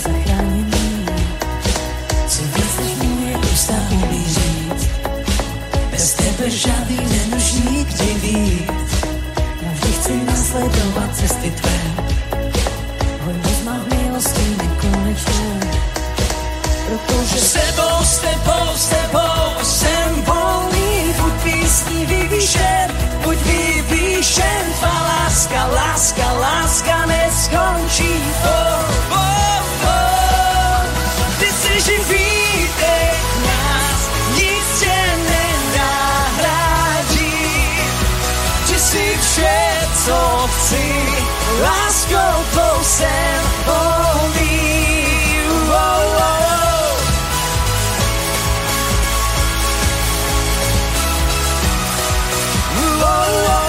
сохранены. Цивилизм мне просто убежит. Без тебе жади не нужні криві. Вдихці наслідувати ститве. Вимозна милості ніколи чу. Протуже з тебою, з тобою, з тобою, сен болів у пісні вивішен, будь вивішен, тва ласка, ласка, ласка не скончи. О, о, о, ти си живий, де нас ніхто не награді. Ty si vše, co chci, láskou tvou jsem volný. Wow, wow, wow. Wow, wow.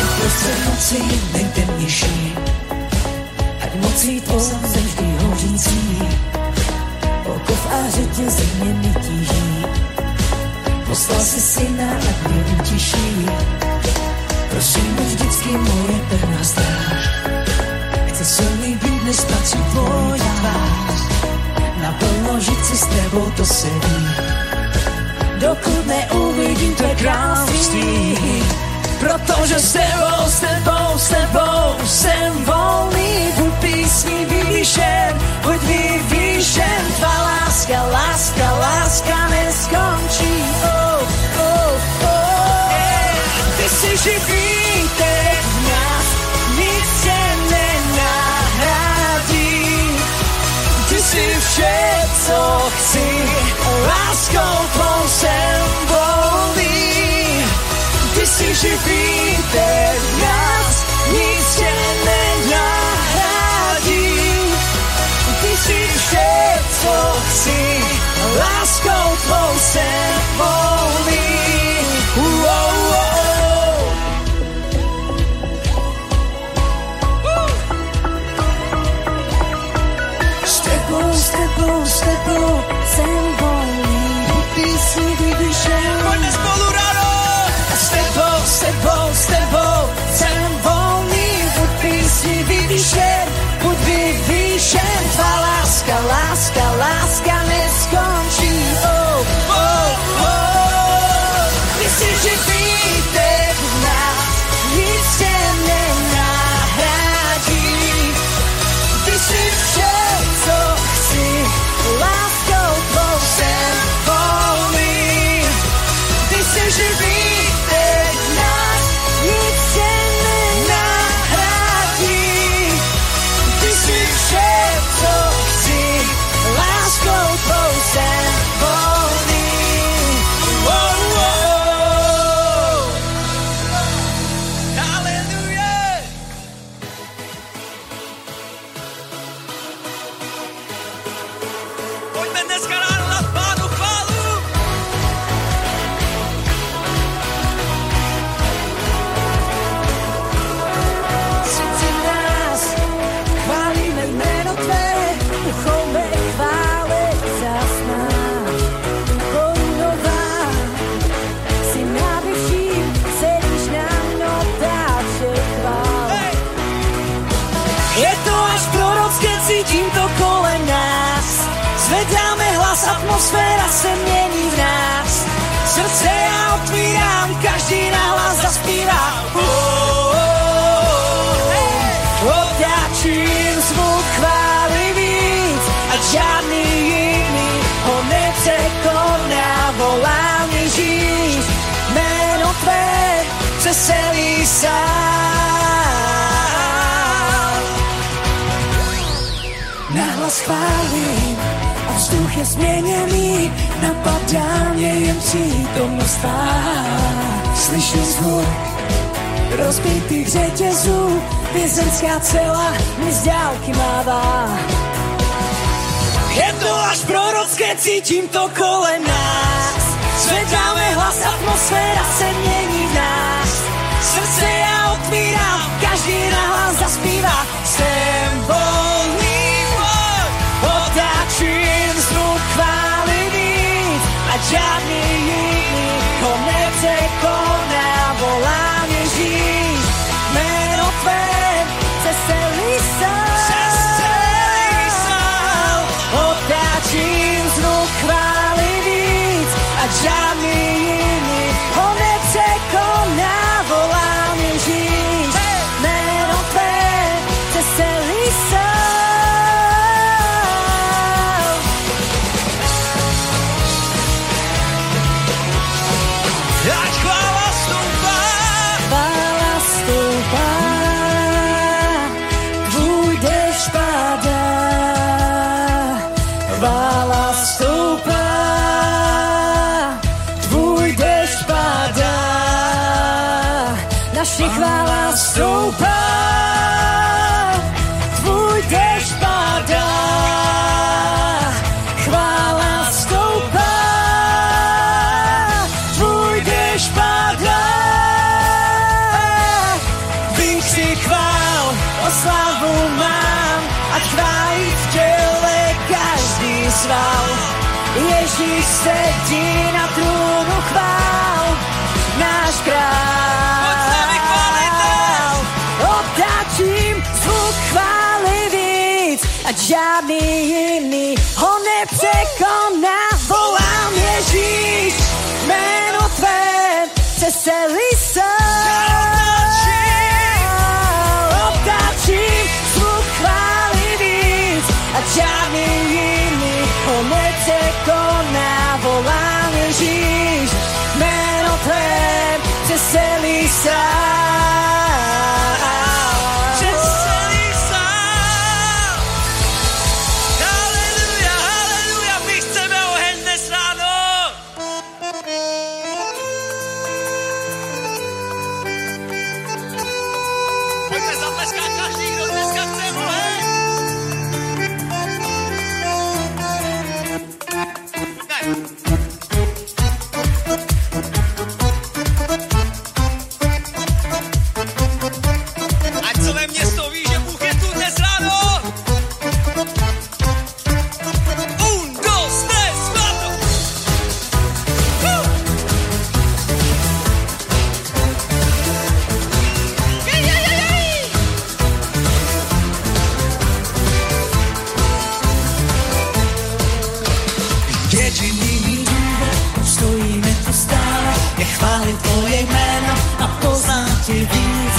I prostě noci nejde mi žít, ať mocí tvou jsem vždy hořící. Bogov a řetě země mi tíží. Poslal si syna, ať mě utěší. Prosím, buď vždycky moje pevná stráž. Chci silný být, než patří tvoje tvář. Naplno žít si s tebou, to se ví. Dokud neuvidím tvé království. Protože s tebou, s tebou, s tebou jsem volný, buď písní vyvýšen, buď vyvýšen, tvá láska, láska, láska neskončí. Oh, oh, oh. Eh, Ty jsi živý, teď nás nic tě nenahradí. Ty jsi vše, co chci, láskou tvou jsem volný. Ty jsi živý, teď nás nic tě nenahradí. Ty jsi vše, co chci, láskou tvou jsem volný. Wow, wow. S tebou, s tebou, s tebou jsem volný. Ty jsi vyvyšel. Pojďme spolu ráno! S tebou, s tebou, s tebou jsem volný. Buď ty jsi vyvyšel, buď vyvyšel. Tvá láska, láska, láska neskončí. Oh, oh, oh. Ty jsi živý, teď nás nic tě nenahradí. Ty jsi vše, co chci, láskou tvou jsem volný. Ty jsi živý, teď nás nic tě nenahradí. Ty jsi vše, co chci, láskou tvou jsem volný. Wow, wow. Hallelujah! Pojďme dneska ráno na pánu chválu. Srdci nás, chválíme jméno tvé, uchoume chvále zasná. Korunová, si nadeším, sedíš nám, no dá všech chvál. Je to až prorocké, cítím to kolem nás. Zvedáme hlas, atmosféra se mění v nás. Srdce já otvírám, každý na hlas zaspívá. Oh, oh, oh. Oddáčím zvuk chvály víc a žádný jiný ho nepřekoná. Volám Ježíš, jméno tvé přeselí sám. Nahlas chválím a vzduch je změněný, napadá mě jen přítomnost tvá. Slyším zvuk rozbitých řetězů, vězenská cela mi z dálky mává. Je to až prorocké, cítím to kolem nás. Zvedáme hlas, atmosféra se mění v nás. Srdce já otvírám, každý na hlas zaspívá. Jsem volný vod, otáčím zvuk chvály víc a žádný jiný ho nepřekoná. Volám Ježíš. naši chvála stoupá, tvůj dešť padá. Chvála stoupá, tvůj dešť padá. Výkřik chvál, oslavu mám a chválí v těle každý sval. Ježíš sedí na trůnu chvál, náš král. Obdáčím zvuk chvály víc, ať žádný jiný ho nepřekoná. Volám Ježíš, jméno tvé, se celý sám. Obdáčím zvuk chvály víc, ať žádný jiný ho nepřekoná. Volám Ježíš, jméno tvé, se celý sám. Haleluja, haleluja, my chceme oh, oheň dnes ráno. Pojďte zatleskat každý, kdo dneska chce oheň. eh. Tak. Ať celé město ví, že Bůh je tu dnes ráno. Un, dos, tres, cuatro. Uh. Ey, ey, ey, ey. Jediný důvod, stojíme tu stále, je chválit tvoje jméno a poznat tě víc.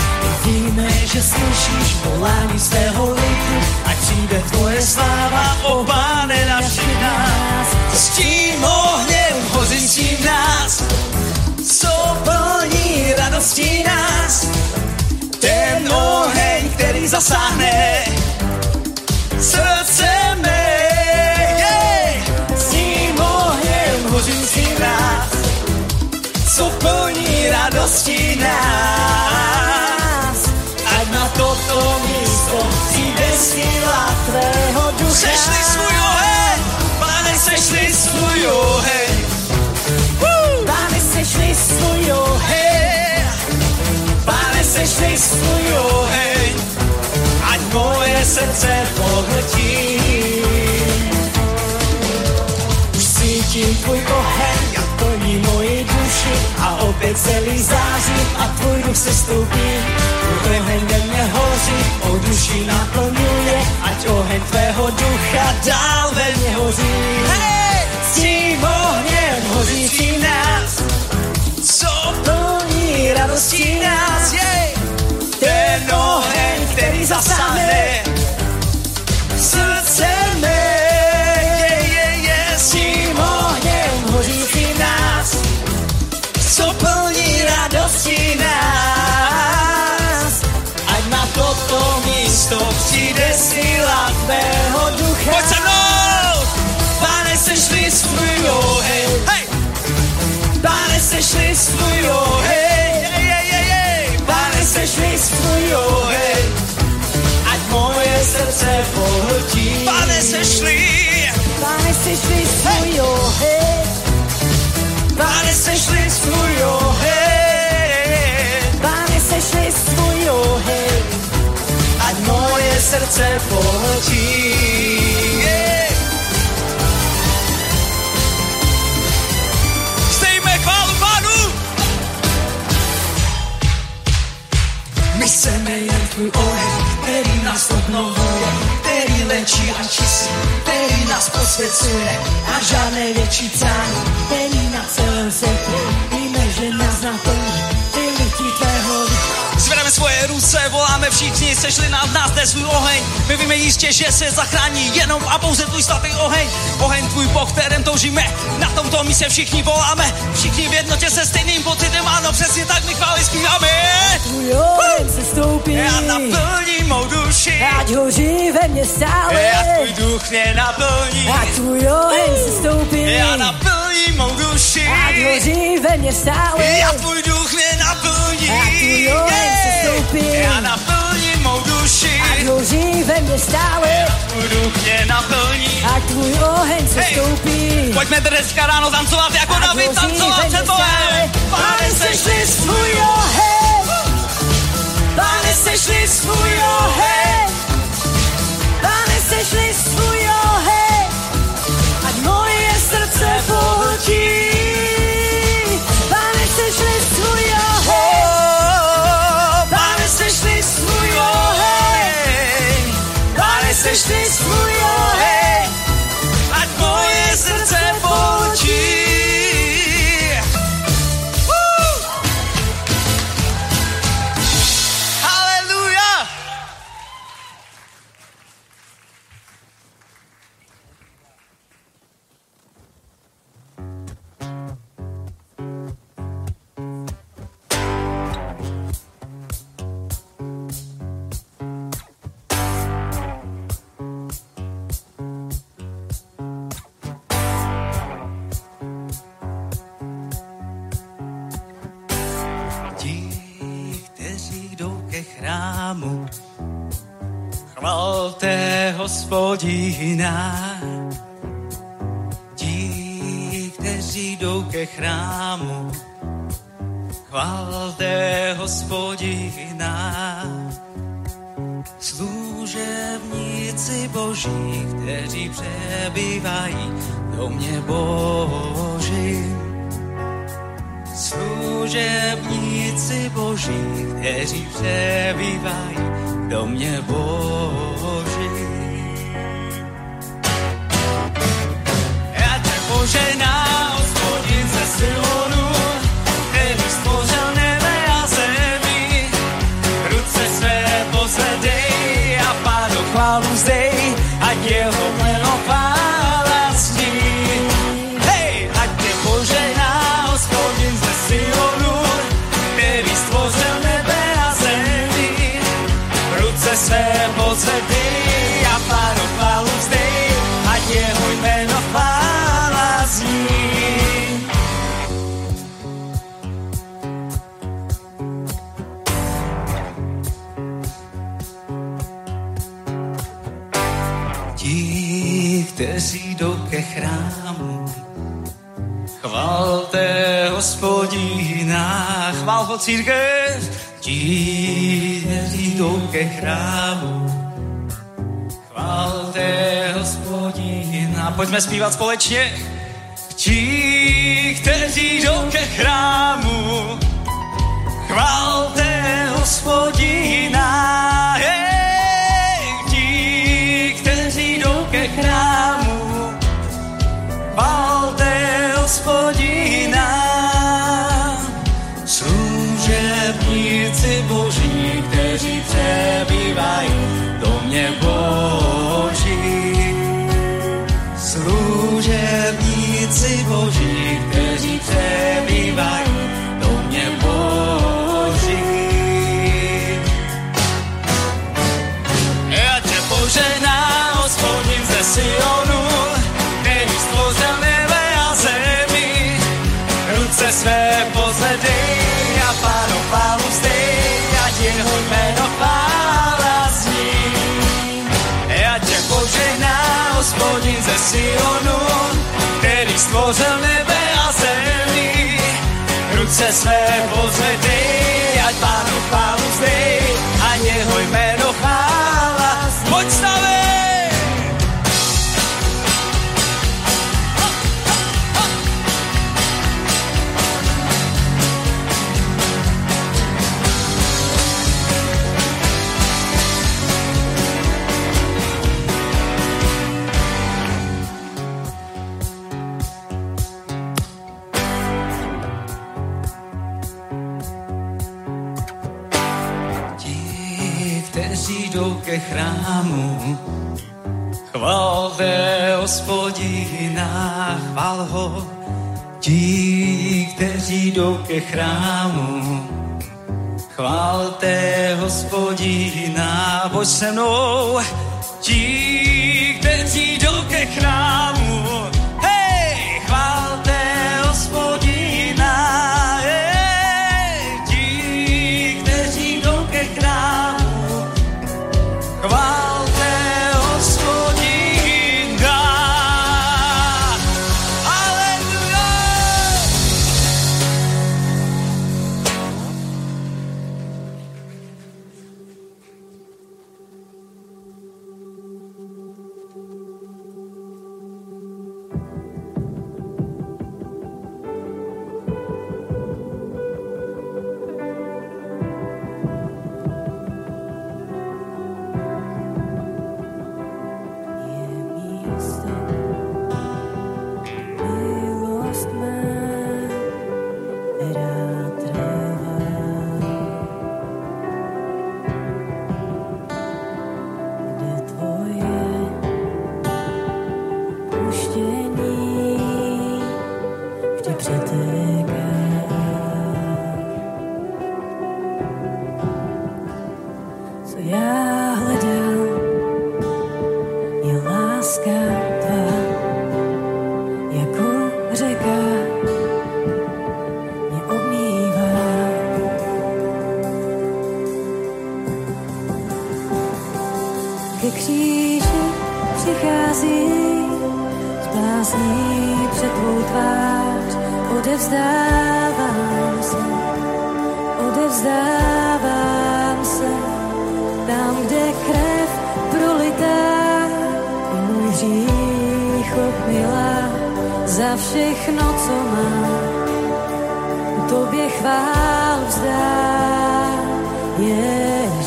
Víme, že slyšíš volání svého lidu, ať přijde tvoje sláva, o páne naši nás. S tím ohněm hořícím v nás, co plní radostí nás. Ten oheň, který zasáhne srdce mé. Yeah! S tím ohněm hořící nás, co plní radosti nás. Ať na toto místo přijde síla tvého ducha. Sešli svůj oheň, pane, sešli svůj oheň. Uh. Pane, sešli svůj oheň, pane, sešli svůj oheň, ať moje srdce pohltí. Už cítím tvůj oheň, jak plní moji duši a opět celý zářím a tvůj duch se stoupí. Tvůj oheň ve mně hoří, o duši naplňuje, ať oheň tvého ducha dál ve mně hoří. Hey! S tím ohněm hořící nás, Co plní radostí nás jej? ten oheň, který zasáhne srdce mé. Je, je, je, S tím ohněm hořící nás, co plní radostí nás. Ať na toto místo přijde síla tvého ducha. Pojď se mnou! Pane, sešli svůj oheň, Hej! pane, sešli svůj oheň. Je, je, je, je! Pane, sešli svůj oheň, ať moje srdce pohltí. Pane, sešli! Pane, sešli svůj oheň, pane, sešli svůj oheň, pane, sešli svůj oheň, ať moje srdce pohltí. Stejme chválu pánu! My jsme jen tvůj oheň, který nás obnovuje, který léčí a čistí, který nás posvěcuje a žádné větší cání, který na celém světě. Víme, že nás naplní, vylití tvého ducha. Zvedáme svoje ruce, voláme všichni, sešli nám v nás dnes svůj oheň. My víme jistě, že se zachrání jenom a pouze tvůj svatý oheň. Oheň tvůj po kterém toužíme, na tomto místě všichni voláme. Všichni v jednotě se stejným pocitem, ano, přesně tak my chvály zpíváme. tvůj oheň se stoupí, Já naplním mou duši, ať hoří ve mně stále, já tvůj duch mě naplní. ať tvůj oheň se stoupí, Já naplním mou duši, ať hoří ve mně stále, já tvůj duch mě naplní. ať tvůj oheň mě stále, Tvůj duch mě naplní. a tvůj oheň se Hej! stoupí. Pojďme dneska ráno tancovat jako David tvoří tancoval ve před mně Bohem. stále. Pány sešli svůj oheň. Pány sešli svůj oheň. Pane, sešli svůj oheň, ať moje srdce pohltí. Pane, sešli svůj oheň, Pány sešli svůj oheň. Pány sešli svůj oheň. Ať moje srdce pohltí. Uh! Haleluja! Ti, kteří jdou ke chrámu, chvalte hospodina. Ti, kteří jdou ke chrámu, chvalte hospodina. Služebníci boží, kteří přebývají v domě božím. Služebníci boží, kteří přebývají v domě boží. Já tě požená, hospodin ze Sionu, který stvořil nebe a zemi. Ruce své pozvedej a pádu chválu vzdej, ať jeho jméno chvála zní. Hej, ať tě požená hospodin ze Sionu, který stvořil nebe a zemi. Ruce své pozvedej a pádu chválu vzdej, ať jeho jméno chvála zní. Ti, kteří jdou ke chrámu, chvalte hospodina, chval ho církev. Ti, kteří jdou ke chrámu, chvalte hospodina. Pojďme zpívat společně. Ti, kteří jdou ke chrámu, chvalte hospodina. Hej, ti, kteří jdou ke chrámu, chvalte hospodina. Služebníci boží, kteří přebývají v domě boží. Služebníci boží, kteří přebývají v domě boží. Já E tě požená, hospodin ze Sionu, který stvořil nebe a zemi. Ruce své pozvedej a pánu pálu vzdej, ať jeho jméno pála zní. Já tě požehná, hospodin ze Sionu, který stvořil nebe a zemi. Ruce své pozvedej, ať pánu pálu vzdej, a jeho jméno chvála. Pojď s námi! Ti, kteří jdou ke chrámu, chvalte hospodina, chval ho. Ti, kteří jdou ke chrámu, chvalte hospodina, pojď se mnou. Ti, kteří jdou ke chrámu, hej, chvalte hospodina, hej, ti, kteří jdou ke chrámu, chvalte jako ke kříži přichází, zblázní před tvou tvář, odevzdávám se, odevzdávám se, tam, kde krev prolitá, je můj hřích obmilá, za všechno, co mám, tobě chvál vzdám, Ježíš.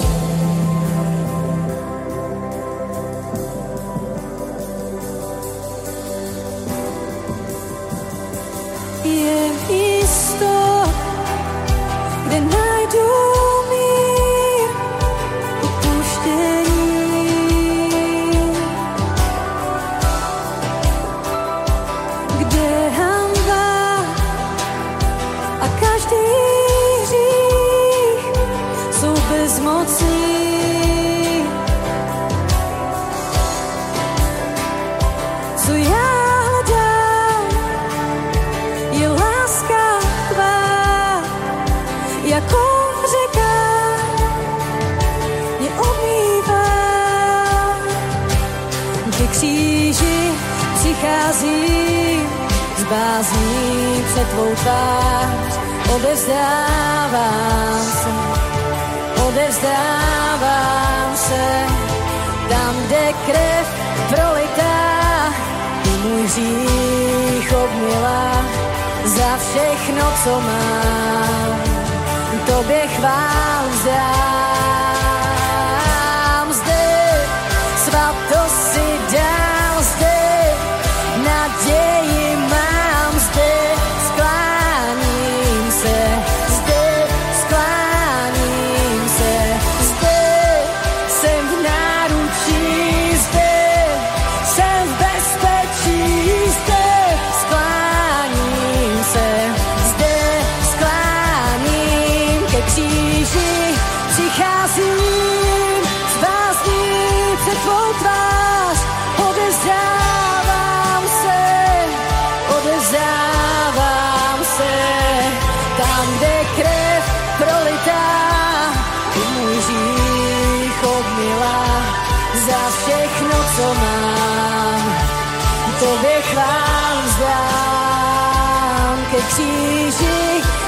je místo, kde najdu mír, upuštění. Kde hamba a každý hřích jsou bezmocní. Co já hledám, je láska tvá, jako řeka mě omývá. Ke kříži přicházím, z bázní před tvou tvář, odevzdávám se, odevzdávám se, tam, kde krev prolitá, i můj hřích obmila za všechno, co mám. Tobě chvál vzdám zde, svatost si dám zde, naději mám zde, skláním se, zde skláním se, zde jsem v náručí, zde jsem v bezpečí zde, skláním se, zde skláním ke kříži, přicházím z bázní před tvou tvář, odevzdávám se, odevzdávám se, tam, kde krev prolitá, i můj hřích obmila za všechno, co mám tobě chvál vzdám. Ke kříži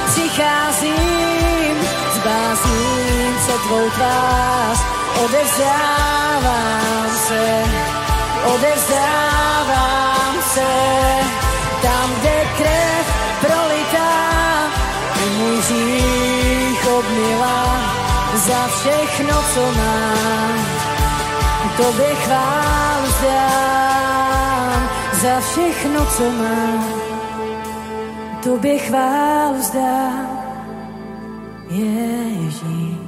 přicházím, s básním se tvou tvář. Odevzdávám se, odevzdávám se, tam, kde krev prolitá, i můj hřích obmila za všechno, co mám tobě chvál vzdám za všechno, co mám. Tobě chvál vzdám, Ježíš.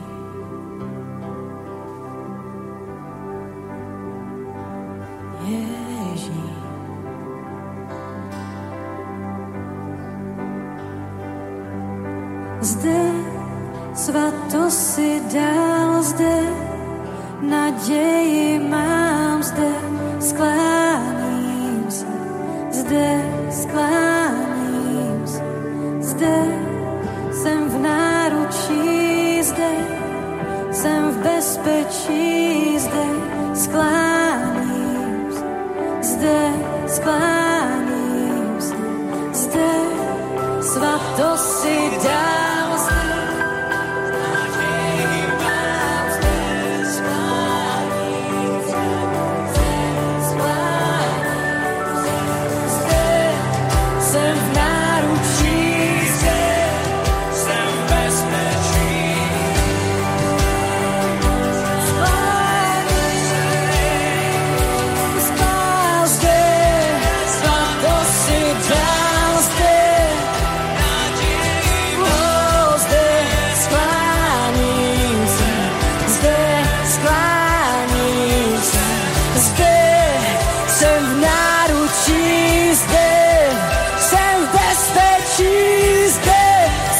Ježíš. Zde svatost si dal zde, Naději mám zde, skláním se, zde skláním se, zde jsem v náručí, zde jsem v bezpečí, zde skláním se, zde skláním se, zde svatost si dám zde. Jsem v náručí, zde jsem v bezpečí. Spáním se, spál zde, svatost si dal zde. Oh, zde skláním se, zde skláním se, zde jsem v náručí, zde jsem v bezpečí, zde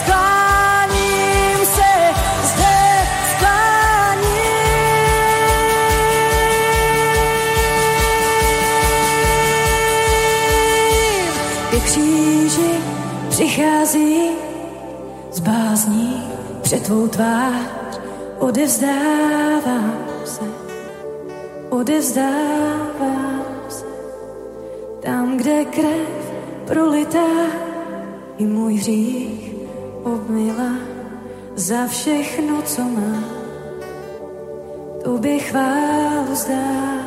skláním se, zde skláním. Ke kříži přichází z bázní před tvou tvář odevzdávám se, odevzdávám se. Tam, kde krev prolitá i můj hřích obmila za všechno, co mám. Tobě chválu zdám,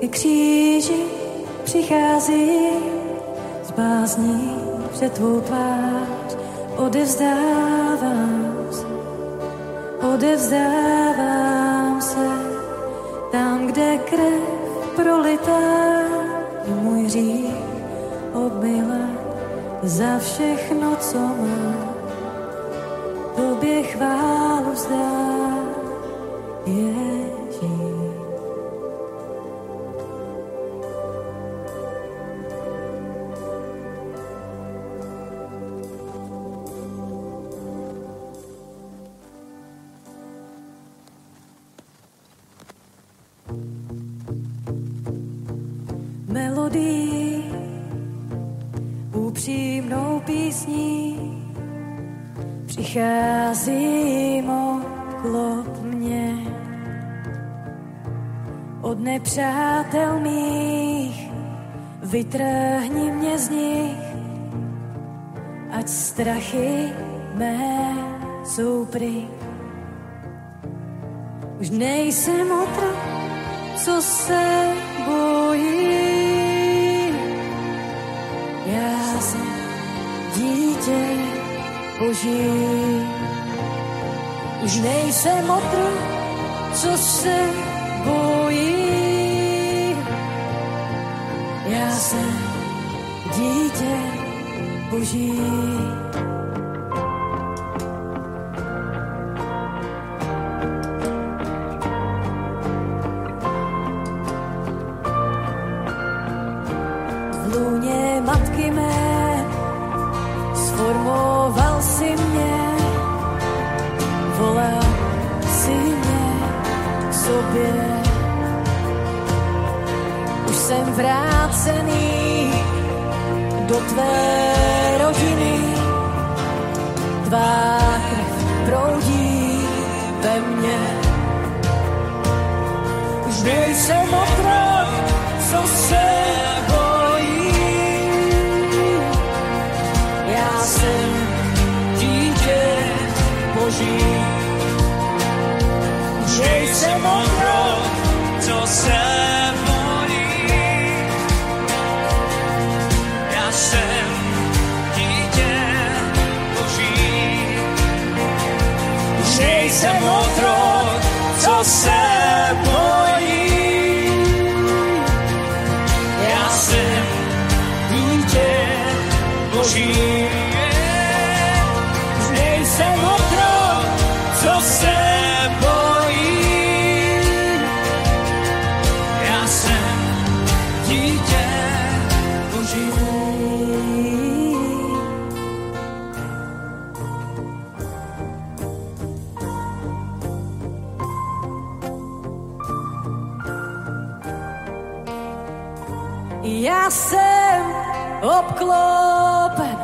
ke kříži přichází s bázní před tvou tvář. Odevzdávám se, odevzdávám se, tam, kde krev prolitá, i můj hřích obmila za všechno, co mám. Tobě chválu vzdám, Ježíš. melodii, upřímnou písní. Přicházím, obklop mě od nepřátel mých, vytrhni mě z nich, ať strachy mé jsou pryč. Už nejsem otrok, co se bojím. Já jsem dítě Boží. Už nejsem otrok, co se bojím. Já jsem dítě Boží. v lůně matky mé, sformoval si mě, volal si mě k sobě. Už jsem vrácený do tvé rodiny, tvá krev proudí ve mně. Už nejsem otrok, co se bojím. Já jsem dítě Boží. Už nejsem otrok, co se volí. Já jsem dítě boží, Už nejsem otrok, co se bojí. Já jsem dítě boží. Už nejsem otrok, Co se bojí, já jsem dítě boží. Já jsem obklopen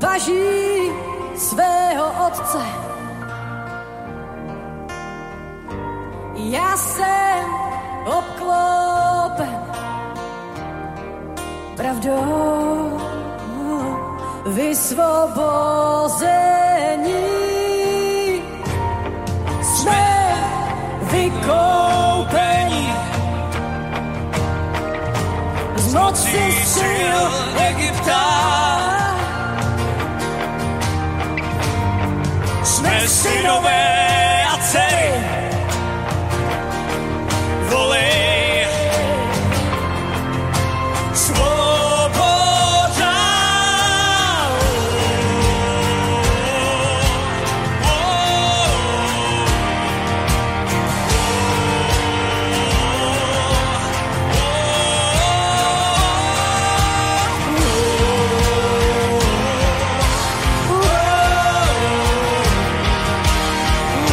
baží svého otce. Já jsem obklopen pravdou vysvobození. Jsme vykoupení z moci střel Cíl Egypta, jsme synové a dcery. Volej, svoboda. Oh, oh, oh,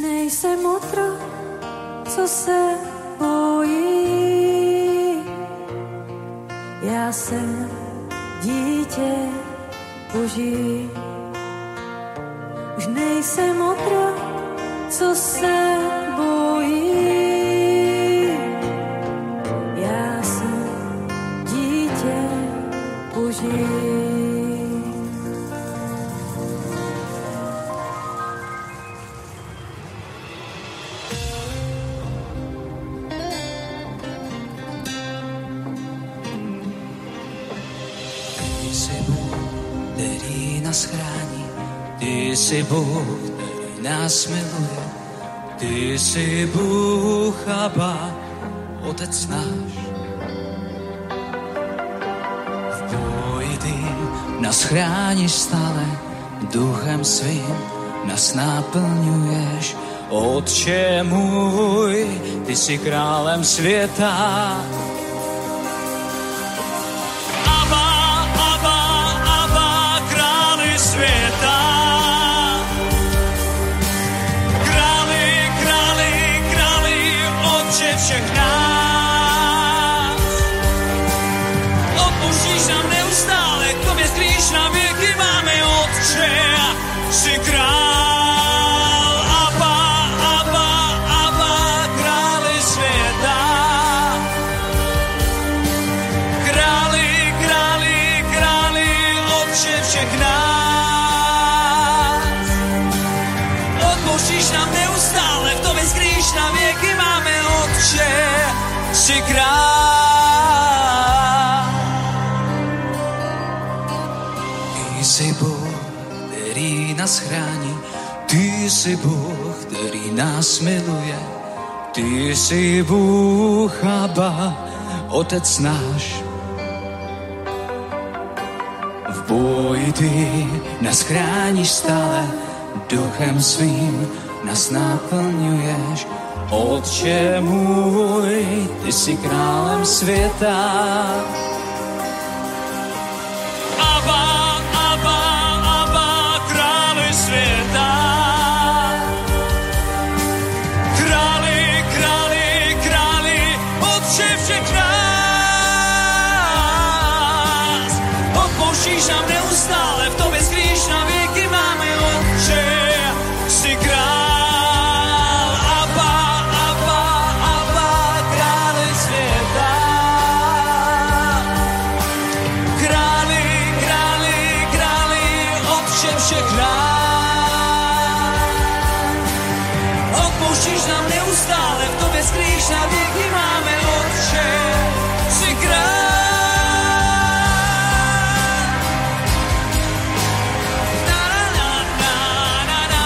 nejsem otrok, co se bojí. Já jsem dítě boží. Už nejsem otrok, co se bojí. Já jsem dítě boží. Ty jsi Bůh, který nás chrání, ty jsi Bůh, který nás miluje, ty jsi Bůh, Abba, Otec náš. V boji ty nás chráníš stále, duchem svým nás naplňuješ. Otče můj, ty jsi králem světa, Abba, Abba, Abba, králi světa. Králi, králi, králi, otče všech nás. Odpouštíš nám neustále, k tobě skrýš na věky, máme otče, jsi král. Abba, Abba, Abba, králi světa. Králi, králi, králi, otče všech nás. Odpouštíš nám neustále, v tobě skrýš na věky, máme otče, jsi král. Ty jsi Bůh, který nás chrání, ty jsi Bůh, který nás miluje, ty jsi Bůh, Abba, Otec náš. V boji ty nás chráníš stále, duchem svým nás naplňuješ. Otče můj, ty jsi králem světa. Abba, Abba, Abba, králi světa. Králi, králi, králi, otče všech nás. Odpouštíš nám neustále, v tobě skrýš na věky máme otče. Jsi král, Abba, Abba, Abba, králi světa. Králi, králi, králi, otče všech nás. Odpouštíš nám neustále, v tobě skrýš na věky máme otče. Jsi král. Na, na, na, na, na,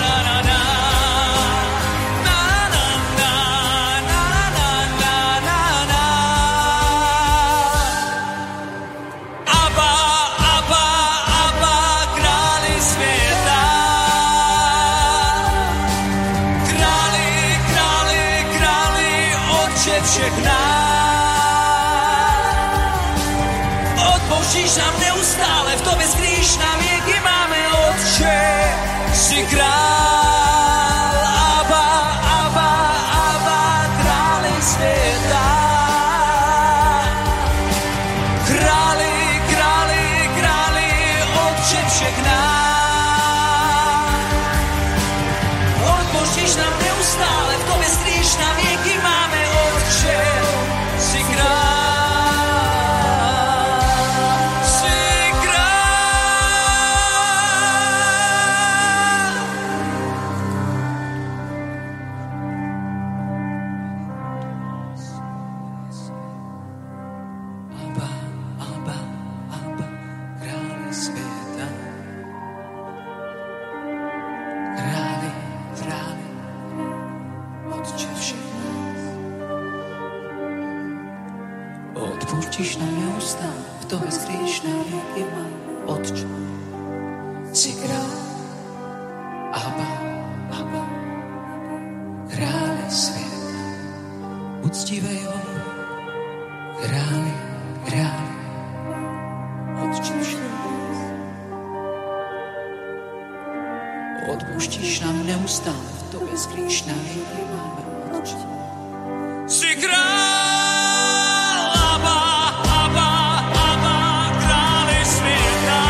na, na, na, na, na. Na, na, na, na, na, na, na, na. Abba, Abba, Abba, králi světa. Králi, králi, králi, otče všech nás. Odpouštíš nám neustále, v tobě skrýš na věky máme otče. Jsi král, Abba, Abba, Abba, králi světa. Králi, králi, králi, otče všech nás. Odpočíš nám neustále, v tobě skrýš na věky máme otče. Jsi král, jsi král. Abba, Abba, Abba, králi světa. Králi, králi, otče všech nás. Odpustíš nám neustále, v tobě skrýš na věky má. Otče, jsi král, Abba, Abba, králi světa. Uctívej ho, Králi, králi, odčiš nás. Odpuštíš nám neustále, v tobě sklíčnáš, kdy máme odpuštění. Jsi král, Abba, Abba, Abba, králi světa.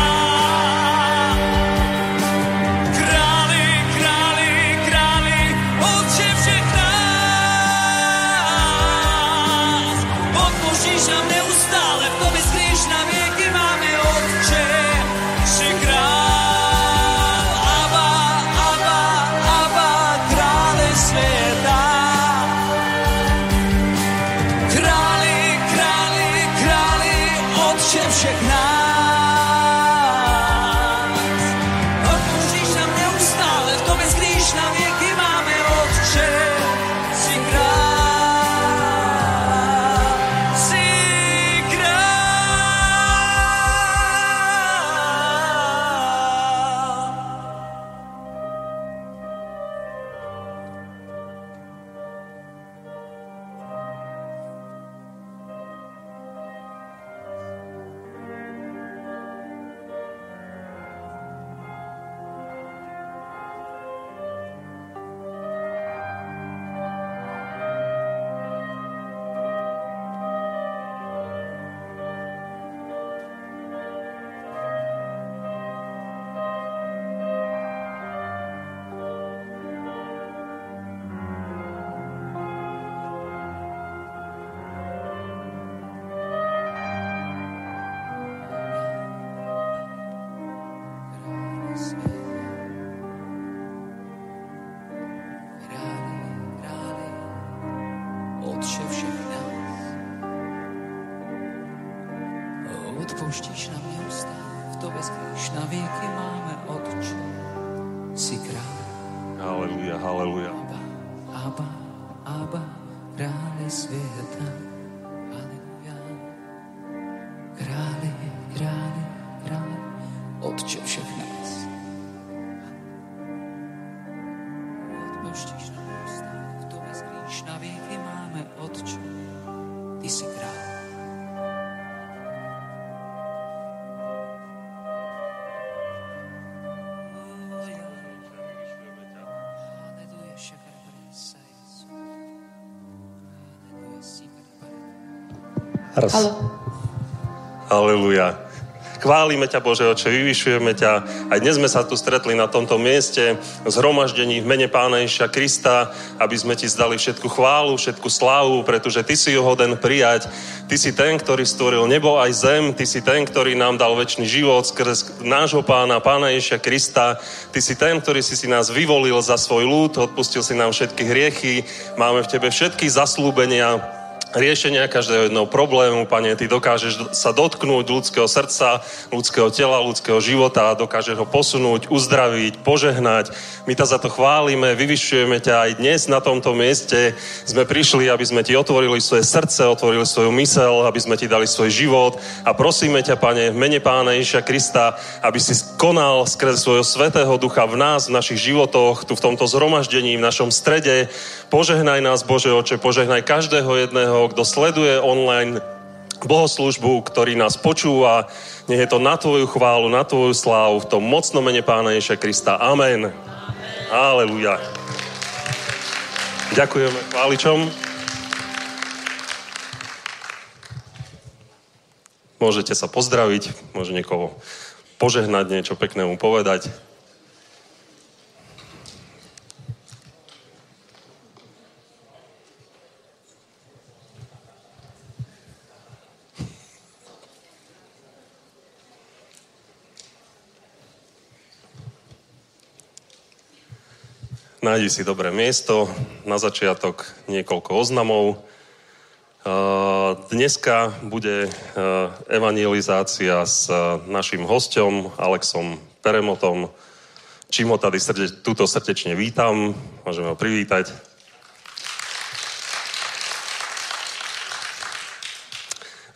Králi, králi, králi, Otče všech nás. Odpouštíš nám neustále, v tobě skryješ na věky, máme Otče. Jsi král, Abba, Abba, Abba, králi světa. Králi, králi, králi, otče všech nás. Odpočíš nám neustále, v tobě skrýš na věky, máme otče. Jsi král, jsi král. Králi, králi, Otče všech nás. Odpouštíš nám neustále, v tobě skrýš na věky máme Otče. Jsi král, Hallelujah, hallelujah. Abba, Abba, Abba, králi světa. Haleluja. Králi, králi, králi, Otče všech nás. Odpouštíš nám neustále, v tobě skrýš na věky máme Otče. Ty jsi král. Haleluja, šakar parisa, Jezu. Haleluja, síkar parisa. Raz. Haleluja. Chválime ťa, Bože oče, vyvyšujeme ťa. Aj dnes sme sa tu stretli na tomto mieste, zhromaždení v mene Pána Ježiša Krista, aby sme ti zdali všetku chválu, všetku slávu, pretože ty si ju hoden prijať. Ty si ten, ktorý stvoril nebo aj zem, ty si ten, ktorý nám dal väčší život skrz nášho Pána, Pána Ježiša Krista. Ty si ten, ktorý si, si nás vyvolil za svoj ľud, odpustil si nám všetky hriechy, máme v tebe všetky zaslúbenia, riešenia každého jedného problému, pane, ty dokážeš sa dotknúť ľudského srdca, ľudského tela, ľudského života, dokážeš ho posunúť, uzdraviť, požehnať. My ťa za to chválime, vyvyšujeme ťa aj dnes na tomto mieste. Sme prišli, aby sme ti otvorili svoje srdce, otvorili svoju mysel, aby sme ti dali svoj život a prosíme ťa, pane, v mene pána Ježiša Krista, aby si konal skrze svojho svetého ducha v nás, v našich životoch, tu v tomto zhromaždení, v našom strede. Požehnaj nás, Bože oče, požehnaj každého jedného, kto sleduje online bohoslužbu, ktorý nás počúva. Nech je to na Tvoju chválu, na Tvoju slávu, v tom mocnom mene Pána Ježiša Krista. Amen. Aleluja. Ďakujeme chváličom. Môžete sa pozdraviť, môže niekoho požehnať, niečo pekné mu povedať. Nájdi si dobré miesto. Na začiatok niekoľko oznamov. Eh, Dneska bude eh, evangelizácia s eh, našim hostom Alexom Peremotom, čím ho tady srde, tuto srdečne vítam. Môžeme ho privítať.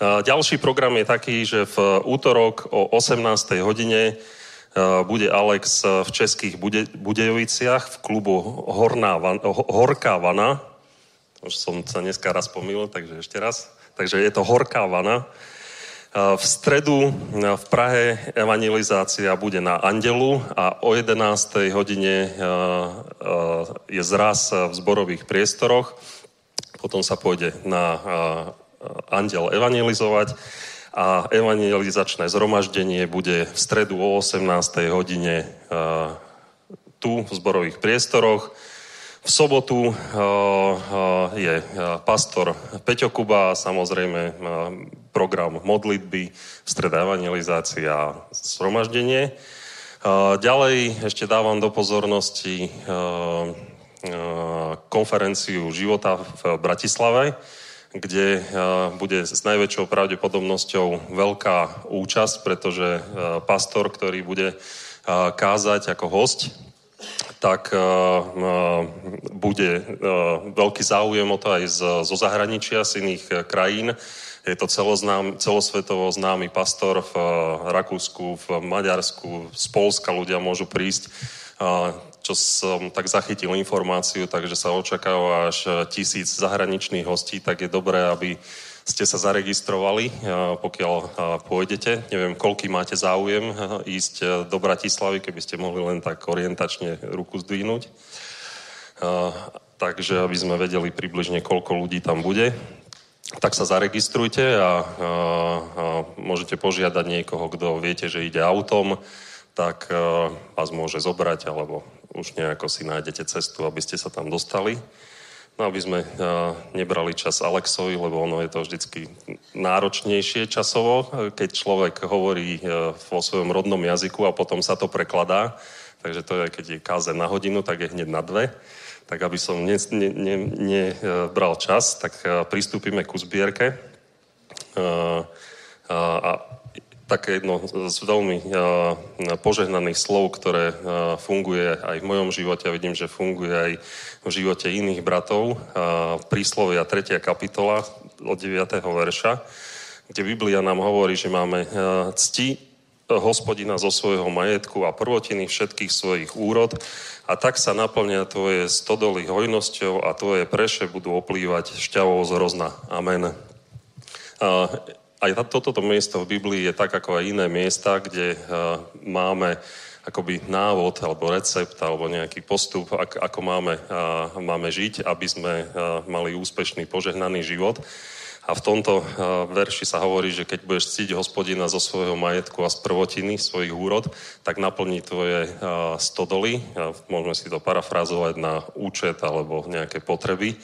Eh, Ďalší program je taký, že v eh, útorok o 18. hodine eh, bude Alex eh, v Českých Bude- Budejoviciach v klubu Horná van, Ho- Horká vana. Už som sa dneska raz pomýlil, takže ešte raz. Takže je to Horká vana. V stredu v Prahe evangelizácia bude na Andelu a o 11. hodine je zraz v zborových priestoroch. Potom sa pôjde na Andel evangelizovať a evangelizačné zhromaždenie bude v stredu o 18. hodine tu v zborových priestoroch. V sobotu eh, je eh, pastor Peťo Kuba, samozrejme eh, program modlitby, streda evangelizácia a sromaždenie. Ďalej ešte dávam do pozornosti eh, konferenciu života v Bratislave, kde eh, bude s najväčšou pravdepodobnosťou veľká účasť, pretože eh, pastor, ktorý bude eh, kázať ako host, tak uh, bude uh, veľký záujem o to aj z, zo zahraničia, z iných eh, krajín. Je to celoznám, celosvetovo známy pastor v uh, Rakúsku, v Maďarsku, z Polska ľudia môžu prísť. Čo som tak zachytil informáciu, takže sa očakáva až eh, tisíc zahraničných hostí, tak je dobré, aby ste sa zaregistrovali, eh, pokiaľ pôjdete. Neviem, koľký máte záujem eh, ísť do Bratislavy, keby ste mohli len tak orientačne ruku zdvihnúť. Eh, Takže aby sme vedeli približne, koľko ľudí tam bude, tak sa zaregistrujte a, a, a môžete požiadať niekoho, kto viete, že ide autom, tak a, vás môže zobrať, alebo už nejako si nájdete cestu, aby ste sa tam dostali. No aby sme uh, nebrali čas Alexovi, lebo ono je to vždycky náročnejšie časovo, eh, keď človek hovorí uh, vo svojom rodnom jazyku a potom sa to prekladá. Takže to je, keď je káze na hodinu, tak je hneď na dve. Tak aby som nebral ne, ne, ne, uh, čas, tak pristúpime ku zbierke. A také jedno z veľmi požehnaných slov, ktoré funguje aj v mojom živote a vidím, že funguje aj v živote iných bratov. Príslovia 3. kapitola od 9. verša, kde Biblia nám hovorí, že máme cti hospodina zo svojho majetku a prvotiny všetkých svojich úrod a tak sa naplnia tvoje stodoly hojnosťou a tvoje preše budú oplývať šťavou z hrozna. Amen aj toto miesto v Biblii je tak ako aj iné miesta, kde uh, máme akoby návod alebo recept alebo nejaký postup, ak, ako máme, uh, máme žiť, aby sme uh, mali úspešný, požehnaný život. A v tomto verši sa hovorí, že keď budeš ctiť hospodina zo svojho majetku a z prvotiny svojich úrod, tak naplní tvoje stodoly, môžeme si to parafrazovať na účet alebo nejaké potreby,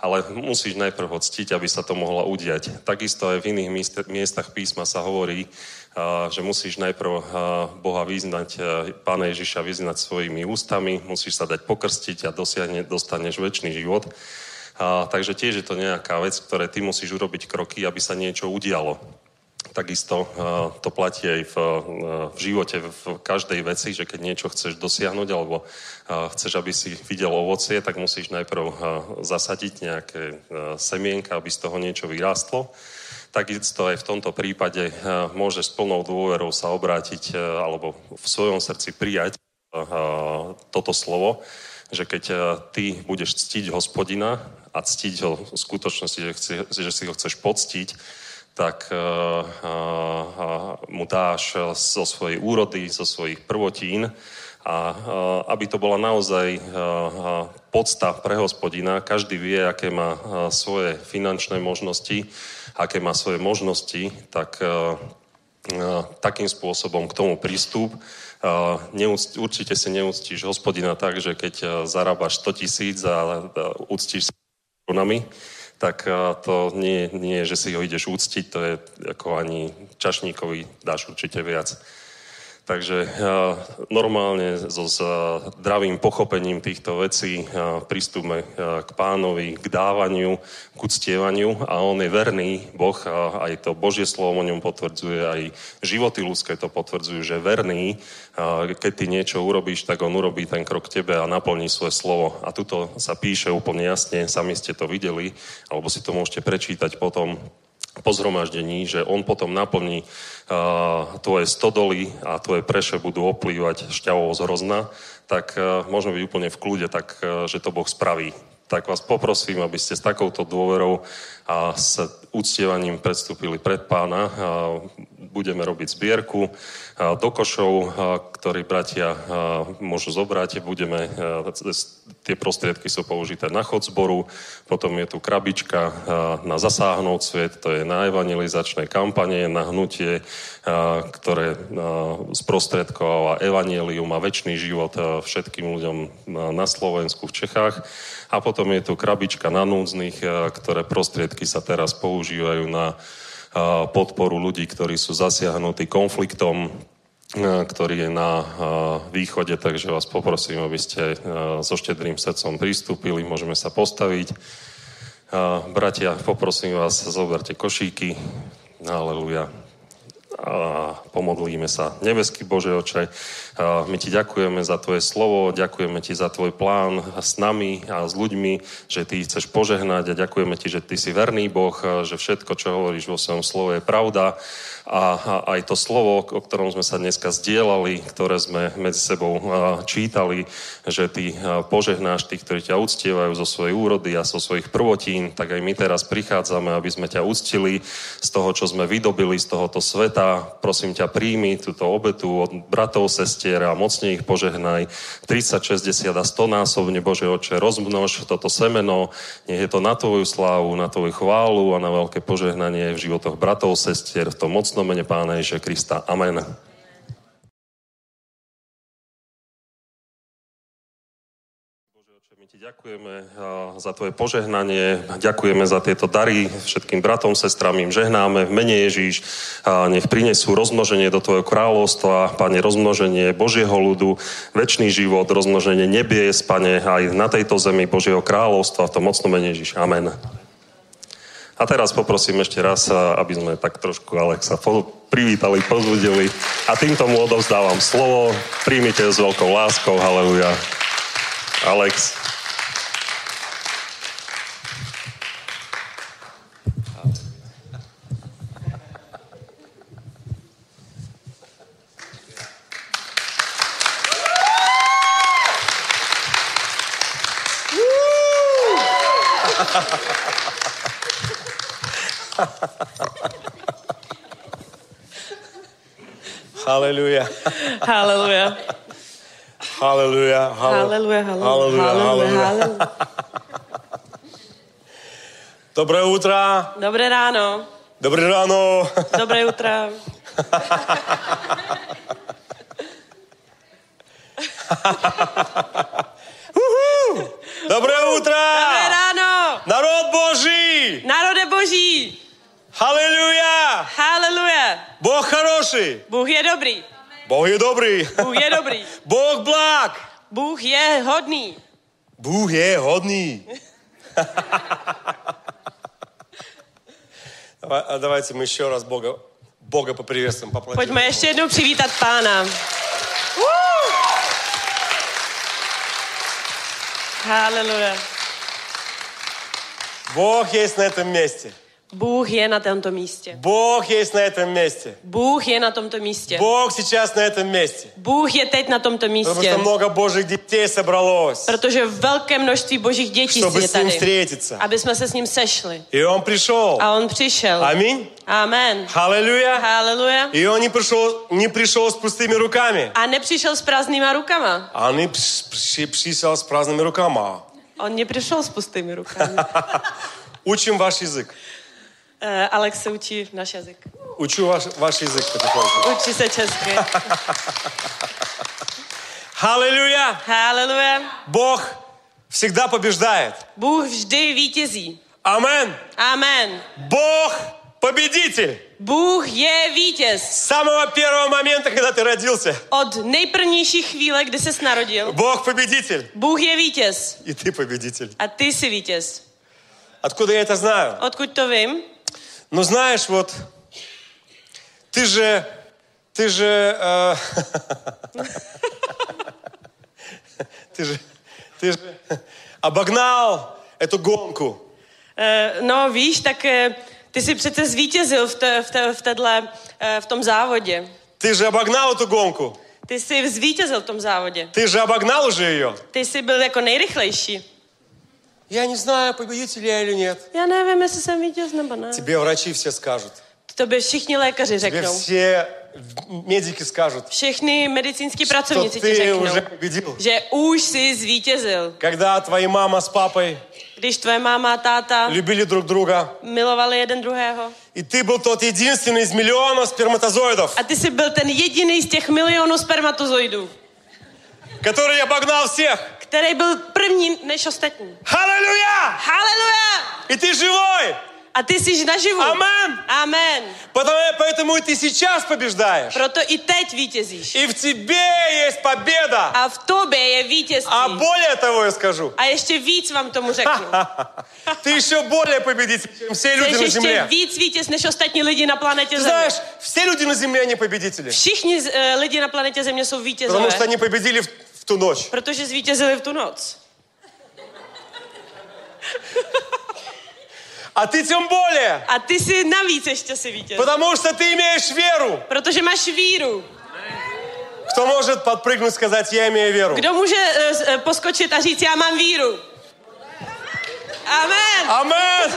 ale musíš najprv ho ctiť, aby sa to mohla udiať. Takisto aj v iných miestach písma sa hovorí, že musíš najprv Boha vyznať, Pána Ježiša vyznať svojimi ústami, musíš sa dať pokrstiť a dosiahne, dostaneš väčší život. A, takže tiež je to nejaká vec, ktoré ty musíš urobiť kroky, aby sa niečo udialo. Takisto eh, to platí aj v, eh, v živote, v každej veci, že keď niečo chceš dosiahnuť alebo eh, chceš, aby si videl ovocie, tak musíš najprv eh, zasadiť nejaké eh, semienka, aby z toho niečo vyrástlo. Takisto aj v tomto prípade eh, môžeš s plnou dôverou sa obrátiť eh, alebo v svojom srdci prijať eh, toto slovo, že keď eh, ty budeš ctiť hospodina a ctiť ho v skutočnosti, že, chci, že si ho chceš poctiť, tak uh, uh, mu dáš zo svojej úrody, zo svojich prvotín a uh, aby to bola naozaj eh, podsta pre hospodina. Každý vie, aké má eh, svoje finančné možnosti, aké má svoje možnosti, tak eh, No, takým spôsobom k tomu prístup. Neúct, určite si neúctíš hospodina tak, že keď e, zarábaš 100 tisíc a úctíš sa korunami, tak e, to nie, nie, že si ho ideš úctiť, to je ako ani čašníkovi dáš určite viac. Takže normálne so eh, zdravým pochopením týchto vecí eh, pristúpme k pánovi, k dávaniu, k uctievaniu a on je verný Boh a aj to Božie slovo o ňom potvrdzuje, aj životy ľudské to potvrdzujú, že verný, Eh, keď ty niečo urobíš, tak on urobí ten krok k tebe a naplní svoje slovo. A tuto sa píše úplne jasne, sami ste to videli, alebo si to môžete prečítať potom po zhromaždení, že on potom naplní uh, tvoje stodoly a tvoje preše budú oplývať šťavou z hrozna, tak uh, môžeme byť úplne v kľude, tak, uh, že to Boh spraví. tak vás poprosím, aby ste s takouto dôverou a s uctievaním predstúpili pred pána. A Budeme robiť zbierku a, do košov, a, ktorí bratia a, môžu zobrať. Budeme, a, c- s- tie prostriedky sú použité na chod zboru, potom je tu krabička uh, a, na zasáhnout svet, to je na evangelizačné kampanie, na hnutie, a, ktoré a, sprostredkovala evangelium a väčší život a, všetkým ľuďom na- na Slovensku, v Čechách. A potom je tu krabička na núdznych, a, ktoré prostriedky sa teraz používajú na a, podporu ľudí, ktorí sú zasiahnutí konfliktom, a, ktorý je na a, východe, takže vás poprosím, aby ste a, so štedrým srdcom pristúpili, môžeme sa postaviť. A, Bratia, poprosím vás, zoberte košíky. Haleluja a pomodlíme sa. Nebeský Bože oče, a my ti ďakujeme za tvoje slovo, ďakujeme ti za tvoj plán s nami a s ľuďmi, že ty ich chceš požehnať a ďakujeme ti, že ty si verný Boh, a že všetko, čo hovoríš vo svojom slove je pravda a, a aj to slovo, o ktorom sme sa dneska zdieľali, ktoré sme medzi sebou a, čítali, že ty a, požehnáš tých, ktorí ťa uctievajú zo svojej úrody a zo svojich prvotín, tak aj my teraz prichádzame, aby sme ťa uctili z toho, čo sme vydobili z tohoto sveta. Prosím ťa, príjmi túto obetu od bratov, sestier a mocne ich požehnaj. 30, 60 a 100 násobne, Bože oče, rozmnož toto semeno. Nech je to na tvoju slávu, na tvoju chválu a na veľké požehnanie v životoch bratov, sestier, v tom mocnom mene Pána Ježiša Krista. Amen. My ti ďakujeme a, za tvoje požehnanie, ďakujeme za tieto dary všetkým bratom, sestram, im žehnáme v mene Ježíš. A nech prinesú rozmnoženie do tvojho kráľovstva, pane, rozmnoženie Božieho ľudu, väčší život, rozmnoženie nebies, pane, aj na tejto zemi Božieho kráľovstva, v tom mocnom mene Ježíš. Amen. A teraz poprosím ešte raz, a, aby sme tak trošku Alexa po- privítali, pozbudili. A týmto mu odovzdávam slovo. Príjmite ho s veľkou láskou. Haleluja. Alex. Haleluja. Haleluja. Haleluja. Haleluja, haleluja, Haleluja, haleluja, haleluja. haleluja. Dobré útra. Dobré ráno, Dobré ráno. dobré jutro. Dobré útra. Dobré ráno, Narod Boží. národe boží. Haleluja. Haleluja. Бог хороший. Bůh je dobrý, Бог je dobrý. Bůh je dobrý. Бог благ. Bůh je hodný. Bůh je hodný. Давай- а Давайте мы еще раз Бога, Бога поприветствуем. поаплодируем. Pojďme ještě jednou přivítat pána. Haleluja. Бог есть на этом месте. Bůh je na tomto místě. Бог есть на этом месте. Bůh je na tomto místě. Бог сейчас на этом месте. Bůh je teď na tomto Потому místě. что много Божьих детей собралось, Protože velké množství božích dětí чтобы je с Ним tady. встретиться. Aby jsme se s ním sešli. И Он пришел. A on přišel. Аминь. Amen. Аллилуйя. Haleluja. И Он не пришел, не пришел с пустыми руками. A nepřišel s prázdnýma rukama. А Он и приш- приш- пришел с праздными руками. On nepřišel s pustými rukami. Учим ваш язык. Eh, Alex se učí náš jazyk. Учу ваш, ваш язык потихоньку. Učí se česky. Аллилуйя! Haleluja. Бог всегда побеждает. Bůh vždy vítězí. Амен! Amen. Бог победитель! Bůh je vítěz. С самого первого момента, когда ты родился, Od nejprvnější chvíle, kdy ses narodil, Бог победитель, Bůh je vítěz. и ты победитель. A ty jsi vítěz. Откуда я это знаю? Odkud to vím? Ну, знаешь, вот, ты же, ты же, э, ты же, ты же обогнал эту гонку. Eh, No víš, tak eh, ty jsi přece zvítězil v, té, v, té, v, téhle, eh, v tom závodě. Ты же обогнал эту гонку. Ty jsi zvítězil v tom závodě. Ты же обогнал уже ее. Ty jsi byl jako nejrychlejší. Я не знаю, победитель я или нет. Já nevím, jestli jsem vítěz nebo ne. Тебе врачи все скажут. Tobě všichni lékaři Тебе řeknou. все медики скажут, Všichni medicínskí что pracovníci ti ты řeknou, уже победил. že už jsi zvítězil. Когда твои мама с папой Když tvoje máma a táta любили друг друга, milovali jeden druhého. и ты был тот единственный из миллиона сперматозоидов, A ty jsi byl ten jediný z těch milionů spermatozoidů, который обогнал всех. který byl první než ostatní. Аллилуйя! Haleluja! И ты живой! A ty jsi naživu. Amen. Amen. Потому, поэтому и ты сейчас побеждаешь. Proto i teď vítězíš. И в тебе есть победа. A v tobě je vítězství. А более того, я скажу, A ještě víc vám tomu řeknu. ты еще более победитель, чем все люди Jsi на ještě земле. víc vítěz než ostatní lidi na planetě Ты Země. знаешь, все люди на земле не победители, Všichni z- eh, lidi na planetě Země jsou vítězové. потому что они победили в, в ту ночь. Protože zvítězili v tu noc. А ты тем более, A ty jsi navíc ještě si vítěz. потому что ты имеешь веру. Protože máš víru. Кто может подпрыгнуть и сказать, я имею веру? Kdo může eh, s- eh, poskočit a říct, já mám víru? Amen. Амен!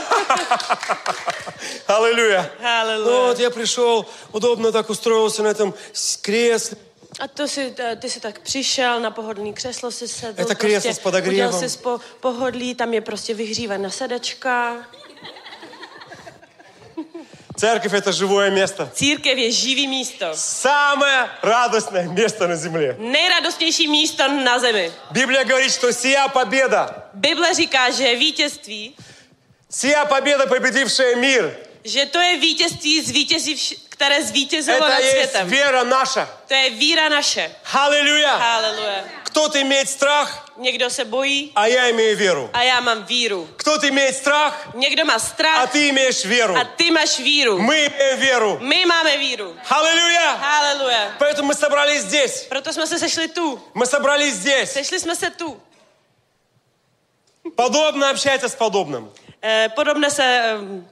Аллилуйя! Ну Haleluja. вот я пришел, удобно так устроился на этом с- кресле. A to si, eh, ty jsi tak přišel, na pohodlný křeslo si sedl. prostě Je to křeslo s podagřívem. Udělal jsi po, pohodlí, tam je prostě vyhřívaná sedačka. Церковь — это живое место. Církev je živý místo. Самое радостное место на земле. Nejradostnější místo na zemi. Библия говорит, что сия победа, Bible říká, že vítězství, сия победа, победившая мир, že to je vítězství, zvítězí vš- které zvítězilo это nad есть světem. вера наша. To je víra naše. Аллилуйя! Haleluja. Кто-то имеет страх, Někdo se bojí а я имею веру. a já mám víru. Кто-то имеет страх, Někdo má а strach ты имеешь веру. a ty máš víru. Мы имеем веру. My máme víru. Аллилуйя! Haleluja. Поэтому мы собрались здесь. Proto jsme se sešli tu. Мы собрались здесь. Sešli jsme se tu. Подобно общается с подобным. Eh, Podobně se ehm,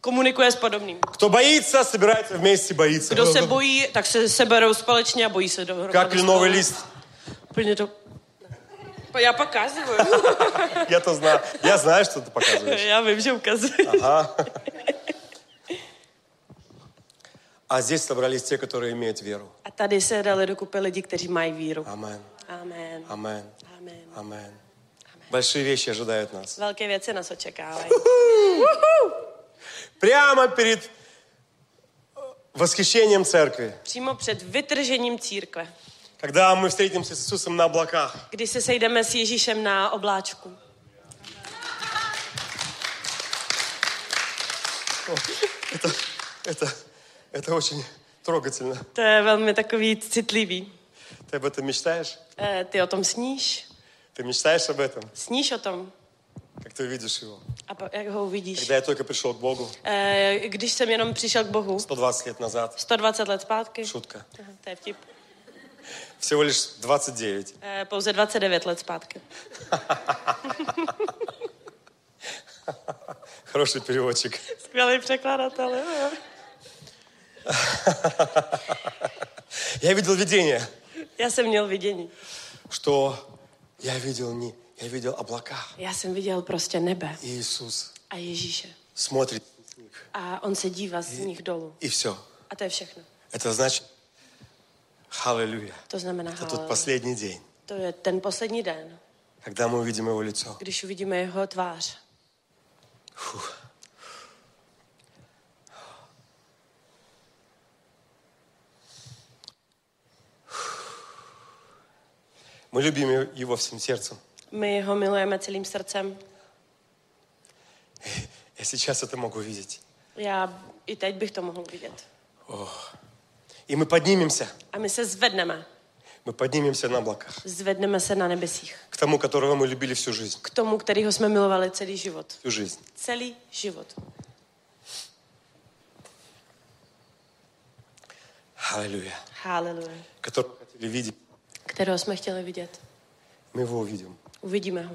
komunikuje s podobným. Кто боится, собирается vместе боится. Kdo se bojí, tak se seberou společně a bojí se dohromady. Как кленовый spolu. лист. Plně to... Já pokazuju. Я-то знаю. Я знаю, что ты показываешь. Já vím, že ukazuju. А здесь собрались те, которые имеют веру. A tady se dali dokupy lidi, kteří mají víru. Амен. Amen. Амен. Amen. Амен. Большие вещи ojčekávají nás. Velké věci nás očekávají. Прямо перед э, восхищением церкви, Přímo před vytržením církve, когда мы встретимся с Иисусом на облаках, kdy se sejdeme s Ježíšem na obláčku. это, это, это очень трогательно. To je velmi takový citlivý. Ты об этом mečtáš? Eh, Ty o tom sníš? Ты мечтаешь об этом, Sníš o tom? как ты увидишь его. A po, jak ho uvidíš? Когда я только пришел к Богу Eh, Když jsem jenom přišel k Bohu, 120 лет назад, 120 let zpátky, шутка, Aha, to je vtip, всего лишь 29. Eh, pouze 29 let zpátky. Хороший переводчик. Skvělý překladatel, jo. Я видел видение, Já jsem měl vidění. что я видел не, я видел облака. Já jsem viděl prostě nebe И Иисус a Ježíše. смотрит с них, A on se dívá z nich dolů. и все. A to je všechno. Это значит, аллилуйя, To znamená это тот haleluja. последний день, To je ten poslední den, когда мы увидим Его лицо. když uvidíme jeho tvář. Мы любим Его всем сердцем. My ho milujeme celým srdcem. Я сейчас это могу видеть. Já i teď bych to mohl vidět. И мы поднимемся, A my se zvedneme. мы поднимемся на облаках, Zvedneme se na nebesích. к тому, которого мы любили всю жизнь. K tomu, kterýho jsme milovali celý život. Всю жизнь. Celý život. Аллилуйя. Haleluja. Которого хотели видеть, Kterého jsme chtěli vidět. мы Его увидим. Uvidíme ho.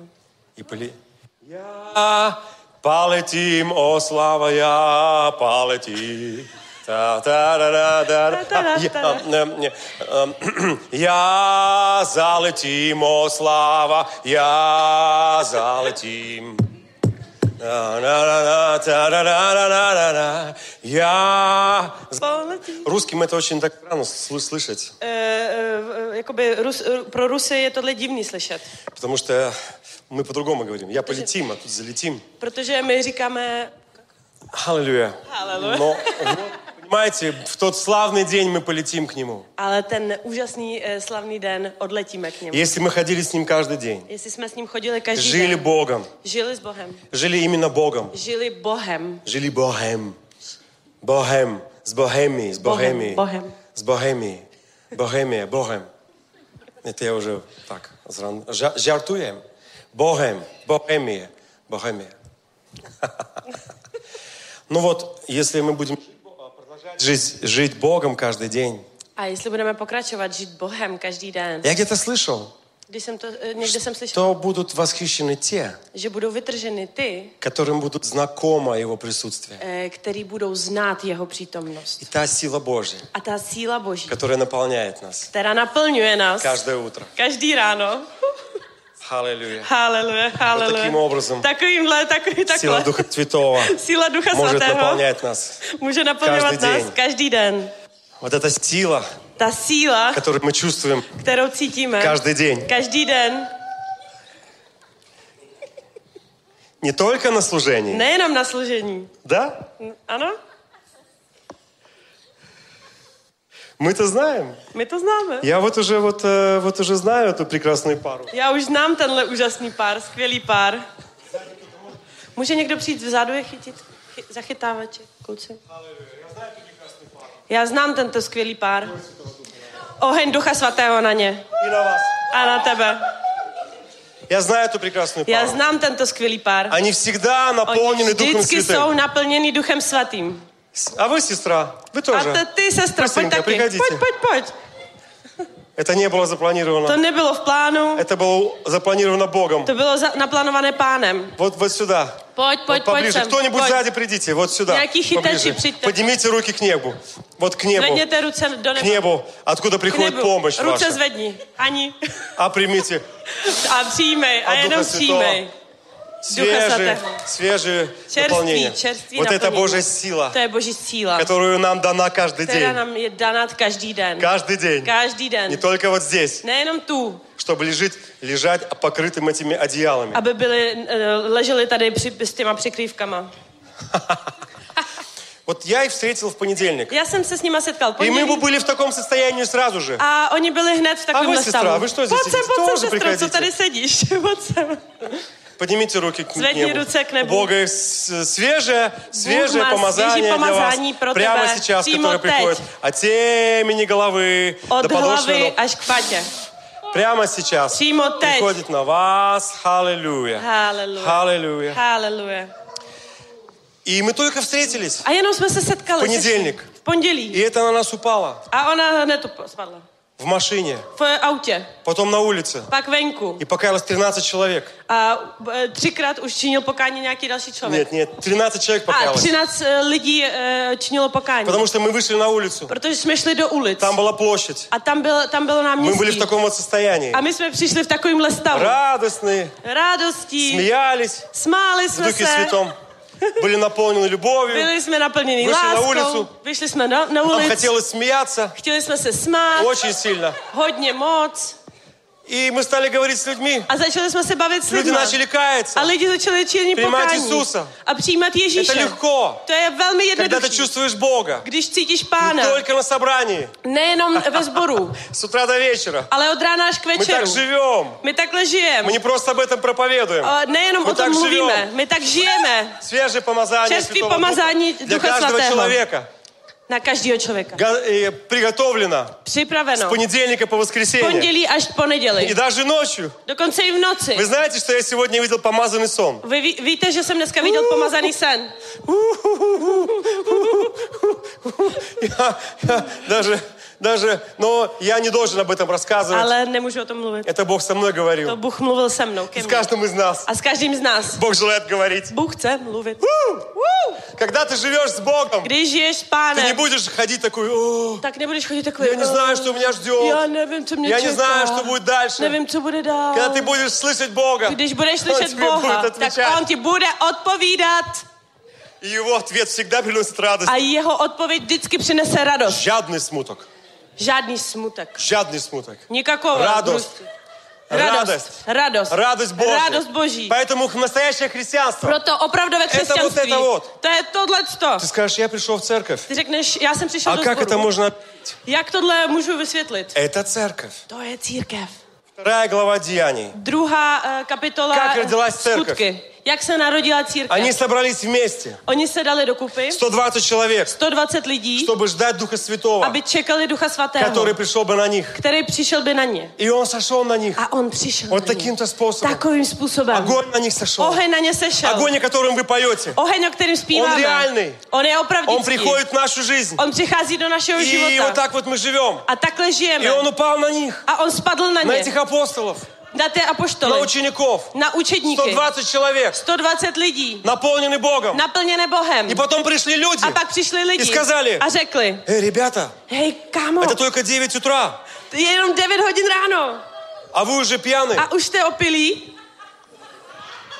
И поли... Я полетим, о слава, я полетим. Ta, ta, da, da, da, da. Ta, ta, da, ta, da. A, ne, ne, um, Já zaletím, o sláva, já zaletím. Na, na, na, na, ta, da, da, da, da, da, da. Já... Poletí. Русским это очень так странно сл- слышать, Eh, eh, jakoby Rus, eh, pro Rusy je tohle divný slyšet, потому что мы по-другому говорим. Я полетим, а тут залетим. protože my říkáme Аллилуйя. Аллилуйя. Но вот, понимаете, в тот славный день мы полетим к нему. Ale ten úžasný eh, slavný den odletíme k němu. Если мы ходили с ним каждый день, Jestli jsme s ním chodili každý жили den, Богом, žili s Bohem, жили именно Богом, žili Bohem, жили Богем, Богем, с Богеми, с Богем, Богеми, Богем. с Богеми, Богемия, Богем. Это я уже так, зран- жа- жартуем. Богем, Богемия, Богемия. Ну вот, если мы будем жить, жить Богом каждый день, A jestli budeme pokračovat žít Bohem každý den, я где-то slышал, když jsem to, eh, někde jsem slyšel, то будут восхищены те, že budou vytrženy ty, которым будут знакомо Его присутствие. eh, který budou znát jeho přítomnost. И та сила Божья, A ta síla Boží, которая наполняет нас která naplňuje nás каждое утро. každý ráno. Аллилуйя. Haleluja, haleluja. Takým obrazem. Takovýmhle, takový, takhle. Сила Духа Святого síla Ducha может Svatého наполнять нас. může naplňovat každý nás den. každý den. Вот эта сила, Ta síla, которую мы чувствуем kterou cítíme каждый день, každý den, не только на служении, nejenom na služení. да? Ano, Мы-то знаем. my to známe. Я вот уже, вот, э, вот уже знаю эту прекрасную пару. Já už znám tenhle úžasný pár, skvělý pár. Může někdo přijít vzadu je chytit? Chy- Zachytávači, kluci. Já znám tento skvělý pár. Oheň Ducha Svatého na ně И на вас. a na tebe. Я знаю эту прекрасную Já пару. znám tento skvělý pár. Они всегда Oni наполнены Духом vždycky jsou Святым. naplněni Duchem Svatým. С- А вы, сестра, вы A тоже. to ty, sestro, pojď Prosinka, taky. přicházíte. Pojď, pojď, pojď. Это не было To запланировано. nebylo v plánu, Это было запланировано Богом. to bylo za, naplánované pánem. Вот, вот сюда. Pojď, pojď, pojď вот поближе. sem. Кто-нибудь Pojď. сзади придите. Вот сюда. Nějaký chytači, поближе. přijďte. Поднимите руки к небу. Вот к небу. Zvedněte ruce do К nebe. небу. Откуда K приходит nebu. помощь Ruce ваша. zvedni. Ani. А примите. A přijímej. A A Ducha jenom Svatého. přijímej. Свежие, Святого. свежие наполнения. Čerství, čerství вот это naplnění. Божья сила, To je boží síla, которую нам дана каждый která день. nám je daná každý den. Каждый день. Každý den. Не только вот здесь, Nejenom tu, чтобы лежать, лежать покрытым этими одеялами. aby byly, eh, leželi tady při, s těma přikrývkama. Вот я их встретил в понедельник. Já jsem se s nima setkal. И мы pondělí. бы были в таком состоянии сразу же. A oni byli hned v A takovém vy, sestra, stavu. vy što zde Pojď sem, sedíte? pojď Toho, sem, že sestro, co přicházíte. tady sedíš? Pojď sem. Поднимите руки к Зверни небу. руце к небу. Бога с- свежее, ма свежее свежие помазание для вас помазание про прямо тебя. сейчас, Прямо которое приходит teď. от темени головы Od до подошвы hlavy ног. až k patě. Прямо сейчас Přímo teď. приходит на вас. Аллилуйя. Halleluja. Аллилуйя. Haleluja. И мы только встретились, A jenom jsme se setkali. Pondělník. V pondělí. и это на нас упало A ona hned up- spadla. в машине, V autě, потом на улице. pak venku. И покаялось 13 человек. A eh, třikrát už činil pokání nějaký další člověk. Нет, нет, 13 человек A покаялось. 13 eh, lidí eh, činilo pokání. Потому что мы вышли на улицу, Protože jsme šli do ulic. там была площадь. A tam, byl, tam bylo Мы были náměstí. в таком вот состоянии. A my jsme přišli v takovémhle stavu. Радостные, Radostí. смеялись. Smáli в jsme Духе se. Святом, были наполнены любовью, Byli jsme naplněni Vyšli na láskou. ulicu. Vyšli jsme na, na нам ulici. хотелось смеяться Chtěli jsme se smát. очень sильно. Hodně moc. И мы стали говорить с людьми, A začali jsme se bavit s люди lidmi. начали каяться. A lidi začali činit Přijímat pokání. Jezusa. A přijímat Ježíše. Это легко, To je velmi когда ты jednoduché. чувствуешь Бога. Když cítíš Не pána, только на собрании, nejenom ve sboru, с утра до вечера. ale od rána až k Мы так večeru. живем. My takhle žijeme. Мы не просто об этом проповедуем. A Nejenom My o tom tak mluvíme, живем. my tak žijeme Свежее помазание Čerství Святого pomazání Духа для Ducha каждого Svatého. человека. na každého člověka. Го- э, Приготовлено с Připraveno. понедельника по воскресенье. Pondělí až po И neděli. даже ночью. Dokonce i v noci. Вы знаете, что я сегодня видел помазанный сон? Vy ví, víte, že jsem dneska viděl pomazaný sen. Я, я даже даже, но я не должен об этом рассказывать. Ale nemůžu o tom mluvit. Это Бог со мной To говорил. Bůh mluvil se mnou, ke С mně. каждым из нас. A s každým z nás. Бог желает говорить. Bůh chce mluvit. Когда ты живешь с Богом, Když žiješ s ты не pánem, budешь ходить такой, «О, tak nebudeš chodit takový... я не знаю, что меня Já ждет. nevím, co mě Já čeká. neznám, co bude další. Nevím, co bude dál. Когда ты будешь слышать Бога, Když budeš slyšet On tobě bude Boha, tak отвечать. on ti bude odpovídat и его ответ всегда приносит радость. a jeho odpověď vždycky přinese radost. Жадный смуток. Žádný smutek. Жадный смуток. Никакого Radost. zbrusti. Радость. Radost. Радость Божья. Radost Boží. Поэтому настоящее христианство. Proto opravdové to je křesťanství. to vod. To je tohle Ты скажешь, я пришел в церковь. Ty řekneš, já jsem přišel А do как это sboru. можно... Jak tohle můžu vysvětlit? Это церковь. To je církev. Вторая глава Деяний. Druhá eh, kapitola Jak rodila eh, církev? skutky. Jak se narodila církev? Они собрались вместе. Oni se dali dokupy, 120 человек, 120 lidí, чтобы ждать Духа Святого, aby čekali Ducha Svatého, который пришел бы на них. který přišel by na ně. И он сошел на них. A on přišel Вот na ně. таким-то способом. Takovým způsobem. Огонь на них сошел. Oheň na ně sešel. Огонь, о котором вы поете. Oheň, o kterým zpíváme. On reálný. On je opravdický. Он приходит в нашу жизнь. On přichází do našeho И života. вот так вот мы живем. A takhle žijeme. И он упал на них, A on spadl na на ně. этих апостолов, Na té на apoštoly. учеников. Na učedníky. 120 человек, 120 lidí. наполнены Богом. Naplněné Bohem. И потом пришли люди. A pak přišli lidi. I skazali. A řekli. Эй, rебята, Hej, kámo. это только 9 утра, Je jenom 9 hodin ráno. а вы уже пьяны. A už jste opilí.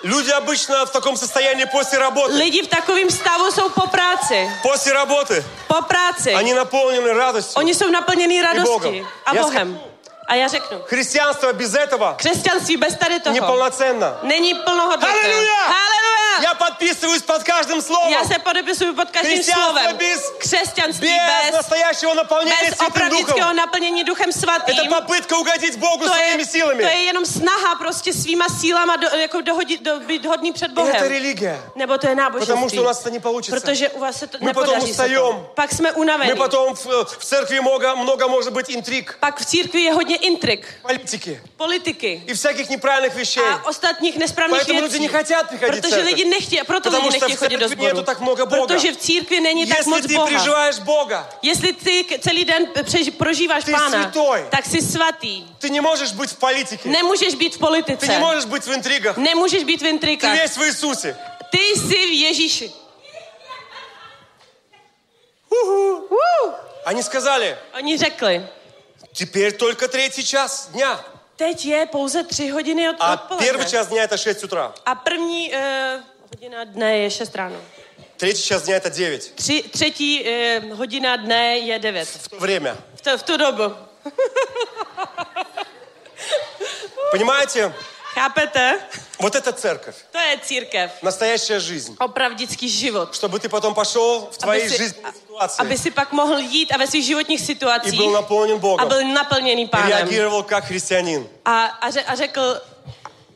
Люди обычно в таком состоянии после работы. Lidi v takovém stavu jsou po práci. После работы Po práci. они naполнены радостью. Oni jsou naplnění radosti. Bohem. A Já Bohem. A já řeknu. Христианство без этого Křesťanství bez tady toho неполноценно. není plnohodnotné. Haleluja! Haleluja! Я подписываюсь под каждым словом. Já se podepisuju pod každým Křesťanství slovem. bez- Křesťanství Без bez, настоящего наполнения bez Святым opravdického Духом. naplnění Duchem Это Svatým. попытка угодить Богу To je, своими to je силами. jenom snaha prostě svýma sílama do, jako dohodit, do, být hodný před Это Bohem. религия. Nebo to je Потому náboženství. что у нас это не получится. Protože u vás se to My potom nepodaří se ustajom. to. Pak jsme unavení. Мы потом в, в церкви много, много может быть интриг, Pak v církvi je hodně intrik, политики politiky и всяких неправильных вещей. a ostatních nesprávných Поэтому люди věcí. не хотят приходить в Protože lidi церковь. nechtějí, proto lidi Потому что nechtějí в chodit do церкви нету sboru. так много Бога. Protože v církvi není tak Если moc ты Boha. переживаешь Бога, Jestli ty k- celý den přež, prožíváš Ty pána, světoj. tak jsi svatý. ты не можешь быть в политике, Nemůžeš být v ты politice. не можешь быть в интригах, Nemůžeš být v ты intrikách. весь в Иисусе. Ty jsi v Ježíši. Они сказали, Oni řekli, теперь только третий час dня, teď je pouze tři hodiny od а odpoledne. первый час дня это 6 утра, A první uh, hodina dne je 6 ráno. третий час дня это 9. Tři, třetí uh, hodina dne je 9. В то время. V, to, v tu dobu. Понимаете, Chápete? вот это церковь, To je církev. настоящая жизнь. Opravdický život. Чтобы ты потом пошел в твоей si- жизненной Aby ситуации si pak mohl jít a ve svých životních и situacích был наполнен a Богом. byl naplněný И pánem. реагировал как христианин. A, a, ře, a řekl,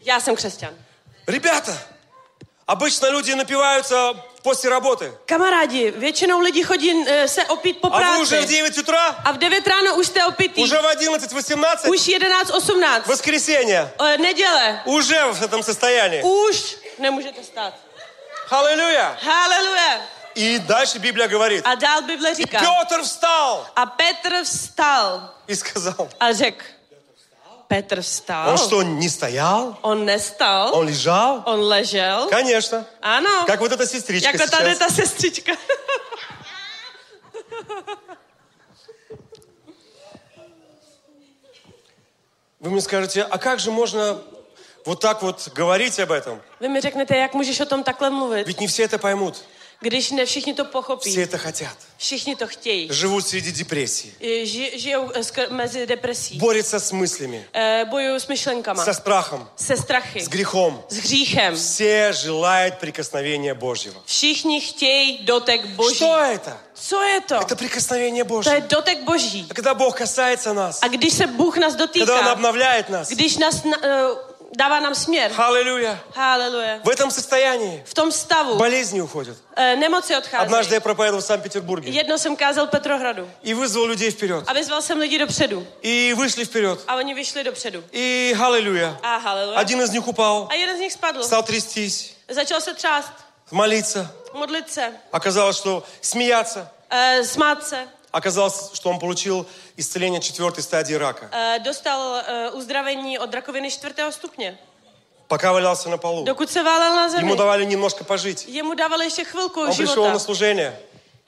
já jsem křesťan. Ребята, обычно люди напиваются после работы, Kamarádi, většinou lidi chodí eh, se opít po а вы уже в práci. 9 утра, A v 9 ráno už jste opitý. уже в 11.18, Už 11.18. воскресенье, Eh, Neděle. уже в этом состоянии. Už nemůžete stát. Аллилуйя! Haleluja. И дальше Библия говорит, A dál Bible říká. Петр встал A Petr vstal и сказал, a řekl. Petr vstal. он что, не стоял? On nestal. Он лежал? On ležel. Конечно. Ano. Как вот эта сестричка Jako tady сейчас. ta sestřička. Вы мне скажете, а как же можно вот так вот говорить об этом? Vy mi řeknete, jak můžeš o tom takhle mluvit, Ведь не все это поймут, když ne všichni to все pochopí. это хотят. Všichni to chtějí. Живут среди депрессии, Eh, Ži, žijou eh, skr- mezi depresí. борются с мыслями, Eh, bojují s myšlenkama. со страхом, Se strachy. с грехом. S hříchem. Все желают прикосновения Божьего. Všichni chtějí dotek boží. Что это? Co je to? Это прикосновение To je Божье. dotek boží. А Когда Бог касается нас, A když se Bůh nás когда Он dotýká, обновляет нас. když nás na, eh, dává nám směr, Аллилуйя. haleluja, В этом состоянии v tom stavu болезни уходят. eh, nemoci Однажды odcházejí. я проповедовал в Санкт-Петербурге Jedno jsem kázal Petrohradu и вызвал людей вперед. a vyzval jsem lidi dopředu. И вышли вперед. A oni vyšli dopředu. И аллилуйя. A haleluja. Один из них упал, A jeden z nich spadl. стал трястись, Začal se třást, молиться. modlit se, Оказалось, что смеяться. eh, smát se. Оказалось, что он получил исцеление четвертой стадии рака. Eh, Dostal eh, uzdravení od rakoviny čtvrtého stupně. Пока валялся на полу. Dokud se válel na zemi, Ему давали немножко пожить. jemu dávali ještě chvilku Он пришел života. на служение,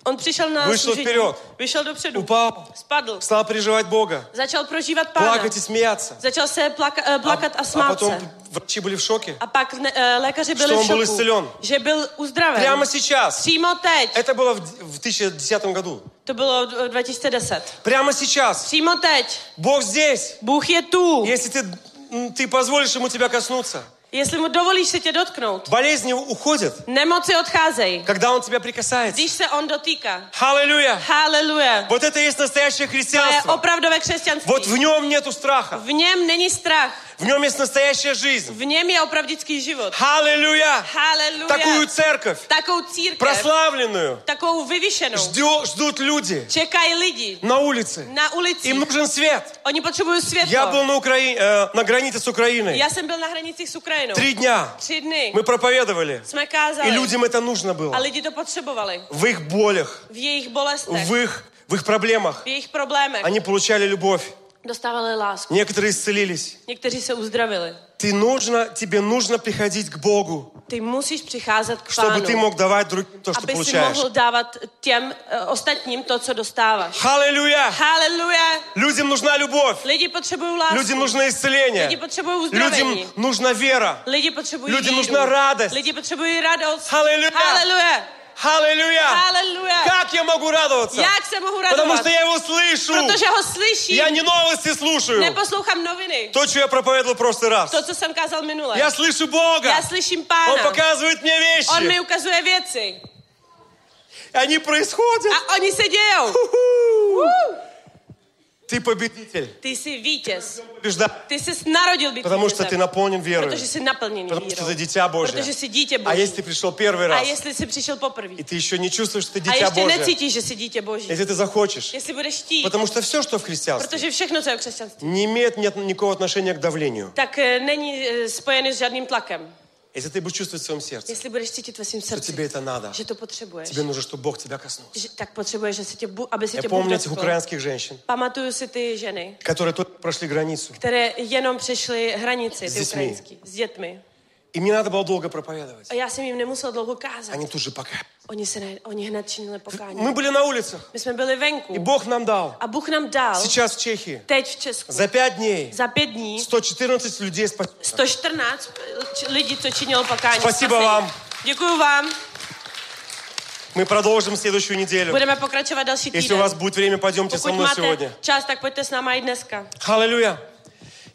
On přišel na Vyšel služení, vpěrod. vyšel dopředu, упал, spadl, стал переживать Бога, začal prožívat pána, плакать и смеяться. začal se plaka, eh, plakat a А smát потом se. врачи были в шоке. A pak ne, eh, lékaři byli Že v on byl šoku, iscelen. že byl uzdraven. Прямо сейчас. Přímo teď. Это было в в 2010 году. To bylo eh, 2010. Прямо сейчас. Přímo teď. Бог здесь. Bůh je tu. Если ты, м, ты позволишь ему тебя коснуться. Jestli му dovolíš se tě dotknout. Болезни уходят, Nemoci odcházejí, когда он тебя прикасается. když se on dotýká. Аллилуйя. Haleluja. Вот это и есть настоящее To je христианство. opravdové křesťanství. Вот в нем нету страха. V něm není strach. В нем есть настоящая жизнь. V něm je opravdický život. Аллилуйя. Такую Haleluja. церковь, Takovou církev, прославленную, takovou vyvyšenou. ждё- ждут люди Čekají lidi на улице. na ulici. Им нужен свет. Oni potřebují světlo. Я был на, Украи- э, на границе с Украиной. Já jsem byl na hranicích s Ukrajinou. Три дня Tři dny мы проповедовали. jsme И kázali людям это нужно a было. lidi to potřebovali. В их болях, V jejich bolestech, в их, в их проблемах. v jejich problémech Они получали любовь. dostávali lásku. Некоторые исцелились. Někteří se uzdravili. Ты нужно, тебе нужно приходить к Богу, Ty musíš přicházet k чтобы ты pánu, мог давать другим то, что aby si получаешь. mohl dávat těm eh, ostatním to, co dostáváš. Аллилуйя! Haleluja! Людям нужна любовь. Lidi potřebují lásku. Людям нужно исцеление. Lidi potřebují uzdravení. Людям нужна вера. Lidi potřebují Lidem víru. nutná radost. Lidi potřebují radost. Haleluja. Haleluja. Аллилуйя! Haleluja. Как я могу радоваться? Jak se mohu Потому radovat? что я его слышу. Protože ho slyším. Я не новости слушаю. Neposlouchám noviny. То, что я проповедовал в прошлый раз. To, co jsem kázal minule. Я слышу Бога. Já slyším pána. Он показывает мне On mi вещи. ukazuje věci. Они происходят. A oni se dějou. Ху-ху. Ты победитель. Ty jsi vítěz. Побеждай. Ty jsi narodil být Потому что vítězem. ты наполнен верой. Protože jsi naplněný Потому что vírou. ты дитя Божье. Protože jsi dítě А Boží. если ты пришел первый A раз, jestli jsi přišel poprvé. и ты еще не чувствуешь, что ты A дитя ještě Божье, necítíš, že jsi dítě Boží. если ты захочешь, Jestli budeš chtít. потому что все, что в христианстве, Protože všechno, co je v křesťanství, не имеет ни- никакого отношения к давлению. tak eh, není eh, spojený s žádným tlakem. Если ты будешь чувствовать в своем сердце, Jestli budeš cítit ve svém что тебе srdci, это надо, že to potřebuješ, тебе нужно, чтобы Bůh тебя коснулся. že, tak potřebuješ, že se tě, bu- aby se Я tě помню Bůh этих dotkl. украинских женщин, Pamatuju si ty ženy, которые только прошли границу. které jenom přešly hranici, ty dětmi. ukrajinský, s dětmi. Им не надо было долго проповедовать. A já jsem jim nemusel dlouho kázat. Они тут же пока. Oni, se ne, oni hned činili pokání. Мы были на улицах, My jsme byli и venku Бог нам дал. a Bůh nám dal, Сейчас в Чехии teď v Česku, А? за пять дней za pět dní, 114 людей спасено. 114 č- lidí, co činilo pokání. Spasibo Spasení. vám. Děkuju vám. Мы продолжим следующую неделю. Budeme pokračovat další Если у týden. вас будет время, пойдемте со Pokud мной máte сегодня. čas, tak pojďte s náma i dneska. Аллилуйя.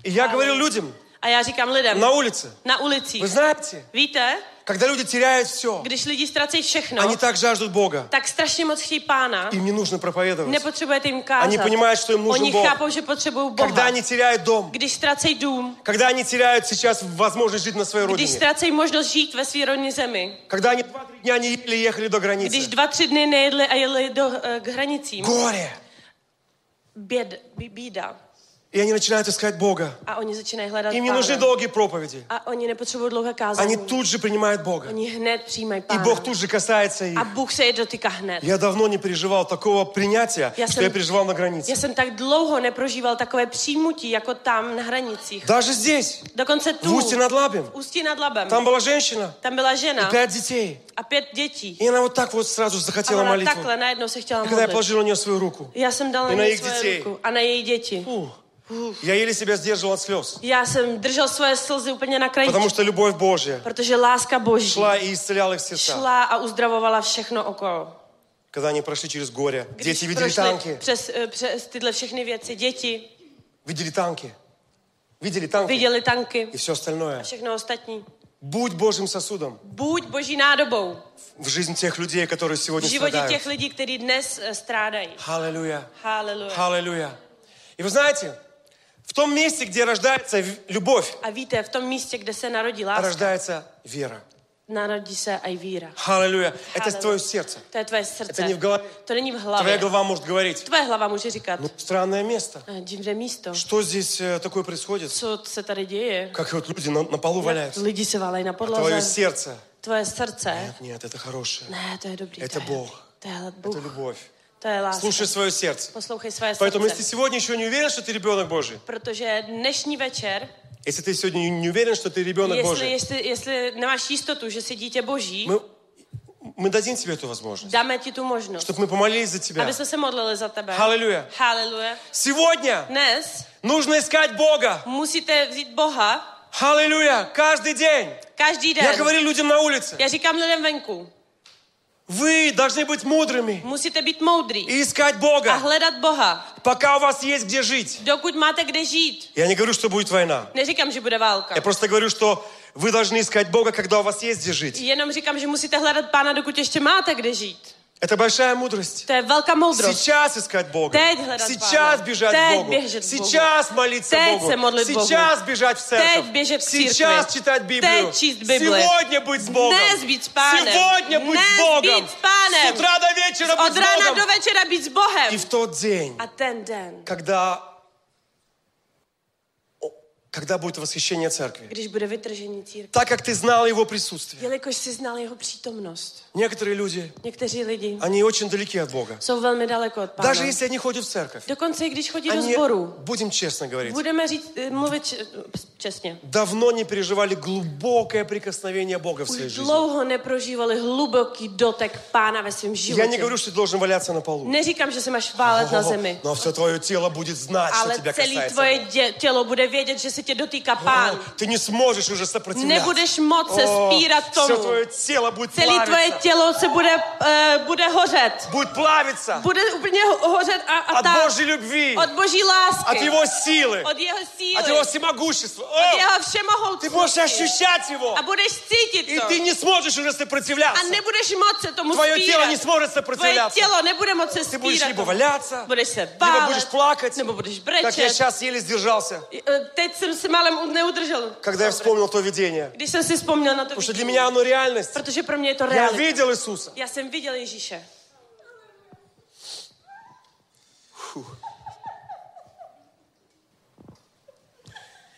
И я говорил людям A já říkám lidem, на улице, na ulicích, вы знаете, víte, когда люди теряют все, když lidi ztracejí všechno, они так жаждут Бога. tak strašně moc chtějí pána. Им не нужно проповедовать. Nepotřebujete jim kázat. Они понимают, что им нужен Oni Бог. chápou, že potřebují Boha. Когда они теряют дом, Když ztracejí dům, когда они теряют сейчас возможность жить на своей když родине, ztracejí možnost žít ve své rodní zemi, когда они два-три дня не ели и ехали до když границы. dva, tři дny nejedli a jeli do, eh, k hranicím, Горе! běd, bí- bída. И они начинают искать Бога. A oni začínají hledat Им не pána. нужны долгие проповеди. A oni nepotřebují dlouhé kázání. Они тут же принимают Бога. Oni hned přijímají И pána. Бог тут же касается их. A Bůh se je dotýká hned. Я давно не переживал такого принятия, Я что сам- я переживал на Já границе. jsem tak dlouho neprožíval takové příjmutí jako tam na hranicích. Даже здесь, Dokonce tu, в Устье над Лабем, v Ústí nad Labem, там была женщина, tam byla žena пять детей. a pět dětí. И она вот так вот сразу A захотела ona молитву. takhle najednou se chtěla И когда я modlit. положил на нее свою руку, Já jsem dala I na na ní jejich svoje děti. ruku a na její děti. фу, я еле себя сдерживал от слез. Já jsem držel svoje slzy úplně na kraji, Потому что любовь Божья protože láska Boží шла и исцеляла их сердца. šla a uzdravovala všechno okolo. Когда они прошли через горе, Když дети видели prošli танки, Přes, eh, přes tyhle všechny věci. Děti видели танки, видели танки viděli tanky, и все остальное. všechno ostatní. Будь Божьим сосудом Buď Boží nádobou в жизни тех людей, которые v сегодня životě těch страдают. lidí, kteří dnes eh, strádají. Аллилуйя. Haleluja. Аллилуйя. И вы знаете, в том месте, где рождается в- любовь, A víte, v tom místě, kde se narodí láska, рождается вера. narodí se i víra. Аллилуйя. Это Аллилуйя. твое сердце. To je tvoje srdce. To není v hlavě. To není v Твоя hlavě. голова может говорить. Tvoje hlava může říkat, Ну, странное место. "Eh, divné místo. Что здесь э, такое происходит? Co se tady děje? Как вот люди на, на полу валяются. Lidi se válejí na Твое podlaze. сердце. Tvoje srdce. Нет, это хорошее. Ne, to je dobrý. Je to to je Bůh. dobrý. To je Это Bůh. любовь. To je láska. Слушай свое сердце. Poslouchej své Поэтому если srdce. сегодня еще не уверен, что ты ребенок Божий, Protože dnešní večer, если ты сегодня не уверен, что ты ребенок jestli, Божий, jestli, jestli nemáš jistotu, že jsi dítě boží, мы, мы дадим тебе эту возможность, dáme ti tu možnost, чтобы мы помолились за тебя. aby jsme se modlili za tebe. Haleluja. Haleluja. Сегодня Dnes нужно искать Бога. musíte vzít Boha Аллилуйя! Каждый день. každý den. Я говорю людям на улице. Já říkám lidem venku, Вы должны быть мудрыми musíte být moudrý и искать a Бога, hledat Boha, пока у вас есть где жить. dokud máte kde žít. Я не говорю, что будет война. Neříkám, že bude válka. Я просто говорю, что вы должны искать Бога, когда у вас есть где жить. Jenom říkám, že musíte hledat pána, dokud ještě máte kde žít. Это большая мудрость. To je velká moudrost. Сейчас искать Бога. Teď hledat Сейчас Pána. бежать Teď к Богу. běžet k Bohu. Сейчас молиться Teď Богу. se modlit Сейчас Bohu. бежать Teď в церковь. běžet k Сейчас církvi. читать Библию. Teď číst Bibli. Сегодня быть с Богом. Dnes být s pánem. Сегодня быть Dnes с Богом. být s pánem. С утра А- до вечера Od быть с rána Богом. do večera být s Bohem. И в тот день, A ten den, когда, о, когда будет восхищение церкви, když bude vytržení církve, так как ты знал его присутствие. jelikož si znal jeho přítomnost. Некоторые люди, Někteří lidi они очень далеки от Бога. jsou velmi daleko od pána. Даже если они ходят в церковь, Dokonce i když chodí do они, sboru, будем честно говорить, budeme říct, eh, mluvit č- čestně. давно не переживали глубокое прикосновение Бога в своей Už жизни. dlouho neprožívali hluboký dotek pána ve svém Я не životě. говорю, что ты должен валяться на полу. Neříkám, že se máš válet na zemi, Но все твое тело будет знать, что ale тебя celé касается. tvoje dě- tělo bude vědět, že se tě dotýká О, pán. Ты не сможешь уже сопротивляться. Nebudeš moc se spírat все tomu. твое тело будет Celé tvoje плавиться. tělo se bude, uh, bude hořet. Будет плавиться Bude úplně ho- hořet a, a от ta, Божьей любви. od boží lásky, от Его силы, od jeho síly, от Его всемогущества. od О, jeho ты можешь všemohoucnosti. ощущать Его, A budeš cítit и to. ты не сможешь уже A сопротивляться. nebudeš moc se tomu Tvoje tělo spírat. ne smůže Tvoje se protivovat. tělo nebude moc se Ты будешь spírat. либо tomu. валяться, Budeš se либо válet, будeš плакать, nebo budeš как я brečet. сейчас еле sдержался, Eh, Teď jsem se málem u- neudržel. когда я вспомнил то видение. Když jsem si vzpomněl na to Потому что для vidění. меня оно реальность. Protože pro mě je to Я realita. видел Иисуса. Já jsem viděl Ježíše.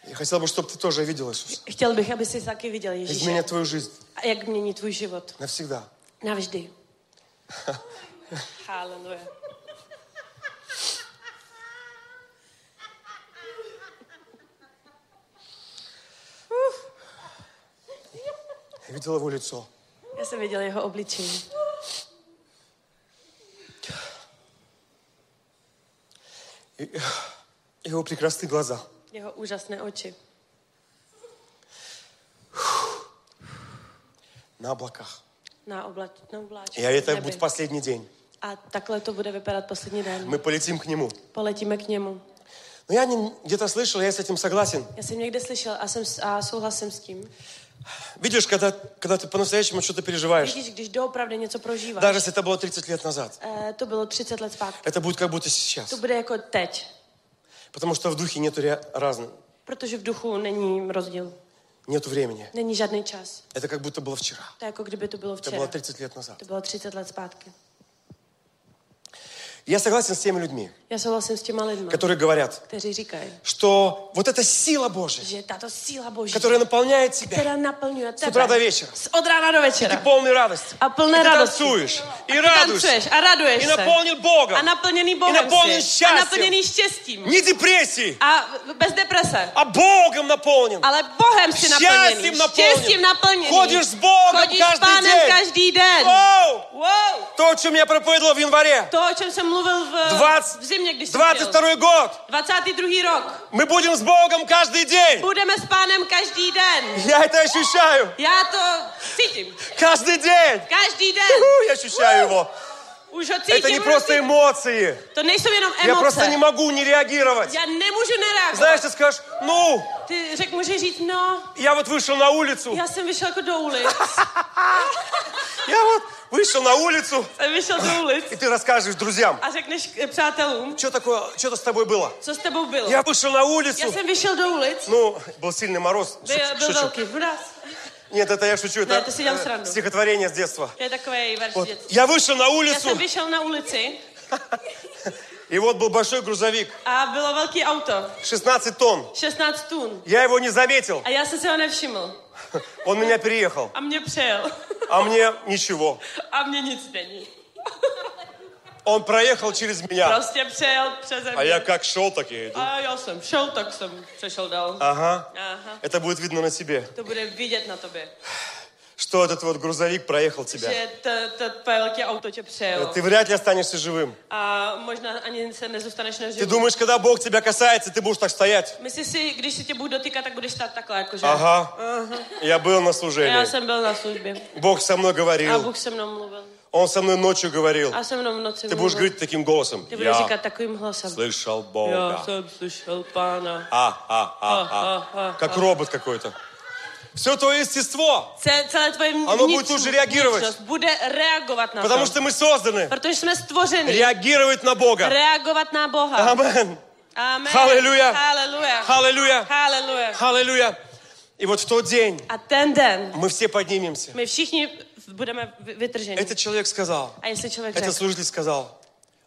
Я хотел бы, чтобы ты тоже видел Иисуса. Chtěl bych, aby si taky viděl Ježíše. Изменит твою жизнь A jak mění tvůj život. навсегда. Navždy. Haleluja. Я видел Его лицо. Já jsem viděl jeho obličej. Его прекрасные глаза. Jeho úžasné oči. На облаках. Na, oblač, na obláčku. Я это v nebi. будет последний день. A takhle to bude vypadat poslední den. Мы полетим к Нему. Poletíme k němu. Но я не- где-то slышал, я с этим согласен. Já jsem někde slyšel a, jsem, s- a souhlasím s tím. Видишь, когда, когда ты по-настоящему что-то переживаешь, Vidíš, když doopravdy něco prožíváš, даже если это было 30 лет назад, eh, to bylo 30 let zpátky. это будет как будто сейчас. To bude jako teď, Потому что в духе нету ре- разных, protože v duchu není rozdíl. нету времени. Není žádný čas. Это как будто было вчера. To je jako kdyby to bylo Это včera. было 30 лет назад. To bylo 30 let zpátky. Я согласен с теми людьми, Já souhlasím s těma lidma, которые говорят, kteří říkají, что вот эта сила Божья, že tato síla Boží, которая наполняет тебя, která naplňuje tebe утра до вечера. z od rána do ты večera полный А радости. a И plné ты radosti. танцуешь, a и ty радуешься, tancuješ a raduješ и se. наполнен Богом, A naplněný и Bohem наполнен jsi. A счастьем, naplněný štěstím. не депрессией, A bez deprese. а Bogom наполнен. Ale Bohem jsi Štěstím naplněný. naplněn. Štěstím naplněný. Chodíš s Bohem Chodíš s každý pánem den. každý den. Оу! Wow. То, о чем я проповедовал в январе, To, o čem jsem mluvil v, 20 v zimě, když jsem byl. 22 год, 22. rok. мы будем с Богом каждый день. Budeme s pánem každý den. Я это ощущаю. Já to cítím. Каждый день. Každý den. Фу, Я ощущаю его. Už ho cítím. Это не už ho просто cítím. эмоции. To nejsou jenom Я emoce. просто не могу не реагировать. Já nemůžu nereagovat. Знаешь, ты скажешь, ну, Ty řek, můžeš říct, no, я вот вышел на улицу. já jsem vyšel jako do ulic. Я вот вышел на улицу. jsem vyšel do ulic. И ты расскажешь друзьям, A řekneš eh, přátelům, что такое, что-то с тобой было. co s tebou bylo. Я вышел на Já улицу. jsem vyšel do ulic. Ну, был сильный мороз. Byl, Шу- byl Шучу. velký mraz. Нет, это я шучу. Да, Это это съел э, сраную. стихотворение с детства. To je takový verš Вот. dětský. Я вышел на Já jsem улицу, vyšel na ulici и вот был большой грузовик, a bylo velký auto, 16 тонн. 16 tun. Я его не заметил, A já jsem si ho nevšiml. он меня переехал, A mě přejel. а мне ничего. A mě nic není. Он проехал через меня. Prostě přejel přeze mě. А я как шел, так и иду. A já jsem šel, tak jsem přešel dál. Ага. Aha. Это будет видно на себе. To bude vidět na tobě, Что этот вот грузовик проехал тебя. že t- t- tvoje velké auto tě přejelo. Ты вряд ли останешься живым. A možná ani se nezostaneš na Ты život. думаешь, когда Бог тебя касается, ты будешь так стоять. Myslíš si, když se tě budu dotýkat, tak budeš stát takhle, jakože. Ага. Я А был на A já служении. jsem byl na službě. Бог со мной A говорил. Bůh se mnou mluvil. Он со мной ночью говорил. A se mnou v noci Ты будешь mluvil. говорить таким голосом. Ty budeš říkat Я takovým hlasem. слышал Já Бога. jsem slyšel pána. А, а, а, а. Как робот какой-то. Все твое естество. Ce- celé tvoje Ano, vnitř- buď už reagírovat. vnitřnost bude reagovat na to. Потому что мы созданы Protože jsme stvořeni реагировать на Бога. reagovat na Boha. Амен. Amen. Haleluja. Haleluja. Аллилуйя. Haleluja. Аллилуйя. И вот в тот день A ten den мы все поднимемся. my všichni budeme vy- vytrženi. Этот человек сказал, A jestli člověk этот řekl, служитель сказал,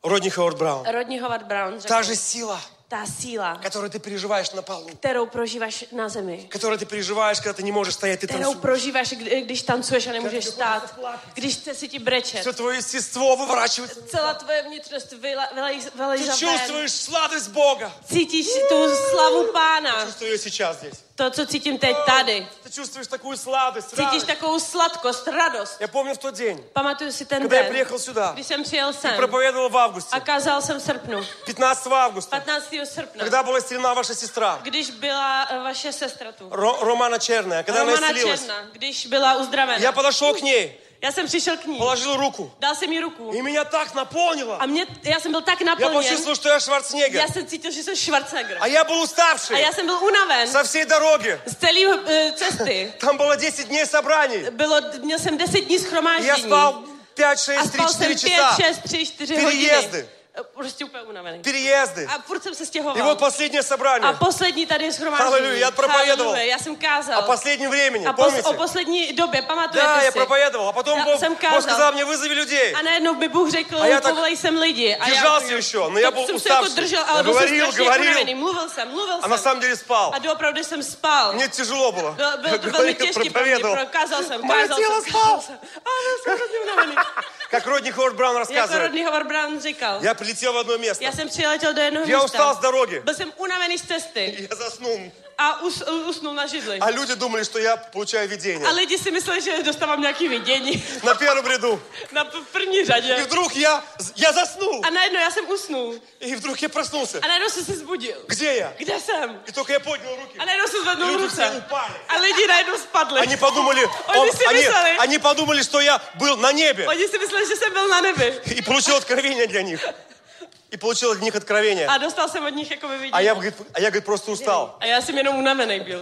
Родни Ховард Браун, Rodney Howard Brown řekl, та же сила, ta síla, которую ты переживаешь на полу, kterou prožíváš na zemi, которую ты переживаешь, когда ты не можешь стоять, ты kterou танцуешь. prožíváš, kdy- když tancuješ a nemůžeš stát, když se si ti brečet, Все твое естество выворачивается. celá tvoje vnitřnost vyla- vylej- Ты vylejza ven. чувствуешь сладость Бога. Cítíš tu slavu pána, Чувствую ее сейчас здесь. to, co cítím teď tady. Ты чувствуешь такую сладость, Cítíš радость. takovou sladkost, radost. Я помню в тот день, Pamatuju si ten когда я den, приехал сюда, když jsem přijel sem проповедовал в a августе, kázal jsem v srpnu, 15 августа, 15. srpna, когда была стрелена ваша сестра, když byla eh, vaše sestra tu, Ро- Романа Черная, когда она Romana исцелилась. Černa, když byla uzdravena. Я подошел к ней, Já jsem přišel k ní, положил руку, dal jsem jí ruku и А меня так наполнило. a mě, já jsem byl tak Я naplněn, почувствовал, что я Шварценеггер. já jsem cítil, že jsem Schwarzenegger. А я был A уставший já jsem byl unaven со всей дороги. z celé eh, cesty. Там было 10 дней собраний. Bylo, měl jsem 10 dní И Я schromáždění. спал 5, a 6, 3, spal jsem 4 5, часа. 6, 3, 4 hodiny. Переезdy. Eh, Prostě úplně unavený. Переезды. A furt jsem se И stěhoval. вот последнее A собрание. poslední tady je schromáždění. Haleluja, já propovědoval. Haleluja, Já jsem kázal. О последнем времени, a pos, o помните? poslední době, pamatujete Да, я si? проповедовал. А потом Já Бог, jsem Бог kázal. сказал мне, вызови людей. A najednou mi Bůh řekl, A já tak povolej sem lidi. A držel si ještě, no já tak byl jsem se jako ustavší. držel, Já ale byl jsem govoril, strašně govoril. unavený. Mluvil jsem, mluvil А jsem. на самом деле спал. A doopravdy jsem spal. Мне тяжело было. Bylo, bylo to Говорил, velmi těžké pro mě, проповедовал. prokázal jsem, jako Moje kázal tělo jsem, spal. kázal jsem. A já jsem hrozně unavený. Как Родни Ховард Браун Jako рассказывает. Rodney Howard Brown říkal. Я прилетел в одно место. Já jsem přiletěl do jednoho Я místa. устал с дороги. Byl jsem unavený z cesty Я заснул. a us, usnul na židli. А люди думали, что я получаю видение. A lidi si mysleli, že dostávám nějaký vidění На первом ряду. na p- první И řadě. вдруг я, я заснул. A najednou já jsem usnul. И вдруг я проснулся. A najednou jsem se zbudil. Где я? Kde jsem? И только я поднял руки. A najednou se zvednou Lidi ruce. upali. A lidi najednou spadli. Они подумали, Oni он- si они, mysleli. они подумали, что я был на небе. Oni si mysleli, že jsem byl na nebi. И получил откровение для них. И получил от них откровение. A dostal jsem od nich jako vidění. А я, говорит, а я, говорит, просто устал. A já jsem jenom unavený byl.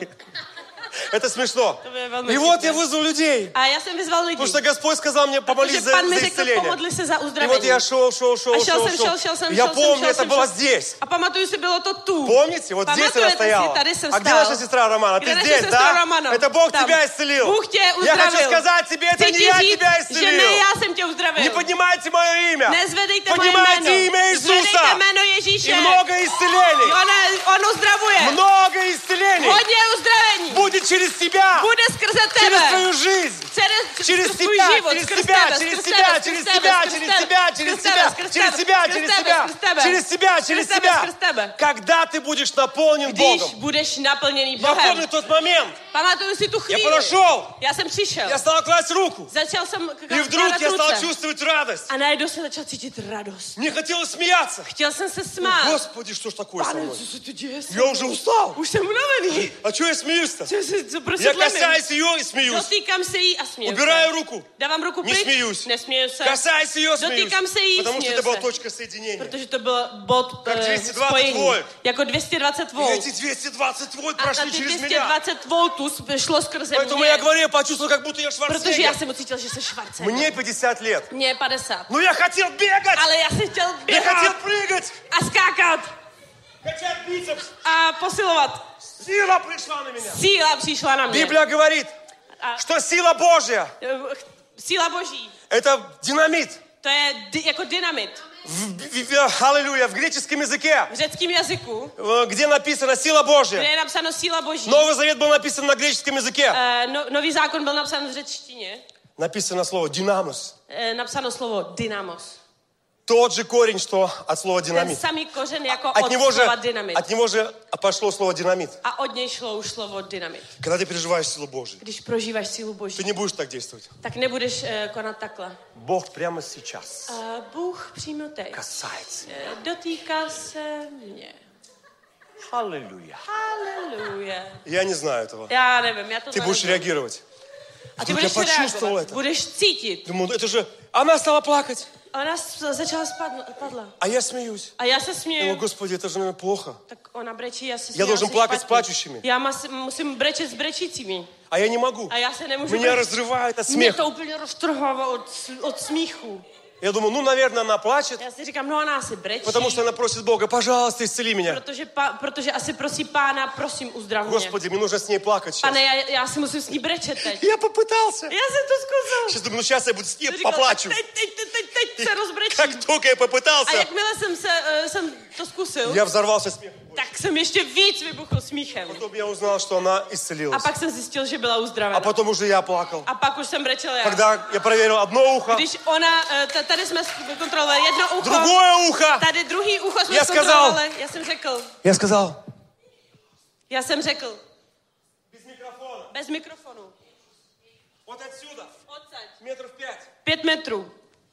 Это смешно. Тебе волнует И вот тебя. я вызвал людей. A já jsem vyzval lidi. Потому что Господь сказал мне, Protože помолись за, pan mi за řekl, исцеление. pomodli se za И вот uzdravení. я шел, шел, шел, A šel шел, jsem, šel, šel шел. jsem, Я šel jsem, помню, šel это jsem, было šel- здесь. A pamatuju si, bylo to tu. Помните, вот здесь Pamatujete она si, стояла. tady jsem А где stál. наша сестра Романа? Kde Ты naše здесь, sestra да? Romana? Это Бог Tam. тебя исцелил. Bůh tě Я uzdravil. хочу сказать тебе, это Chci не ti я říct, тебя že ne исцелил. já jsem tě uzdravil. Не поднимайте мое имя. Nezvedejte moje jméno. Поднимайте имя Zvedejte Иисуса. jméno И Ježíše. много исцелений. On, on uzdravuje. Много исцелений Hodně uzdravení. будет через тебя, Bude skrze через tebe. твою жизнь. Через, Через skrz tvůj тебя, život, через skrz тебя, tebe, через skrz тебя, tebe, через skrz тебя, tebe, через skrz тебя, tebe, через skrz тебя, tebe, через skrz tebe, skrz tebe, тебя, через тебя, skrz tebe. через тебя, через Skrz tebe, skrz тебя. tebe. Когда ты будешь наполнен Když Богом. budeš naplněný Я Bohem. помню тот момент. Pamatuju si tu Я chvíli. подошел, Já jsem přišel. я стал класть руку. Začal jsem k- И вдруг kládat я стал ruce. чувствовать радость. A najednou jsem začal cítit radost. Мне хотелось смеяться. Chtěl jsem se smát. Господи, что ж такое со Pane, мной? co se to děje? s- Я уже ustал. Už jsem unavený. А что я смеюсь-то? Co se, co prostě Я tlemím? касаюсь ее и смеюсь. Dotýkám se jí a směju Убираю se. руку. Dávám ruku pryč. Nesmějuš. Nesměju se. Касаясь ее, смеюсь. Дотыкам се и Потому что это смеюсь. была точка соединения. Protože to byl bod Tak eh, 220 spojení. volt. Jako 220 И volt. эти 220 вольт A, a прошли ty через меня. 220 voltů sp- šlo skrze Поэтому mě. я говорю, я почувствовал, как будто я Protože já Шварценеггер. jsem ucítil, že jsem Schwarzenegger. Мне 50 лет. Mně je 50. Но я хотел бегать! Ale já jsem chtěl Я хотел běhat прыгать! a skákat Хотел бицепс! a posilovat. Сила пришла на меня! Síla přišla na mě. Библия говорит, A, что сила Божья eh, ch- síla boží. – это dynamit. To je di- jako dynamit. В- в- в- Аллилуйя! В греческом языке, V řeckém jazyku, э, где написано «сила kde Божья». je napsáno síla boží. Новый Завет был написан на греческом языке. Eh, no, nový zákon byl napsán v řečtině. Написано слово «динамус». Eh, napsáno slovo dynamos. Тот же корень, что от слова Ten динамит. samý kořen jako От него, od же, slova dynamit. от него же пошло слово динамит. A od něj šlo už slovo dynamit. Когда ты переживаешь силу Божию, Když prožíváš sílu ты boží, не будешь так действовать. tak nebudeš eh, konat takhle. Бог прямо сейчас Eh, Bůh přímo teď касается. eh, dotýká se mě. Аллилуйя. Haleluja. Я не знаю этого. Já nevím, já to Ты будешь zanedbám. реагировать. A ty Vždyť budeš já pak čustil reagovat, to. budeš cítit. Думаю, ну, это же... Она стала плакать, A ona s- začala spadnout, padla. а я смеюсь. A já se Думаю, směju. господи, это же, наверное, плохо. Tak ona brečí, já se směju. должен asi plakat s špatně. plačušími. Já mas, musím brečet s brečícími. А я не могу. A já se nemůžu Меня brečet. разрывает от Mě смеха. to úplně roztrhává od, s- od smíchu. Я думаю, ну, наверное, она плачет, Já si říkám, no ona asi brečí. потому что она просит Бога, пожалуйста, исцели меня. Protože, pa, protože asi prosí pána, prosím, uzdrav mě. Господи, мне нужно с ней плакать сейчас. Pane, já, já si musím s ní brečet teď. Я попытался. Já jsem to zkusil. Сейчас думаю, ну сейчас я буду с ней Říkal, поплачу. Teď, teď, teď, teď, teď se rozbrečím. Как только А я A попытался, jakmile jsem, se, uh, jsem to zkusil, я взорвался смехом. tak jsem ještě víc vybuchl smíchem. Потом я узнал, что она A исцелилась. pak jsem zjistil, že byla А uzdravena. потом уже я плакал. A pak už jsem brečel já. Когда я проверил одно ухо, Když ona, eh, t- tady jsme kontrolovali jedno ucho, другое ухо, tady druhý ucho jsme Já skazal. zkontrolovali. Já jsem řekl, я сказал, já jsem řekl. Bez mikrofonu. вот отсюда, Odsaď. метров пять. Pět metrů.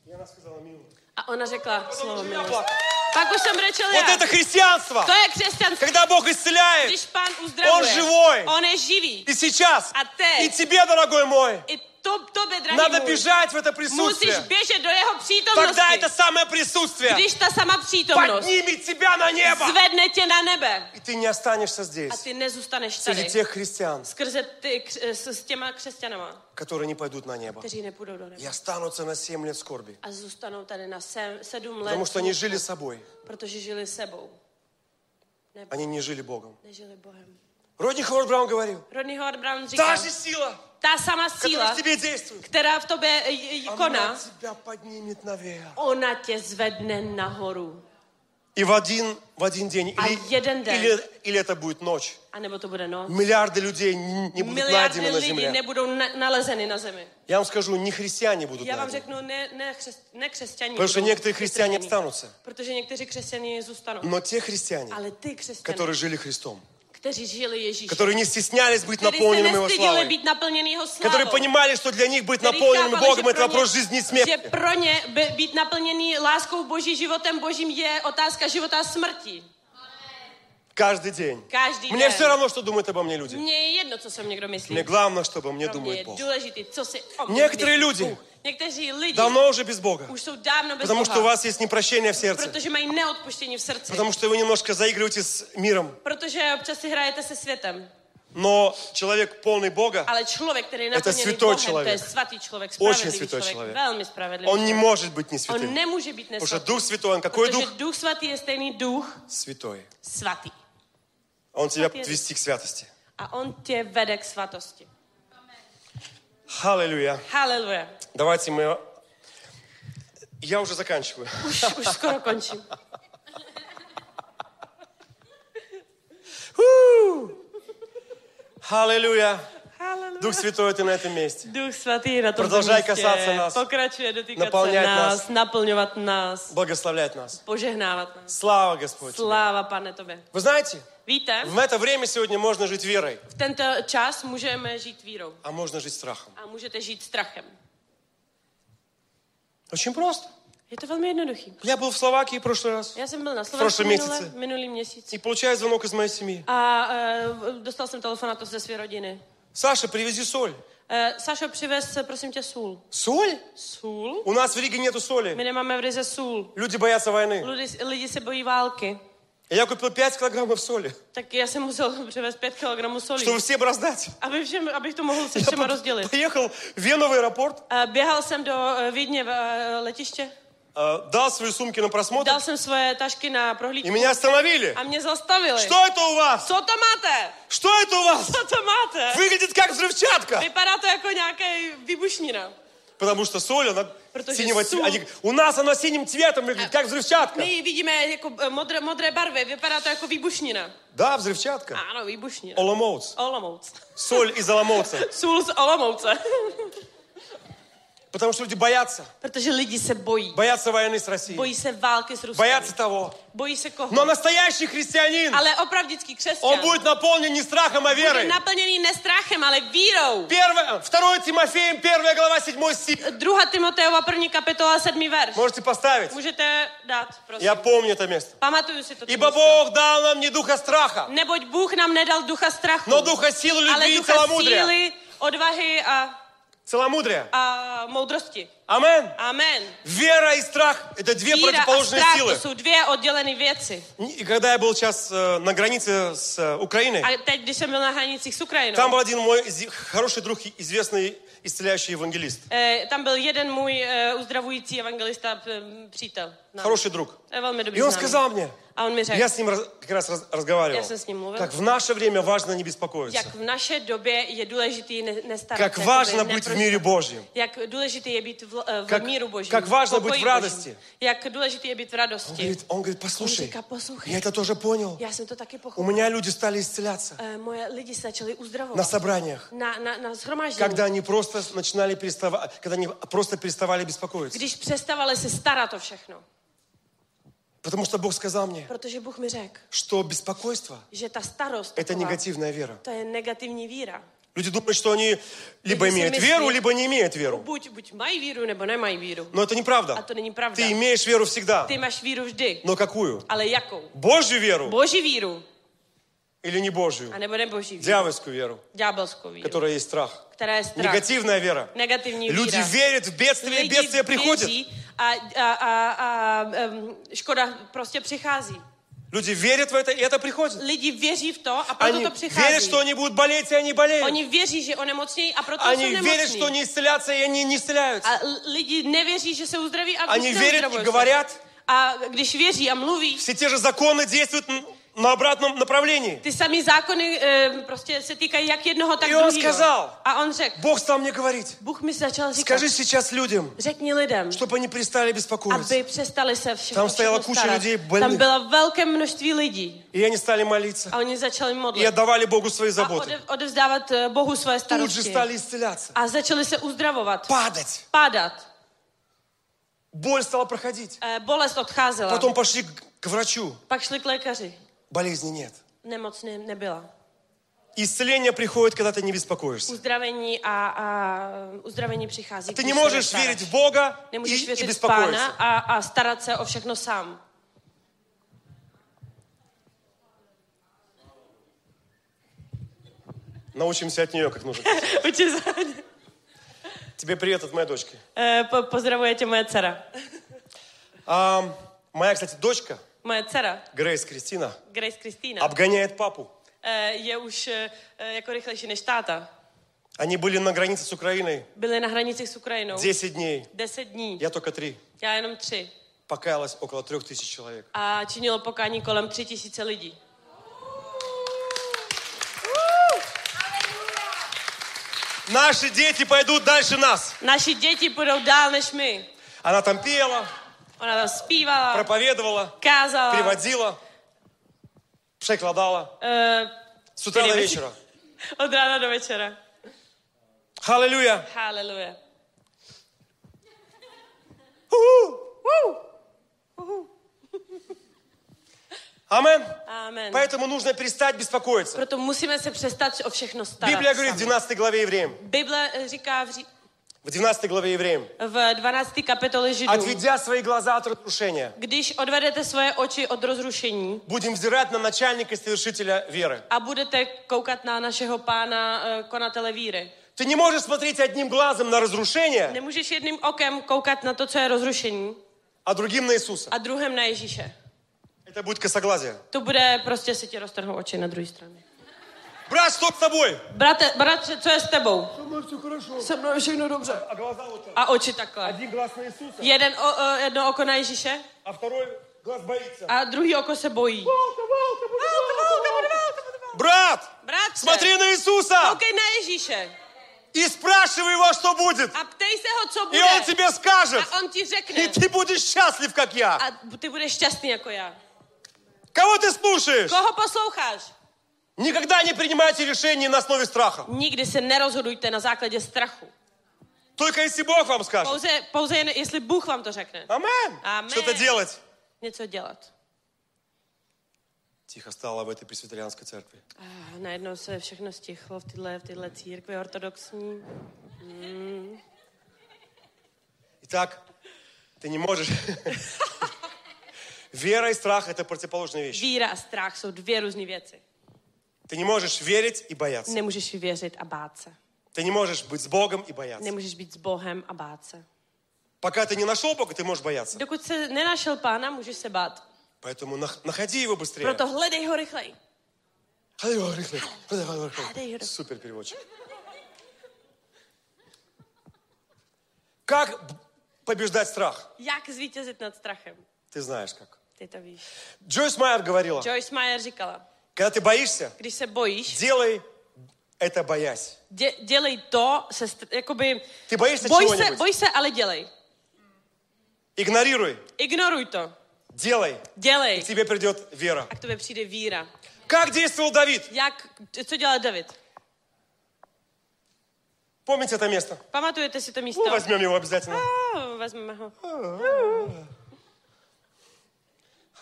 И она сказала, мило. A ona řekla slovo Я milost. плакал. Pak už jsem brečel Вот já. это христианство. To je křesťanství. Когда Бог исцеляет, Když pán uzdravuje, On živoj. on je živý. и сейчас, А ты? и тебе, дорогой мой, I to, tobě, drahý надо můj, бежать в это musíš присутствие. běžet do jeho přítomnosti. Тогда это самое присутствие Když ta sama přítomnost поднимет тебя на небо. zvedne tě na nebe И ты не останешься a здесь. ty nezůstaneš Среди tady. тех христиан, Skrze ty, kř- s, s těma křesťanama, которые не пойдут на небо. kteří nepůjdou do nebe. И останутся на семь лет скорби. A zůstanou tady na se, sedm let, Потому что они жили собой. protože žili sebou. Они не жили Богом. Nežili Bohem. Rodни Ховард Браун говорил, Rodney Howard Brown říká, та же сила, ta sama которая síla, в тебе действует, která v tobě eh, eh, она koná, тебя поднимет наверх. ona tě zvedne nahoru. И в один, в один день, А или, един ден. или, или это будет ночь, A nebo to bude noc. миллиарды людей не не будут Miliardy найдены на lidí земле. nebudou na, nalezeny na zemi. Я вам скажу, не христиане будут Já vám найдены. řeknu, ne, ne, křes, ne křesťaní. Потому что budou некоторые христиане potržený. останутся. Protože někteří křesťané zůstanou. Но те христиане, Ale ty křesťané, которые жили Христом, kteří žili Ježíšem, которые не стеснялись быть kteří se наполненными Его nestydili славой, být naplněný jeho которые slávou, понимали, что для них быть kteří наполненным chápali, Богом – že это pro вопрос ně- жизни и že смерти. pro ně by, být naplněný láskou Boží, životem Božím je otázka života a smrti. Каждый день. Каждый Мне день. все равно, что думают обо мне люди. Mně je jedno, co se o mě kdo myslí. Мне главное, чтобы мне Pro mě je думает Бог. důležitý, co si o mě Některé myslí lidi Bůh. Někteří lidi Давно уже без Бога. už jsou dávno bez Потому Boha, что у вас есть непрощение в сердце. protože маjí neodpuštění v srdci. Потому что вы немножко заигрываете с миром. Protože občas si hrajete se světem, Но человек полный Бога, ale člověk, který je naplněný světoj Bohem, to je člověk. svatý člověk, Очень spravedlivý světoj člověk, člověk. velmi spravedlivý он не člověk. может быть On не святым. nemůže být Потому что nesvatý, Дух Святой, он какой protože Дух? Duch Svatý je stejný Duch Святой. svatý. Он тебя Святый. подвести к святости. A on tě vede k svatosti. Аллилуйя. Haleluja. Давайте мы... Я уже заканчиваю. Už, už skoro končím. Аллилуйя. Haleluja. Дух Святой, ты на этом месте. Duch svatý je na tom Продолжай místě. касаться нас. Pokračuje dotýkat se Naplňovat nás, nás. naplňovat nás, Благословлять нас. požehnávat nás. Слава Господь. тебе. Sláva, pane, tobě. Вы знаете, Víte, в это время сегодня можно жить верой, v tento čas můžeme žít vírou а можно жить страхом. a můžete žít strachem. Очень просто. Je to velmi jednoduchý. Я был в Словакии в прошлый раз. Já jsem byl na Slovensku prošlém minule, měsíci. minulý měsíc И получаю звонок из моей семьи. a uh, dostal jsem telefonát ze své rodiny. Саша, привези соль. Uh, Sašo, přivez eh, prosím tě sůl. Соль? Sůl? У нас в Риге нету соли. My nemáme v Rize sůl. Люди боятся войны. Lidi, lidi se bojí války. Я купил 5 килограммов соли, Tak já jsem musel přivez 5 kg solí. чтобы всем раздать. Aby všem, abych to mohl se Я všema по- rozdělit. поехал в Вену в аэропорт, Eh, Běhal jsem do eh, Vídně v eh, letiště, э, дал свои сумки на просмотр, dal jsem svoje tašky na и prohlídku меня остановили. a mě zastavili. Что это у вас? Co to máte? Что это у вас? Co to máte? Выглядит как взрывчатка. Vypadá to jako nějaký výbušnina. Потому что соль, она Потому что синего соль. цвета. Они- У нас она синим цветом выглядит, как взрывчатка. My ji vidíme jako eh, modré, modré barvy, vypadá to jako výbušnina. Да, взрывчатка. Ano, výbušnina. Оломоуц. Olomouc. Соль из Оломоуца. Sůl z Olomouce. Потому что люди боятся. Protože lidi se bojí. Боятся войны с Россией. Bojí se No, války s Ruskem. Боятся того. Bojí se koho? Но настоящий христианин, Ale opravdický křesťan он будет naполнен не страхом, а bude верой. naplněný ne strachem, ale vírou. Первое, 2 Тимофеем, 1 глава, 7 стих. 2. Timoteova 1. kapitola 7. verš. Можете поставить. Můžete dát, prosím. Я помню это место. Pamatuju si to. co Ибо jste- Бог дал нам не духа страха, Neboť Bůh nám nedal ducha strachu, но духа силы, ale любви и ducha целомудрия. síly, odvahy a, Целомудрия. a moudrosti. Амен. Amen. Vера и страх – это две Víra a противоположные strach силы. to jsou dvě oddělené věci. И когда я был сейчас э, на границе с э, Украиной, A teď, když jsem byl na hranicích s Ukrajinou, там был один мой зи- хороший друг, и известный исцеляющий евангелист. eh, tam byl jeden můj eh, uzdravující evangelista eh, přítel. No. Хороший друг. To je velmi dobrý И А он známý. сказал мне, A on mi řekl, я с ним раз- как раз раз- разговаривал, Я с ним говорила. как в наше время важно не беспокоиться, jak v naše době je důležitý ne- nestarat как se, важно jakoby быть в neprosit. míре Божьем. Jak důležité je být v, eh, v Jak- míru božím. jak vážno pokoji být v radosti. božím. Jak důležité je být v Он radosti. говорит, он говорит, On послушай, říká, poslouchej, я это тоже понял. já jsem to taky У pochopil. меня люди стали исцеляться Eh, Moje lidi se začali uzdravovat. на собраниях, na, na, na shromáždění. когда они просто начинали переставать, когда они просто переставали беспокоиться. Když přestávali se starat o všechno. Потому что Бог сказал мне, Protože Bůh mi řekl, что беспокойство že ta starost – это taková, негативная вера. to je negativní víra. Люди думают, что они либо Люди имеют мысли- веру, либо не имеют веру. Buď, buď mají víru, nebo nemají víru. Но это A А неправда. А to není pravda. Ты имеешь веру всегда. Ty máš víru vždy. Но какую? Ale jakou? Божью веру Boží víru, или не Божью? a nebo neboží víru. Дьявольскую веру, Ďábelskou víru, которая есть страх. která je strach. Негативная вера. Negativní Люди víra. верят в бедствие, и бедствие приходит. věří a, a, a, a em, škoda prostě přichází. Люди верят в это, и это приходит. Lidi věří v to a proto Они to přichází. верят, что они будут болеть, и они болеют. Oni věří, že onemocnějí a proto Они jsou верят, nemocní. что они исцелятся, и они не исцеляются. A l- lidi nevěří, že se uzdraví a Они se верят и uzdravují. говорят. A když věří a mluví, Все те же законы действуют н- на обратном направлении. ty samý zákony e, prostě se týkají jak jednoho, tak I on druhého. сказал. A on řekl, Бог стал мне говорить. Bůh mi začal říkat, Скажи сейчас людям, řekni lidem, чтобы они перестали aby беспокоиться. přestali se všechno, Tam stála všechno kuše starat. lidí bolných. Tam bylo velké množství lidí И они стали молиться. a oni začali И modlit отдавали Богу свои a заботы. odev, odevzdávat eh, Bohu svoje Тут же starosti. стали исцеляться. A začali se uzdravovat, Падать. pádat. Боль стала проходить. Eh, Bolest odcházela. А Потом пошли к- к врачу. Pak šli k lékaři. Болезни нет. Nemoc ne, nebyla. Исцеление приходит, когда ты не беспокоишься. Uzdravení a, a uzdravení přichází. Ты když не se можешь nestaráš. верить в Бога и, Nemůžeš и věřit v pána беспокоиться. a, a starat se o všechno sám. Научимся от нее, как нужно. Učí se. Тебе привет от моей дочки. Eh, po- Pozdravuje tě moje dcera. А, моя, кстати, дочка, Moje dcera, Грейс Кристина, Grace Kristýna, обгоняет папу. eh, je už eh, jako rychlejší než táta. Они были на границе с Украиной Byli na hranicích s Ukrajinou 10 дней. 10 dní, Я только три. já jenom tři. Покаялось около трех тысяч человек. A činilo pokání kolem tři tisíce lidí. Наши дети пойдут дальше нас. Naši děti budou dál než my. Она там пела, Ona tam zpívala, проповедовала, kázala, переводила, прикладала eh, с утра до Переводи. вечера. od rána do večera. Аллилуйя! Haleluja. Амен! Amen. Поэтому нужно перестать беспокоиться. Proto musíme se přestat o všechno starat. Библия говорит в sami. 12 главе Евреям, Bible eh, říká v, Ří- в 12 главе Евреям, v 12. kapitole Židů, отведя свои глаза от разрушения, když odvedete svoje oči od rozrušení будем взирать на начальника и совершителя веры. a budete koukat na našeho pána eh, konatele víry. Ты не можешь смотреть одним глазом на разрушение, Nemůžeš jedním okem koukat na to, co je rozrušení а другим на Иисуса. a druhém na Ježíše. Это будет косоглазие. To bude prostě se ti roztrhnou oči na druhé straně. Брат, что с тобой? Brate, bratře, co je s tebou? Se mnou je všechno dobře. А глаза вот так. A oči takhle. Один глаз на Иисуса, Jeden o, o, jedno oko na Ježíše а второй глаз боится. a druhý oko se bojí. Брат, Bratře, смотри на Иисуса koukej na Ježíše и спрашивай его, что будет. a ptej se ho, co И bude. он тебе скажет. A on ti И řekne. ты будешь счастлив, как я. A ty budeš šťastný jako já. Кого ты слушаешь? Koho posloucháš? Никогда не принимайте решения на основе страха. Nikdy se nerozhodujte na základě strachu. Только если Бог вам скажет. Pouze, pouze jen, jestli Bůh vám to řekne. Амен. Амен. Что-то делать. Něco dělat. Тихо стало в этой пресвитерианской церкви. Ah, Najednou se všechno stichlo v tyhle, v tyhle církvi ortodoxní. Итак, ты не можешь. Вера и страх – это противоположные вещи. Víra a strach jsou dvě různé věci. Ты не можешь верить и бояться. Nemůžeš věřit a bát se. Ты не можешь быть с Богом и бояться. Nemůžeš být s Bohem a bát se. Пока ты не нашел Бога, ты можешь бояться. Dokud se nenašel pána, můžeš se bát. Поэтому нах- находи его быстрее. Proto hledej ho rychleji. Супер переводчик. Как б- побеждать страх? Jak zvítězit nad strachem? Ты знаешь как. Ty to víš. Джойс Майер говорила, Joyce Meyer říkala, когда ты боишься, když se bojíš, делай это боясь. dě, dělej to, se, str- jakoby... Ty bojíš se boj se, čehonibuď. boj se, ale dělej. Игнорируй, Ignoruj to. делай, Dělej. и к тебе придет вера. A k tobě přijde víra. Как действовал Давид? Jak, co dělal David? Помните это место? Pamatujete si to místo? Ну, возьмем его обязательно. Oh, vezmeme ho.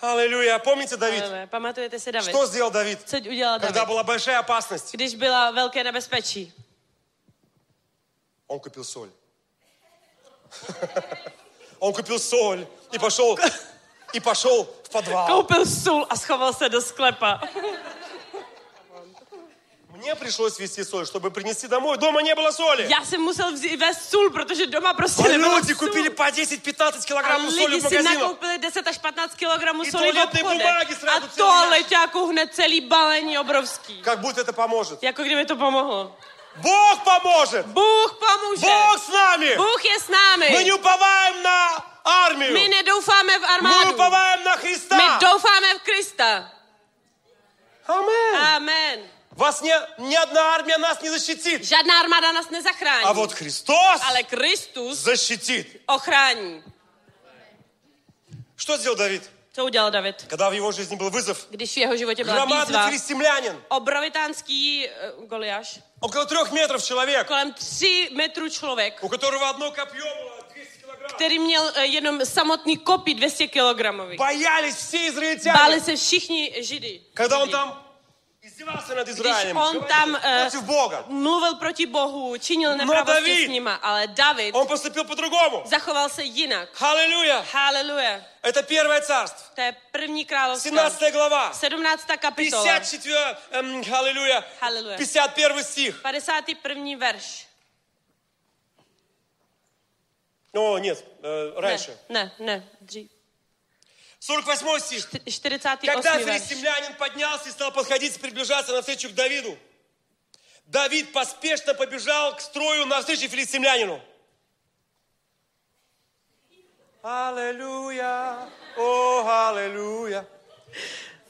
Аллилуйя. Помните Давид? Vezmeme. Pamatujete si David? Что сделал Давид, Co udělal когда David? была большая опасность? Když byla velké nebezpečí, Он купил соль. Он купил соль и пошел, и пошел в подвал. koupil sůl a schoval se do sklepa. Мне пришлось везти соль, чтобы принести домой. Doма не было соли. Já jsem musel vzít, vést sůl, protože doma prostě А nebylo люди sůl. купили по 10-15 A килограммов соли lidi в si магазинах. nakoupili 10 až 15 kilogramů no. I soli v toaletní bumáky obchodech. srazu A celý toaleťáku hned celý balení obrovský. Как будто это поможет. Jako kdyby to pomohlo. Бог поможет! Bůh pomůže. Бог с нами! Bůh je s námi. Мы не уповаем на My армию! nedoufáme v Мы armádu. уповаем на My Христа! doufáme v Krista. Амен! А. Amen. Вас не, ни одна армия нас не защитит. Žádná armáda nás nezachrání. А вот Христос Ale Kristus защитит. ochrání. Что сделал Давид? Co udělal David? Когда в его жизни был вызов, Když v jeho životě byla výzva. громадный филистимлянин, Obrovitánský uh, Goliáš. около трех метров человек, Kolem tři metrů člověk, у которого одно копье было 200 килограмм. který měl eh, jenom samotný kopí 200 kg. Боялись все Báli израильтяне, se všichni židy. когда он Židi. там издевался над Když Израилем, on tam eh, против Бога. mluvil proti Bohu, činil nepravosti David. s nima, ale David Он поступил по-другому. zachoval se jinak. Аллилуйя! Haleluja. Это первое царство, To je první království. 17 glава, 17. kapitola. 54, эм, аллилуйя, Аллилуйя. 51 стих. 51. verš. О, нет, э, раньше. Ne, ne, ne dřív. 48 стих. T- 48. Когда verš. филистимлянин поднялся и стал подходить, приближаться навстречу к Давиду, Давид поспешно побежал к строю навстречу филистимлянину. Аллилуйя, о, аллилуйя.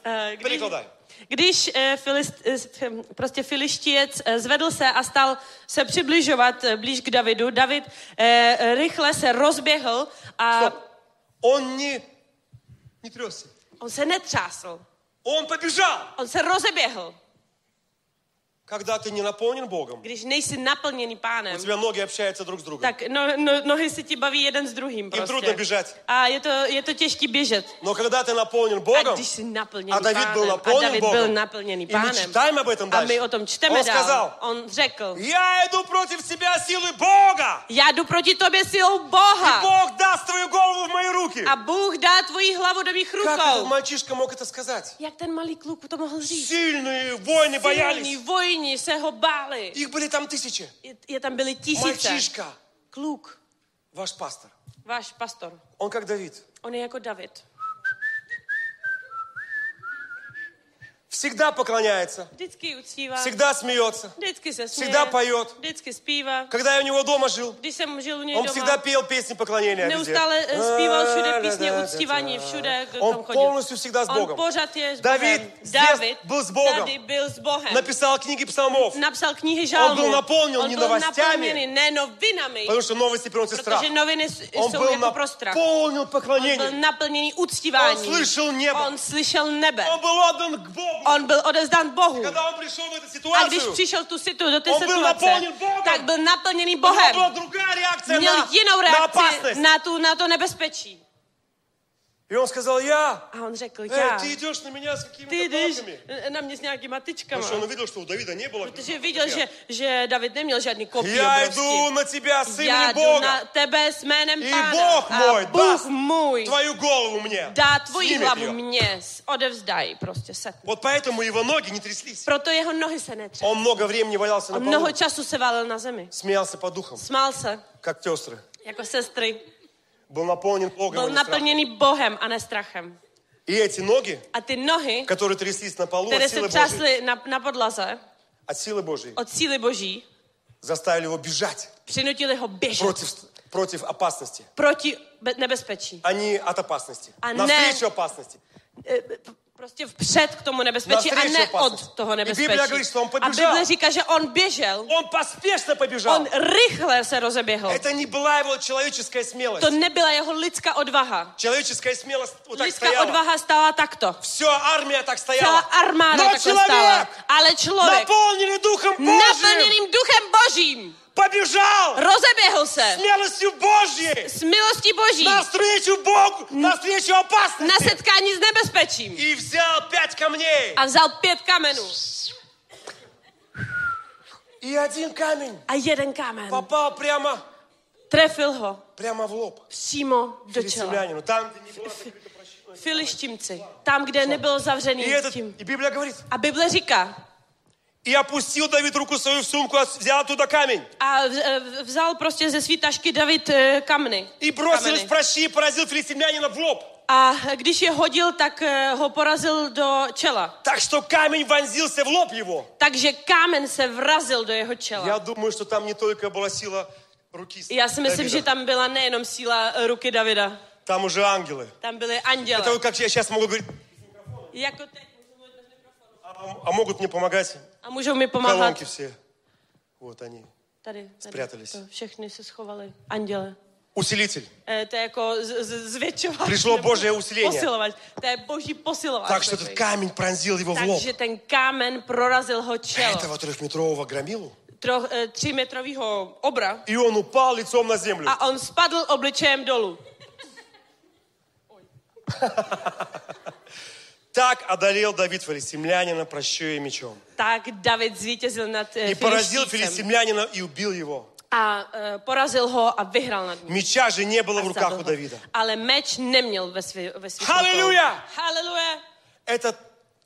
Eh, když- Překladaj. Když eh, filist, eh, prostě filištěc eh, zvedl se a stal se přibližovat eh, blíž k Davidu, David eh, eh, rychle se rozběhl a Стоп. Он не, не трёсся. on se netřásl. Он побежал. On se rozeběhl. Когда ты не наполнен Богом, Když nejsi naplněný у pánem, тебя ноги общаются друг с другом. tak no, no, nohy se ti baví jeden s druhým trudno prostě. běžet. A je to, je to těžký běžet. Но когда ты наполнен A Богом, když jsi naplněný а Давид pánem, был a наполнен David byl Богом, naplněný и А мы pánem, читаем об этом a my дальше, o tom он čteme dál, сказал, on řekl, Я иду против себя силы Бога. já jdu proti tobě silou Boha. И Бог даст твою голову в мои руки. A Bůh dá tvoji hlavu do mých Как этот rukou. мальчишка мог это сказать? Jak ten malý kluk to mohl říct? Сильные Silní войны боялись. vojni se ho báli. Их были там тысячи. Je, je tam byly tisíce. Мальчишка, Kluk, ваш пастор, váš pastor, он как Давид. on je jako David. Всегда поклоняется, Vždycky uctívá, всегда смеется. vždycky se směje, Всегда поет. vždycky zpíva. Когда я у него дома жил, Když jsem žil u něj он всегда doma, пел песни поклонения везде. neustále eh, zpíval všude písně uctívání, všude, k- kam э, Он chodil. полностью всегда с On Богом. pořád je s David Bohem. zde David byl s Bohem. tady byl s Bohem. Написал книги псалмов, Napsal knihy žalmů. On byl naplněn on ne byl novostami. naplněný ne novinami, потому что новости приносят страх. Protože noviny s- Он jsou был jako pro strach. наполнен Byl поклонением. naplněný uctívání. On slyšel nebe. On slyšel nebe. Он А был отдан к Богу. Богу. on byl odevzdán Bohu. Когда он пришел в эту A ситуацию, když přišel tu situ, do té On byl situace, naplněn Bohem. tak byl naplněný у него Bohem. была другая реакция Měl на, jinou на reakci опасность. na, tu, на to nebezpečí. И он сказал, я, A on řekl, э, já, ты idешь на меня с какими-то ty jdeš палками. na mě s nějakýma tyčkama. Потому что он увидел, что у Давида не было. Protože viděl, že, že David neměl žádný kopí Я obrovský. иду на тебя с Já jdu именем na Бога. tebe s jménem I Pána. Bůh můj a Bůh dá můj Твою голову мне. dá tvoji Snímek hlavu jo. mě, s- odevzdaj, prostě se. Вот поэтому его ноги не тряслись. Proto jeho nohy se netře. Он много времени валялся A на полу. mnoho času se válel na zemi. Смеялся по духам, Smál se, как сестры. jako sestry. Был наполнен Богом. Byl а не страхом. naplněný Bohem a ne strachem. И эти ноги, A ty nohy, которые тряслись на полу от které se силы Божьей, třásly na, na podlaze от силы Божьей od síly boží, заставили его бежать přinutili ho běžet против, против опасности. proti be- nebezpečí. а не от опасности. А Навстречу не- опасности. E, p- Prostě vpřed k tomu nebezpečí a Навстречу ne опасности. od toho I nebezpečí. Biblia говорит, что он A побежал. Bible říká, že on běžel. Он поспешно побежал. On rychle se rozeběhl. Это не была его человеческая смелость. To nebyla jeho lidská odvaha. Человеческая смелость вот так Lidská стояла. odvaha stála takto. Все, армия так Celá стояла. armáda Но takhle человек, stála. Ale člověk, наполненный Духом Божьим, naplněným duchem božím, побежал rozeběhl se смелостью Божьей s milostí boží навстречу Богу, навстречу опасности. na setkání s nebezpečím. И взял пять камней. A vzal pět kamenů. И один камень A jeden kámen попал прямо, trefil ho прямо в лоб. přímo do čela. Филистимлянину. Там, где не было закрыто прощение. Filištimci, tam, kde nebyl zavřený И, этот, tím. и Библия говорит, A Bible říká, И опустил Давид руку свою в сумку, а взял туда камень. a v- v- vzal prostě ze svý tašky David eh, kamny. И бросил Каменный. в прощи и поразил филистимлянина в лоб. A když je hodil, tak eh, ho porazil do čela. Так что камень вонзился в лоб его. Takže kámen se vrazil do jeho čela. Я думаю, что там не только была сила руки Já si myslím, Давида. že tam byla nejenom síla eh, ruky Davida, Там уже ангелы. tam byly Это anděle. вот как я сейчас могу говорить, Jako teď můžu mluvit bez mikrofonu. а, а могут мне помогать A můžou mi pomáhat. колонки все. Вот они. Tady, tady Spřátelis. to, všechny se schovaly. Anděle. Усилитель. Eh, to je jako z- z- zvětšovat. Přišlo nebo Boží usilení. Posilovat. To je boží posilovat. Так что этот камень пронзил его в лоб. Takže ten kámen prorazil ho čelo. Этого трехметрового громилу. Tro, eh, třímetrovýho obra. И он упал лицом на землю. A on spadl obličejem dolů. Так одолел Давид филистимлянина прощою и мечом. Tak David zvítězil nad eh, И поразил Filištícem. филистимлянина и убил его. A eh, porazil ho a vyhrál nad ním. Меча же не было в A zabil руках у ho. Давида. Ale meč neměl ve svých ve svých Haleluja! rukou. Haleluja! Это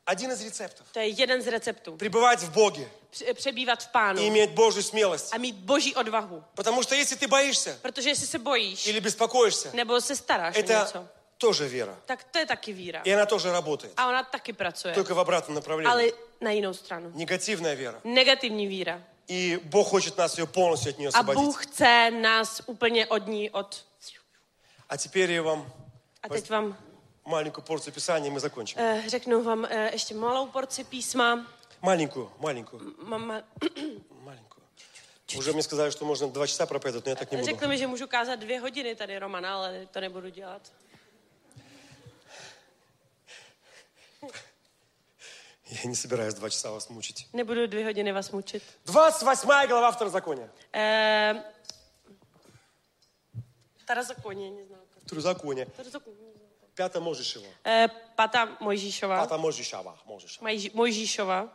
один из рецептов. To je jeden z receptů. Пребывать в Боге Př- Přebývat v pánu. и иметь Божью смелость. A mít boží odvahu. Потому что если ты боишься Protože jestli se bojíš, или беспокоишься, nebo se staráš o něco, это тоже вера. tak to je taky víra. И она тоже работает. A ona taky pracuje. Только в обратном Ale направлении. na jinou stranu. Негативная вера. Negativní víra. И Бог хочет нас ее полностью от A нее освободить. Bůh chce nás úplně od ní, od... А теперь я вам A teď vám маленькую порцию Писания, и мы закончим. eh, řeknu vám eh, ještě malou porci písma. Маленькую, маленькую, Mama, маленькую. Уже мне сказали, что можно два часа проповедовать, но я так не буду. řekli mi, že můžu kázat dvě hodiny tady Romana, ale to nebudu dělat. Я не собираюсь два часа вас мучить. Nebudu dvě hodiny vás mučit. 28 глава Второзакония. Eh, Tarazokoně, neznám. Второзаконие. Tarazokoně. Пятое А Можешева. Eh, Pata Mojžíšová. Пятое Можешава. Можешава. Majž- Mojžíšova.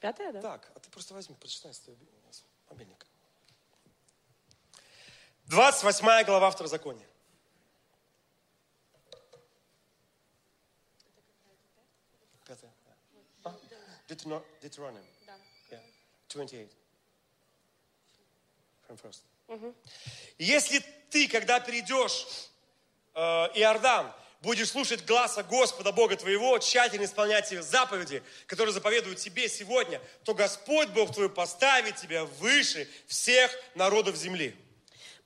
Páté, ne? Так, а ты просто возьми, прочитай с твоего мобильника. 28 глава Второзакония. Пятая. А? Deuterono- Deuteronomy. Yeah. 28. From first. Если ты, когда перейдешь э, Иордан, будешь слушать гласа Господа Бога твоего, тщательно исполнять его заповеди, которые заповедуют тебе сегодня, то Господь Бог твой поставит тебя выше всех народов земли.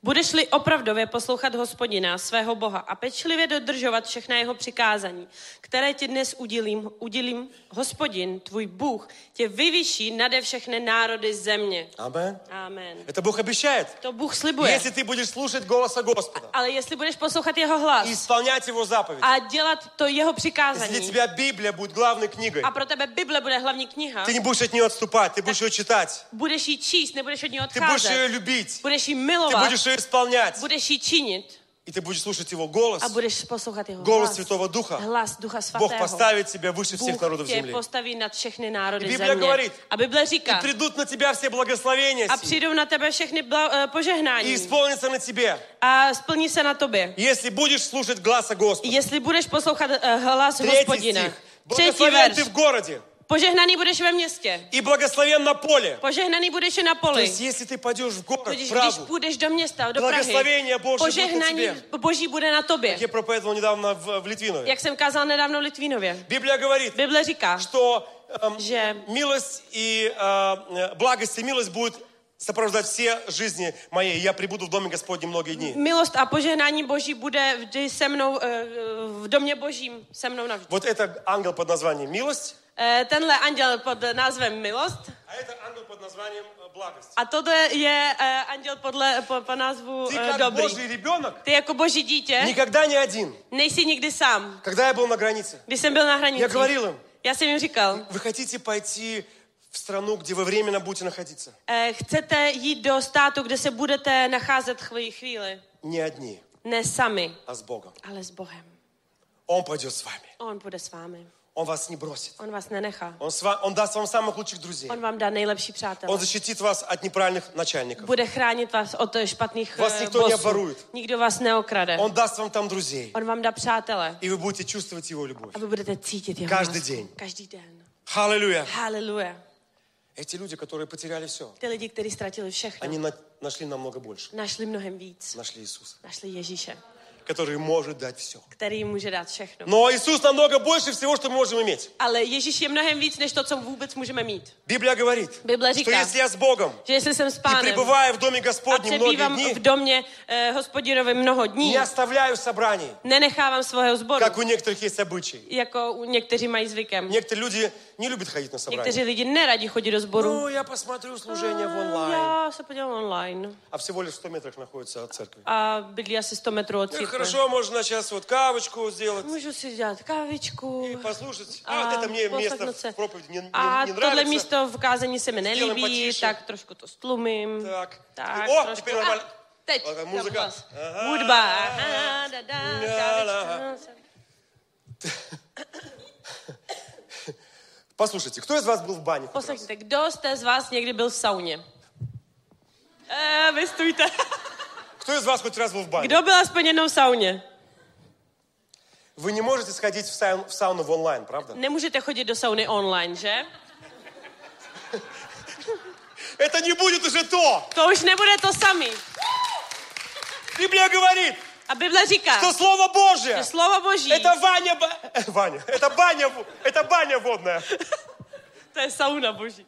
Budeš-li opravdově poslouchat hospodina, svého Boha a pečlivě dodržovat všechna jeho přikázání, které ti dnes udělím, udělím hospodin, tvůj Bůh, tě vyvyší nade všechny národy země. Амен. Amen. Это Бог обещает. To Bůh slibuje. Если ты будешь slушать голоса Господа Ale jestli budeš poslouchat jeho hlas и исполнять Его заповеди, a dělat to jeho если для přikázání, тебя Библия будет главной книгой, a pro tebe Bible bude hlavní kniha, ты не будешь от нее отступать, ты будешь ее читать, budeš ji číst, nebudeš od ní ты будешь ее odcházet, любить, budeš ji ты milovat, будешь ее исполнять, budeš ji činit и ты будешь слушать Его голос. a budeš poslouchat jeho Голос hlas. Святого Духа. Hlas Ducha Svatého. Бог поставит тебя выше всех народов Bůh tě земли. postaví nad všechny národy I Bible země. говорит, a Bible И říká, придут на тебя все благословения a сии, přijdou na tebe všechny bla, eh, и požehnání исполнится на тебе, a splní se na tobě. если будешь слушать глаза Господа. Jestli budeš poslouchat eh, hlas Третий hospodina. стих. Třetí Благословен verš. ты в городе Požehnaný budeš ve městě. и благословен на поле. Požehnaný budeš i na То poli. есть, если ты пойдешь в город, Tudíž в když Прагу, půjdeš do města, do Prahy, Благословение Божье будет на požehnání тебе. Boží bude na tobě. как я проповедовал недавно в, в Литвинове, Jak jsem kázal nedávno v Litvínově. Библия говорит, Bible říká, что эм, že милость и э, э, благость и милость будет сопровождать все жизни моей. Я прибуду в доме Господнем многие дни. milost a požehnání Boží bude vždy se mnou, eh, v domě Božím, se mnou navždy. Вот это ангел под названием милость, Eh, Tenhle anděl pod názvem milost а это ангел под названием э, благость. a tohle je eh, anděl podle, po, po názvu Ты eh, как dobrý. Божий ребенок Ty jako boží dítě никогда не один. nejsi nikdy sám. Когда я был на границе, Když jsem byl na я hranici, говорил им, já jsem jim říkal, вы хотите пойти в страну, где вы временно будете находиться? eh, chcete jít do státu, kde se budete nacházet chvíli, chvíli. Не одни, Ne sami, а с Богом. ale s Bohem. Он пойдет с вами. On bude s vámi. Он вас не бросит. On vás nenechá. Он, с ва- он даст вам самых лучших друзей. On vám dá nejlepší přátelé. Он защитит вас от неправильных начальников. Bude chránit vás od eh, špatných Vás eh, nikdo bosů. neobvaruje. Nikdo vás neokrade. Он даст вам там друзей. On vám dá přátele. И вы будете чувствовать его любовь. A vy budete cítit jeho Každý lásku. den. Každý den. Аллилуйя. Haleluja. Эти люди, которые потеряли все, Ty lidi, kteří ztratili všechno, они на- нашли намного больше. našli mnohem víc. Нашли Иисуса, Našli Ježíše, который может дать все. který jim může dát všechno. Но Иисус намного больше всего, что мы можем иметь. Ale Ježíš je mnohem víc, než to, co vůbec můžeme mít. Библия говорит, Библия что říká, если я с Богом Že jestli jsem s и pánem пребываю в доме a Господнем přebývám многие v дни, domě eh, hospodinovi mnoho dní, не оставляю собраний, nenechávám svého sboru, как у некоторых есть обычай. jako u- někteří mají zvykem. Некоторые люди не любят ходить на Někteří собрания. lidi neradi chodí do sboru. Ну, я посмотрю служение в онлайн. Já se podívám online А всего лишь в 100 метрах находится от церкви. a bydlí asi 100 metrů od Ну, církve. Хорошо, можно сейчас вот кавочку сделать. Můžu si dělat kávičku. И послушать. А, A вот это мне место poslechnout se. в проповеди не, не- a не tohle нравится. místo v kázení se mi nelíbí, patiše. tak trošku to stlumím. Tak. tak O, trošku. teďka normál- A, teď. Ale ta tam muzika. hlas. Aha. Hudba. Aha, da, da, La, la. kávička. Послушайте, кто из вас был в бане? хоть раз? Poslechněte, kdo jste z vás někdy byl v sauně? Eh, vy stůjte. Кто из вас хоть раз был в бане? Kdo byl aspoň jednou v sauně? Вы не можете сходить в, саун- в сауну в онлайн, правда? Nemůžete chodit do sauny online, že? Это не будет уже то! To už nebude to samý. Библия говорит, A Bible říká, что Слово Божье! že slovo boží, Это Ваня... ба- э, Ваня. Это баня... в- Это баня водная. to je sauna boží.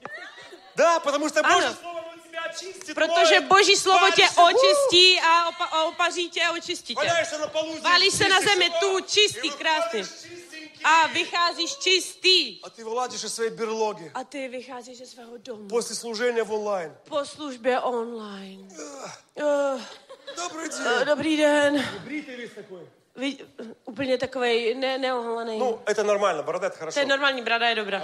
Да, потому что Божье Ага. Слово оно тебя очистит, Protože моет, boží slovo tě паришься. očistí a opa- a opaří tě a očistí Ух! tě. Валяешься на полу здесь, Валишься на чистый землю, шелк, тут и чистый, выходишь красный. чистенький. A vycházíš čistý. А ты вылазишь из своей берлоги A ty vycházíš ze svého domu после служения в онлайн. po službě online. Uh, Добрый день. uh, dobrý den. Vy, uh, úplně takovej ne, neoholený. Ну, это нормально, борода это хорошо. To je normální, brada je dobrá.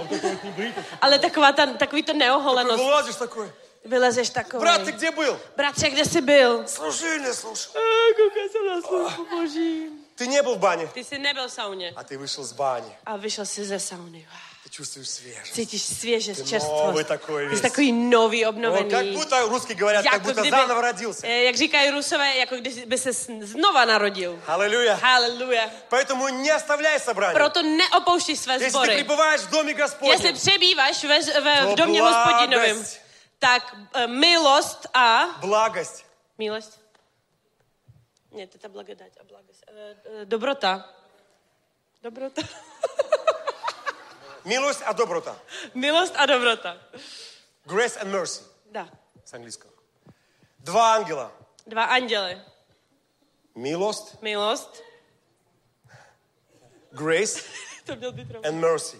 Ale taková ta, takový to Такой neoholenost. вылазишь такой. Vylezeš takový. Брат, ты где был? Bratře, kde jsi byl? Служение слушал. Koukal jsem na službu boží. Ты не был в бане, Ty jsi nebyl v sauně. а ты вышел с бани. A vyšel jsi ze sauny. Ты чувствуешь свежесть. Cítíš svěžest, Ty čerstvost. nový takový Ty jsi vys. takový nový, Вот obnovený. как будто, русские говорят, как будто заново родился. eh, jak říkají rusové, jako kdyby se znova narodil. Аллилуйя. Haleluja. Poэтому не оставляй собрание. Proto neopouštěj své Если ты sbory. пребываешь в доме Jestli Господнем, přebýváš ve, ve, To v domě blagost. hospodinovým, tak eh, milost a... благость, Milost? Ne, to je ta blagodať a blagost. Eh, eh, Dobrota. Dobrota. милость, а доброта. Milost a dobrota. Grace and mercy Da. с английского. Два ангела Dva anděly. milost, Milost, grace to měl být Roman. and mercy.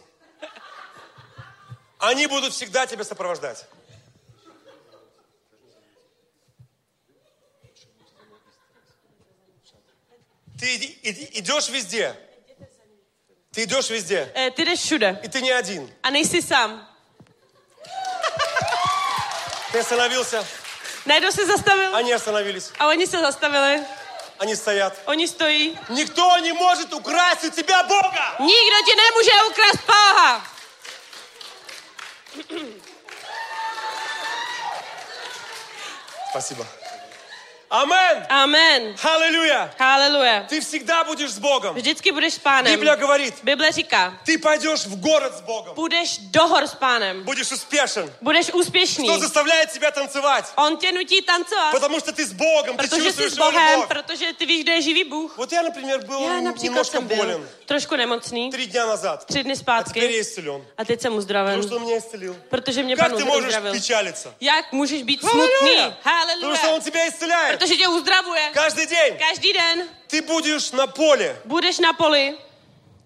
Они будут всегда тебя сопровождать. Ты иди- иди- идешь везде. Ты идешь везде. Eh, Ty jdeš všude И ты не один. a nejsi sám. Ты остановился, Najednou se zastavil они остановились, a oni se zastavili, они стоят. oni stojí. Никто не может украсть у тебя Бога! Nikdo ti nemůže ukrást Boha. Спасибо. Амен! Amen. Аллилуйя! Haleluja. Ты всегда будешь с Богом. Vždycky budeš s pánem. Библия говорит, Bible říká, ты pойдешь в город с Богом. půjdeš do hor s pánem. Будешь успешен. Budeš úspěšný. Кто zastavляет тебя танцевать? On tě nutí tancovat, Потому что ты с Богом, ты protože jsi чувствуешь s Его Bohem, любовь. protože ty víš, kdo je živý Bůh. Вот я, например, был Já například немножко jsem byl болен trošku nemocný, три дня назад. tři dny А теперь я zpátky исцелен. a teď jsem uzdraven, Потому что он меня исцелил. protože mě pan Как ты можешь uzdravil. печалиться? Jak můžeš být Аллилуйя! smutný? Потому что Haleluja. он тебя исцеляет. Protože tě uzdravuje. Каждый день Každý den ты будешь на поле, budeš na poli,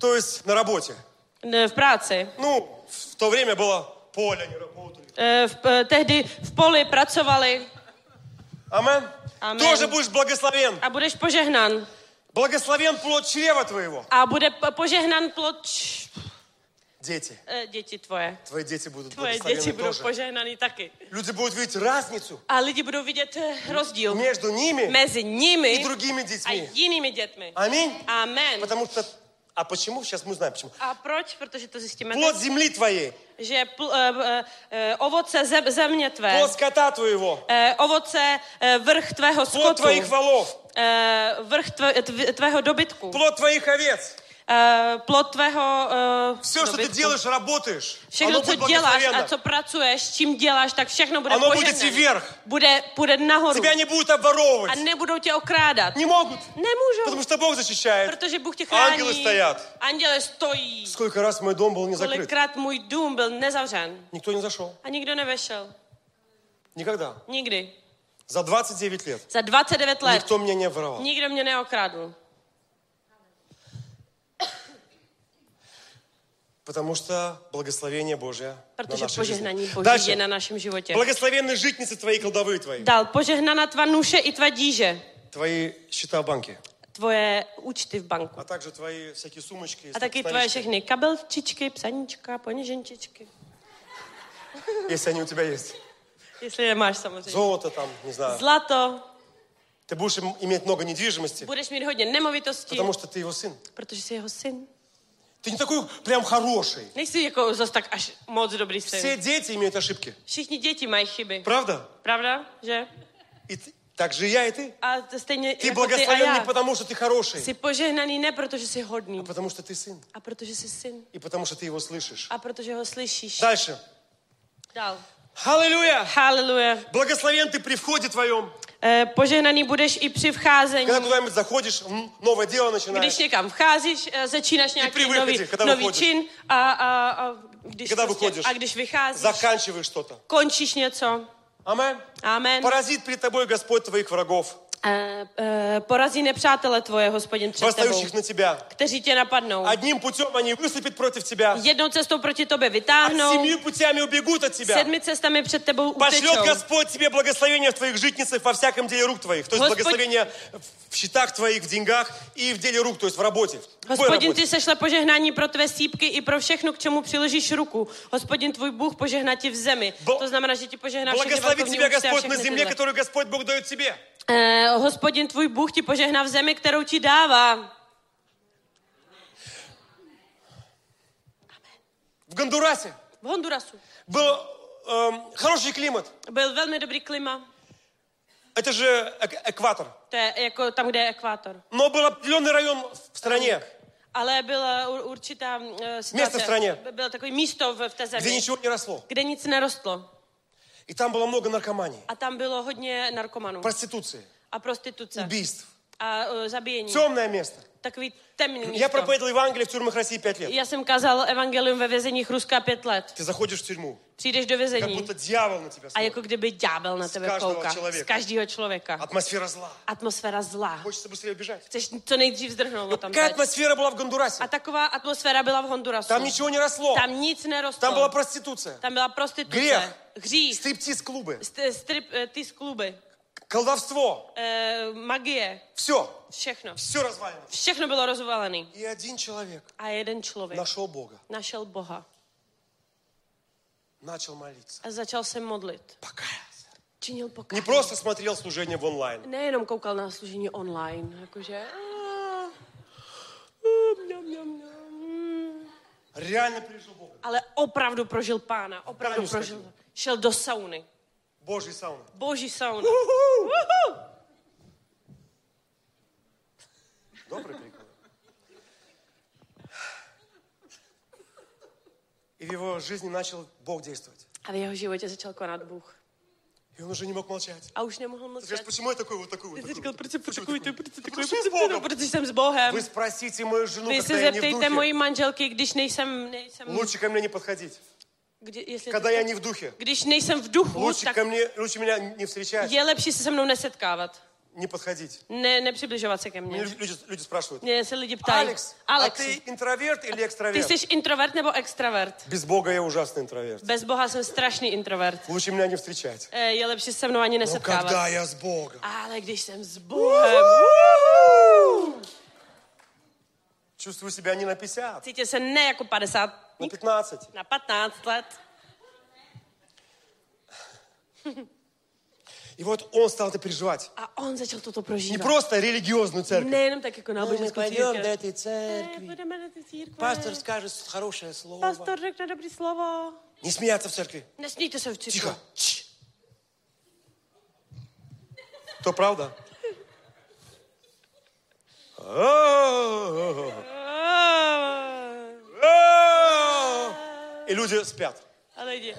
то есть на работе. ne, v práci, Ну, в то время было поле, они работали. Eh, v, eh, tehdy v poli pracovali Амен. Амен. Тоже будешь благословен. a budeš požehnan. Благословен плод чрева твоего. A bude po- požehnan plod č- Дети. eh, děti tvoje. Твои дети будут Tvoje благословены děti budou тоже. požehnaný taky. Люди будут видеть разницу A lidi budou vidět eh, rozdíl между ними mezi и nimi другими a детьми. jinými dětmi. Аминь. Amen. Потому что... А почему? Сейчас мы узнаем почему. A proč? Protože to zjistíme, Плод teď, земли твоей, že pl, uh, uh, ovoce zem, země tvé, плод скота твоего, eh, ovoce eh, vrch tvého плод skotu, твоих волов, eh, vrch tve, tv, tvého dobytku, плод твоих овец. eh, plod tvého eh, Все, что ты dobytku. делаешь, работаешь, Všechno, оно co будет děláš a благословенно. co pracuješ, čím děláš, tak všechno bude Ano, bude požehnané. ti vvěrch. Bude, bude nahoru. Тебя А не будут A обворовывать. nebudou tě okrádat. Не могут, Nemůžou, потому что Бог защищает. protože Bůh tě chrání. Ангелы стоят. Anděle stojí. Сколько раз мой дом был не закрыт. Kolikrát můj dům byl nezavřen. Никто не зашел. A nikdo nevešel. Никогда. Nikdy. За 29 лет Za 29 let никто меня не воровал. nikdo mě neokradl. Потому что благословение Божье на Protože нашей požehnaní жизни. Boží je na Дальше. našem životě. Благословенны житницы твои, колдовые твои. Dal požehnaná tva nůše i tva díže. Твои счета в банке. Tvoje účty v banku. А также твои всякие сумочки. A taky с tvoje наличкой, všechny kabelčičky, psaníčka, poněženčičky. Если они у тебя есть. Jestli je máš samozřejmě. Золото там, не знаю. Zlato, Ты будешь им- иметь много недвижимости, budeš mít hodně nemovitostí, потому что ты его сын. protože jsi jeho syn. Ты не такой прям хороший. Nejsi jako zas tak až moc dobrý Все syn. дети имеют ошибки. Všichni děti mají chyby. Правда? Pravda, že? И ты- так же и я, и ты. A to stejně jako Ты ty a благословен já. не потому, что ты хороший, Jsi požehnaný ne protože jsi hodný, а потому, что ты сын. a protože jsi syn. И потому, что ты его слышишь. A protože ho slyšíš. Дальше. Dál. Аллилуйя! Haleluja. Благословен ты при входе твоем. Eh, požehnaný budeš i při vcházení. Когда куда-нибудь заходишь, м, новое дело Když начинаешь. někam vcházíš, eh, začínáš nějaký při nový, vychodě, kada nový vychodíš. čin a, a, a, když Когда prostě- выходишь. a když vycházíš, Заканчиваешь что-то. končíš něco. Амен. Amen. Поразит при тобой Господь твоих врагов, Eh, eh, porazí nepřátele tvoje, hospodin, před tebou, восстающих на тебя. kteří tě napadnou. Одним путем они выступят против тебя. Jednou cestou proti tobě А vytáhnou, семью путями убегут от тебя. sedmi cestami před tebou utečou. Пошлет Господь тебе благословение в твоих житницах во всяком деле рук твоих. То есть Господь- благословение в- в счетах твоих, в деньгах и в деле рук, то есть в работе. В твоей Hospodin работе. ti sešle požehnání pro tvé sípky i pro všechno, k čemu přiložíš ruku. Hospodin tvůj Bůh požehná ti v zemi. Bl- to znamená, že ti požehná všechny Благословит bankovní тебя účty a Господь на všechny земле, tyhle. которую Господь Бог дает тебе. Eh, hospodin tvůj Bůh ti požehná v zemi, kterou ti dává. В Гондурасе V Hondurasu. был эм, хороший климат. Byl velmi dobrý klima. Это же эк- экватор. To je jako tam, kde je ekvátor. Но был определенный район в стране, Ale byla u- určitá eh, situace. Město v straně. By- Bylo takové místo v, v té где zemi, ничего не росло. kde nic nerostlo. И там было много наркоманий, A tam bylo hodně narkomanů Prostě- проституции, a prostituce убийств, a e, zabíjení. Темное место. Takový temný místo. Я проповедовал Евангелие в тюрьмах России пять лет. Já jsem kázal evangelium ve vězeních Ruska pět let. Ты заходишь в тюрьму, Přijdeš do как vězení будто дьявол на тебя a смотрит. jako kdyby ďábel na tebe každého kouká. Z člověka. každého člověka. Атмосфера зла. Atmosféra zlá. Хочется быстрее убежать. Chceš co nejdřív zdrhnout o tam Ну, Какая атмосфера была в Гондурасе? A taková atmosféra byla v Hondurasu. А Там ничего не росло. Tam nic nerostlo. Там была проституция, Tam byla prostituce. Hřích. Hřích. стриптиз-клубы, St- strip, eh, ty z kluby. колдовство. Eh, magie. Все. Všechno. Все развалено. Všechno bylo rozvalený. И один человек A jeden člověk нашел Бога, našel Boha начал молиться, a začal se modlit. покаялся. Činil Не pokání. просто смотрел служение в онлайн. Nejenom koukal na služení online, jakože... "Ah, mm, mňam, mňam, mňam, mm." Реально пережил Бога. Ale opravdu prožil pána, opravdu Pánu prožil. stačilo. Šel do sauny. Божий сауна. Boží sauna. Добрый прикол. И в его жизни начал Бог действовать. A v jeho životě začal konat Bůh. И он уже не мог молчать. A už nemohl Ты скажешь, mlčet. почему я такой вот такой вот? Ty такой říkal, вот? proč jsem takový, ty, proč jsem takový, Protože jsem proč s jsem, Bohem. no, protože jsem s Bohem. Вы спросите мою жену, Vy se когда я не в zeptejte mojí духе. manželky, když nejsem, nejsem, Лучше ко мне не подходить. kdy, jestli, Когда я не в духе. když nejsem v duchu, Лучше tak ко мне, лучше меня не встречать, je lepší se se mnou nesetkávat. не подходить. Ne, nepřibližovat se ke Мне mně. лю- люди, люди спрашивают. Mě se lidi ptají. Алекс, а Alex, ты интроверт или ty экстраверт? jsi introvert nebo extravert? Без Бога я ужасный интроверт. Bez boha jsem strašný introvert. Лучше меня не встречать. Eh, Je lepší se se mnou ani Но когда nesetkávat. я с Богом, Ale když jsem s Bohem, чувствую себя не на 50, cítím se ne jako 50, на 15. na 15 let. И вот он стал это переживать. A on začal toto Не prožívat. просто религиозную церковь. Nejenom tak jako No, náboženskou církev. этой Ne, церкви. budeme na ty církve. скажет хорошее слово. Pastor řekne dobrý slovo. Не смеяться в церкви. Nesmíte se v církvi. Тихо. То правда? И люди спят. A lidi.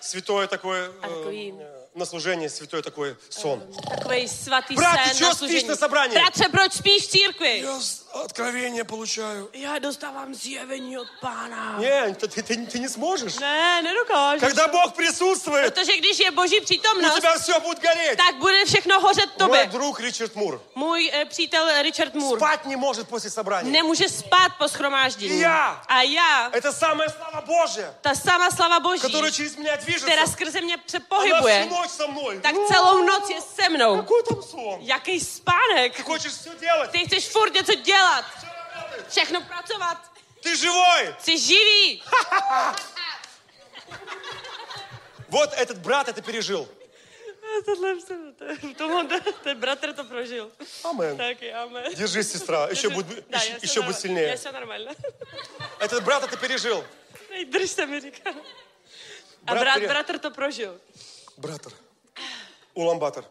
Святое такое А такой- э, на служение, святое такое сон. Takovej svatý Bratře, sen čeho na spíš služení. na sabrání? Bratře, proč spíš v církvi? Я с- откровение получаю. Já dostávám zjevení od pána. Не, ты, ты- ты- ты не сможешь. Ne, nedokážu. Когда Бог присутствует, Protože když je boží у přítomnost, тебя все будет гореть. tak bude všechno hořet Мой tobě. друг Ричард Мур Můj eh, přítel Richard Moore спать не может после собрания. nemůže spát po schromáždění. Já. A já, Это самая слава Божья, ta sama slava boží, которая через меня která движется. skrze mě se Она всю pohybuje, ночь со мной. tak Ну, celou noc je se mnou. Какой там сон? Jaký spánek? Ты хочешь все делать, Ty chceš furt něco dělat, всё работает. všechno pracovat, Ты живой. jsi živý. Вот этот брат это пережил. Tohle jsem, to, tohle, ten bratr to prožil. Амен. Taky, amen. Держись, сестра, еще будет, Да, еще, já jsem еще будет norma- Já сильнее. jsem normální. Этот брат это пережил. Nej, Drž se mi říká. A Bratr brat, je- bratr to prožil. Братер. Уламбатор.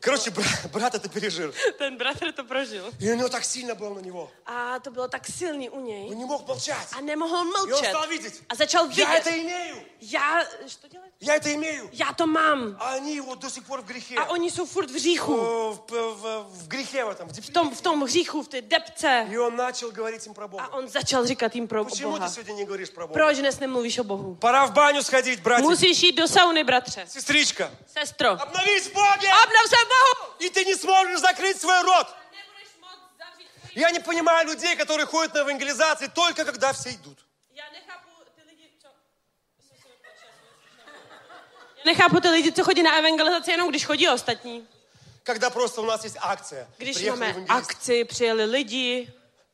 Короче, бра- брат это пережил. Ten bratr to prožil. И у него так сильно было на него. A to bylo tak silný u něj. Он не мог молчать. A nemohl И он mlčet. стал видеть. A začal Я это vidět. имею. Já, što dělat? Я это имею. Já to mám. А они вот до сих пор в грехе. A oni jsou furt v Э, hříchu. В, в- в грехе в этом. в V депре- tom, v tom hříchu, v té depce. И он начал говорить им про A Бога. on začal říkat jim pro o Почему ты Boha. сегодня не говоришь про Бога? Proč dnes nemluvíš o Bohu? Пора в баню сходить, братик. Musíš jít do sauny, bratře. Сестричка, Sestro. обновись в Боге! Obnov se v Bohu! И ты не сможешь закрыть свой рот. Я не понимаю людей, которые ходят на евангелизации только когда все идут. Já nechápu ty lidi, co... Já nechápu ty lidi, co chodí na evangelizaci jenom, když chodí ostatní. Когда просто у нас есть акция. Když Приехали máme евангелисты. akci, přijeli lidi.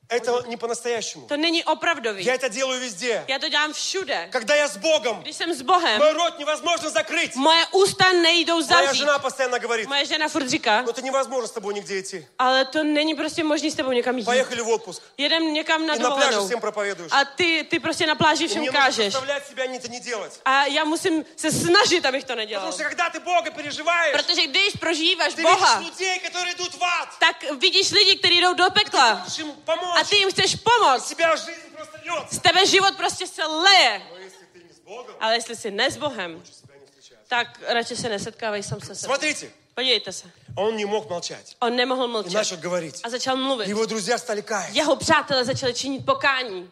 Это не по-настоящему. To není opravdový. Я это делаю везде. Já to dělám všude. Когда я с Богом, Když jsem s Bohem, мой рот невозможно закрыть. moje ústa nejdou Моя zavřít. жена постоянно говорит, Moje žena furt říká, ну это невозможно с тобой нигде идти. ale to není prostě možný s tebou někam jít. Поехали в отпуск. Jedem někam na И на пляже dovolenou. всем проповедуешь. A ty, ty prostě na pláži И všem Мне нужно kážeš. заставлять себя не- это не делать. A já musím se snažit, abych to Потому nedělal. что когда ты Бога переживаешь, Protože když prožíváš ты видишь Boha, людей, которые идут в ад. tak vidíš lidi, kteří jdou do pekla. Можешь им A помочь. ty jim chceš pomoct. Тебя жизнь просто льется. Z tebe život prostě se leje. Но если ты не с Богом, А Ale jestli jsi ne s Bohem, тебя не встречают. tak radši se nesetkávej sám se sebou. Смотрите, Podívejte se. Он не мог молчать. On nemohl И mlčet начал говорить. a začal mluvit. Его друзья стали каяться. Jeho přátelé začali činit pokání.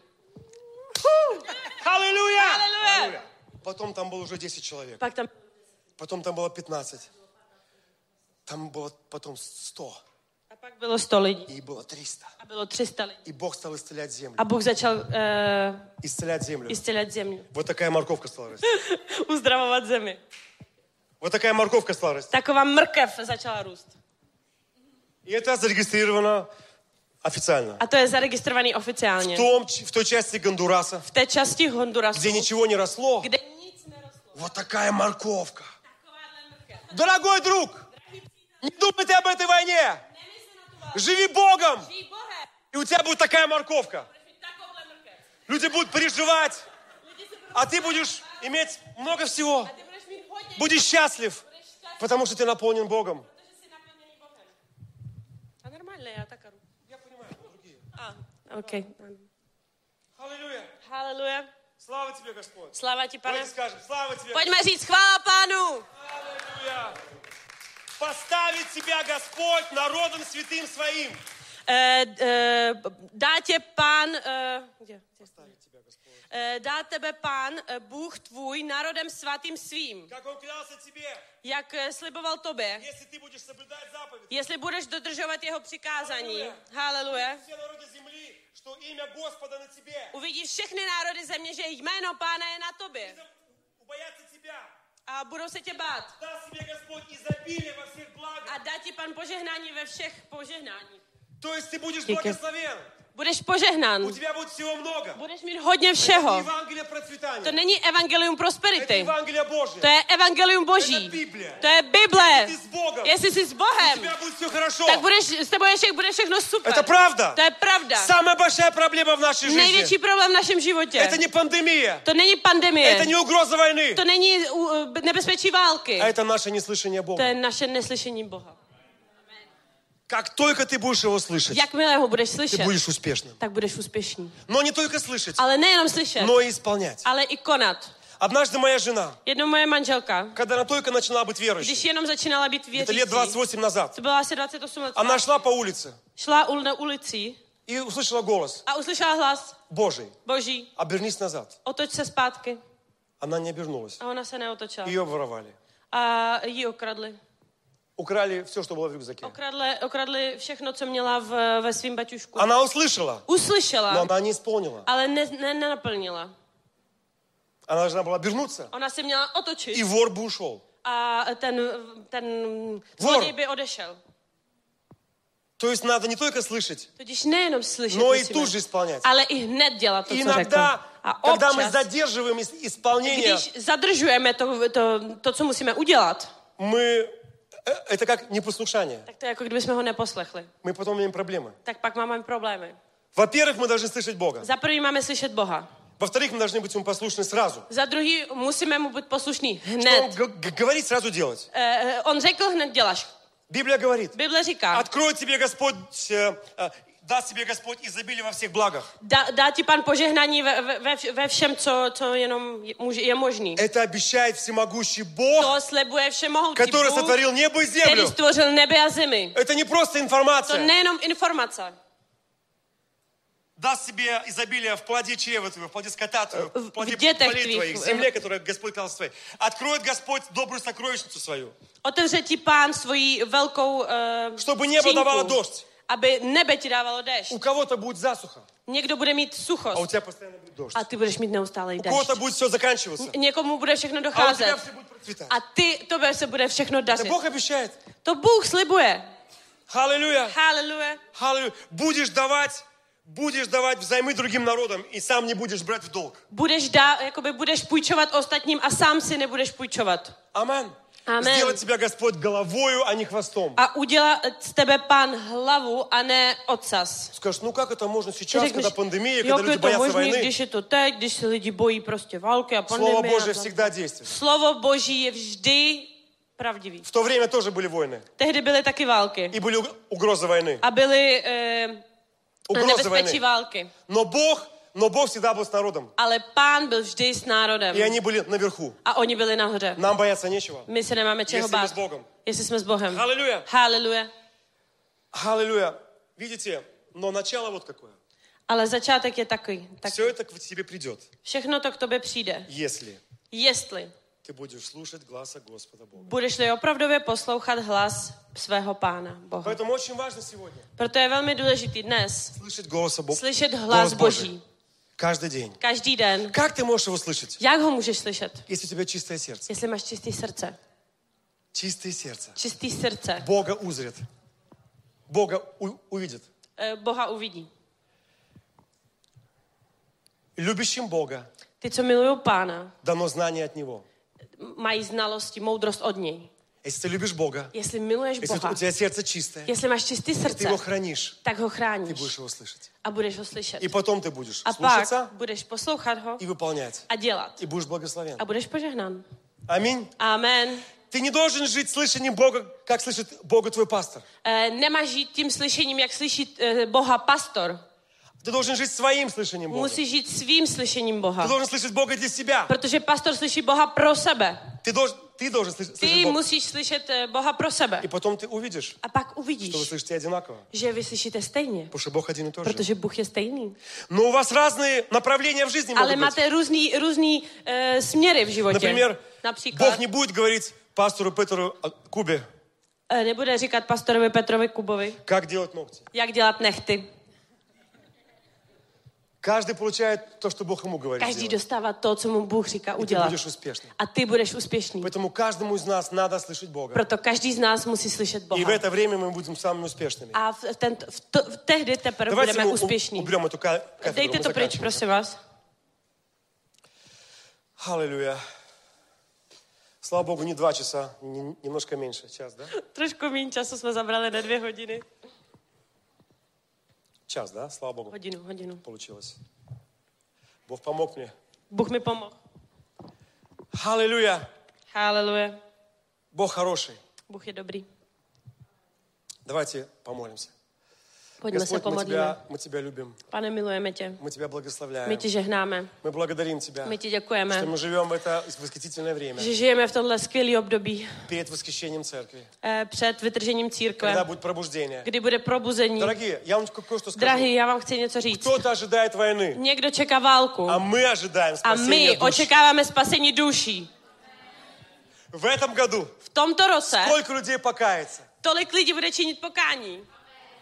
Аллилуйя! Haleluja. Потом там было уже 10 человек. Pak tam Потом там было 15. Tam было потом 100. a pak bylo 100 lidí И было 300. a bylo 300 lidí. И Бог стал исцелять землю. A Bůh začal uh, Исцелять землю. istělat země, Вот такая морковка стала расти. uzdravovat zemi. Вот такая морковка стала расти. Taková mrkev začala růst. И это зарегистрировано официально. A to je zaregistrovaný oficiálně. В, том, ч- в той части Гондураса, V té části Hondurasu, где ничего не росло, kde nic nerostlo. вот такая морковка. Дорогой друг, не думай ты об этой войне. Живи Богом, Žijí Bohem, и у тебя будет такая морковка. žijí takovouhle mrkev. Люди будут переживать, а ты будешь иметь много всего. Ty budeš mít hodně, Будешь счастлив, budeš šťastný, потому что ты наполнен Богом. protože jsi naplněný Bohem. A normálně, já tak aru. Já ponímám, druhý. A, ok. Аллилуйя. Haleluja. Слава тебе, Господь. Sláva ti, pane. Давайте скажем, слава тебе, Pojďme říct, chvála pánu. Аллилуйя. Поставит тебя Господь народом святым своим. Eh, eh, dá tě pán, eh, kde? Eh, dá tebe pán, eh, Bůh tvůj, národem svatým svým, Как он клялся тебе, jak eh, sliboval tobě, если ты будешь соблюдать заповедь. jestli budeš dodržovat jeho přikázání. Haleluja. Все народы земли, что имя Господа на тебе. Uvidí všechny národy země, že jméno pána je na tobě Убоятся тебя. a budou se tě bát. Даст тебе Господь изобилие во всех A благах. dá ti pan požehnání ve všech požehnáních. То есть ты будешь Тика. благословен. Budeš požehnán, У тебя будет всего много. budeš mít hodně Это všeho. To Евангелие процветания. není evangelium Это prosperity, Евангелие to Божье. je evangelium boží. To je Bible. Ты с Богом. Jestli jsi s У Bohem, тебя будет все хорошо. tak budeš, s tebou ještě bude všechno super. Это правда. To je pravda. Самая большая проблема в нашей Největší жизни. problém v našem životě. Это не пандемия. To není pandemie. Это не угроза войны. To není uh, nebezpečí války. А это наше неслышание To Бога. je naše neslyšení Boha. Как только ты будешь его слышать, Jakmile ho budeš ты slyšet, будешь успешным. tak budeš úspěšný. Но не только слышать, Ale nejenom slyšet, но и исполнять. ale i konat. Однажды моя жена, Jednou moje manželka, когда она только начала быть верующей, když jenom začínala být это věřící, лет 28 назад, to bylo asi 28 let, она шла по улице šla ul- na ulici и услышала голос a uslyšela hlas Божий. Boží, Обернись назад. otoč se zpátky. Она не обернулась. A ona se neotočila. Ее воровали. A ji okradli. Украли все, что было в рюкзаке. Okradle, okradli všechno, co měla v, ve svém baťušku. Она услышала, но Uslyšela, она не исполнila. ale ne, ne, nenaplnila. Она должна была обернуться, Ona se měla otočit и вор бы ушел. a ten, ten zloděj by odešel. То есть надо не только слышать, Tudíž nejenom slyšet, но и musíme, тут же исполнять. ale i hned dělat to, co řekl. Иногда, A когда мы občas, задерживаем ис- исполнение, když zadržujeme to, to, to, co musíme udělat, мы... э, Это как непослушание. tak to je jako kdybychom ho neposlechli. Мы потом имеем проблемы. Tak pak máme problémy. Во-первых, мы должны слышать Бога. Za prvý máme slyšet Boha. Во-вторых, мы должны быть ему послушны сразу. Za druhý musíme mu být poslušní Что он hned. г- г- говорит, сразу делать. Eh, on řekl hned děláš. Библия говорит, Bible říká, откроет тебе Господь, э, э, даст тебе Господь изобилие во всех благах. dá, dá ti pan požehnání ve, ve- ve, vš- ve všem, co, co jenom je, může- je možný. Это обещает всемогущий Бог, To slibuje všemohoucí который Bůh, сотворил небо и který землю. stvořil nebe a zemi. Это не просто To информация. nejenom informace. Даст тебе изобилие в плоде чрева твоего, в плоде скота твоего, в В- плоде в детях полей твоих. твоих, в земле, которую Господь дал своей. Откроет Господь добрую сокровищницу свою, Otevře ti pán svoji velkou uh, чтобы небо давало дождь. aby nebe ti dávalo déšť. У кого-то будет засуха, Někdo bude mít а у suchost тебя постоянно будет дождь. a ty budeš mít neustálej У déšť. кого-то будет все заканчиваться, Někomu bude všechno а у тебя docházet все будет процветать. a ty, tobě se bude všechno Это dařit. Бог обещает. To Bůh slibuje. Аллилуйя. Haleluja. Аллилуйя. Будешь давать, будешь давать взаймы другим народам, и сам не будешь брать в долг. Budeš, dá, jakoby budeš půjčovat ostatním a sám si nebudeš půjčovat. Амен. Амен. Сделать тебя Господь головою, а не хвостом. A udělá z tebe pán hlavu a ne ocas. Скажешь, ну как это можно Ty сейчас, řekneš, когда пандемия, когда jak люди je to боятся možné, войны? jako když je to teď, když se lidi bojí prostě války a Слово pandemie. Божье всегда действует. Slovo Boží je vždy pravdivý. В то время тоже были войны. Tehdy byly taky války. И были уг- угрозы войны. A byly eh, Угрозы nebezpečí войны. války. Но Бог Но Бог всегда был с народом. ale pán byl vždy s národem И они были наверху. a oni byli nahoře. Нам бояться нечего. My se nemáme čeho Jestli jsme bát, s Bogem. jestli jsme s Bohem. Haleluja. Haleluja. Аллилуйя. Видите? Но начало вот какое. Ale začátek je takový. Tak Все это к тебе придет, všechno to k tobě přijde. если Jestli ты будешь slушать гласа Господа Бога. budeš-li opravdově poslouchat hlas svého pána Boha. Поэтому очень важно сегодня Proto je velmi důležitý dnes слышать голоса Бога. slyšet hlas Boží. Каждый день. Každý den. Как ты можешь его слышать, Jak ho můžeš slyšet? если у тебя чистое сердце? Jestli máš čistý srdce. Чистое сердце. Čistý srdce. Бога узрит. Бога у- увидит. Eh, Boha uvidí. Любящим Бога Ty, co milují pána, дано знание от Него. m- mají znalosti, moudrost od něj. Если ты любишь Бога, Jestli miluješ если Boha, у тебя сердце чистое, jestli máš čistý ты srdce, его хранишь, tak ho ты chráníš будешь его слышать. a budeš ho slyšet. И потом ты будешь A pak слушаться budeš poslouchat ho и выполнять. a dělat. И будешь благословен. A budeš požehnán. Аминь. Amen. Ты не должен жить слышанием Бога, как слышит Бога твой пастор. Eh, Nemáš žít tím slyšením, jak slyší eh, Boha pastor. Ты должен жить своим слышанием Бога. Musíš žít svým slyšením Ты Boha. должен слышать Бога для себя. Protože pastor slyší Boha pro sebe. Ты должен, ты должен слыш- слышать Ty Бога. musíš slyšet eh, Boha pro sebe. И потом ты увидишь, A pak что вы uvidíš, слышите одинаково. že vy slyšíte stejně. Потому что Бог один и тот же. Protože Bůh je stejný. Но у вас разные направления в жизни Ale могут быть. máte různý, různý eh, směry v životě. Например, Například Бог не будет говорить пастору Петру а, Кубе, eh, nebude říkat pastorovi Petrovi Kubovi, как делать ногти. jak dělat nechty. Каждый получает то, что Бог ему говорит Každý делать. dostává to, co mu Bůh říká И ты udělat. будешь успешным. A ty budeš úspěšný. Поэтому каждому из нас надо слышать Бога. Proto každý z nás musí slyšet И в Boha. это время мы будем самыми успешными. A v, ten, v, to, v tehdy teprve Давайте budeme А, мы у- úspěšní. уберем эту ка- кафедру. Dejte мы to pryč, заканчиваем. prosím vás. Аллилуйя. Слава Богу, не два часа, не- немножко меньше, час, да? Trošku méně času jsme zabrali na dvě hodiny. Час, да? Слава Богу, Hodinu, hodinu. получилось. Бог помог мне. Bůh mi pomohl. Аллилуйя. Haleluja. Бог хороший. Bůh je dobrý. Давайте помолимся. Pojďme se Господь, мы pomodlíme. тебя, мы тебя любим. Pane, milujeme tě. Мы My тебя благословляем. ti žehnáme. Мы благодарим тебя, My ti что děkujeme, мы живем в это восхитительное время že žijeme v tohle skvělé období перед восхищением церкви. eh, před vytržením Когда církve, будет пробуждение. kdy bude probuzení. Дорогие, я вам кое-что скажу. Drahý, já vám chci něco říct. Кто-то ожидает войны, Někdo čeká válku а мы ожидаем a спасения my душ. očekáváme spasení duší. В этом году V tomto roce сколько людей покается? tolik lidí bude činit pokání.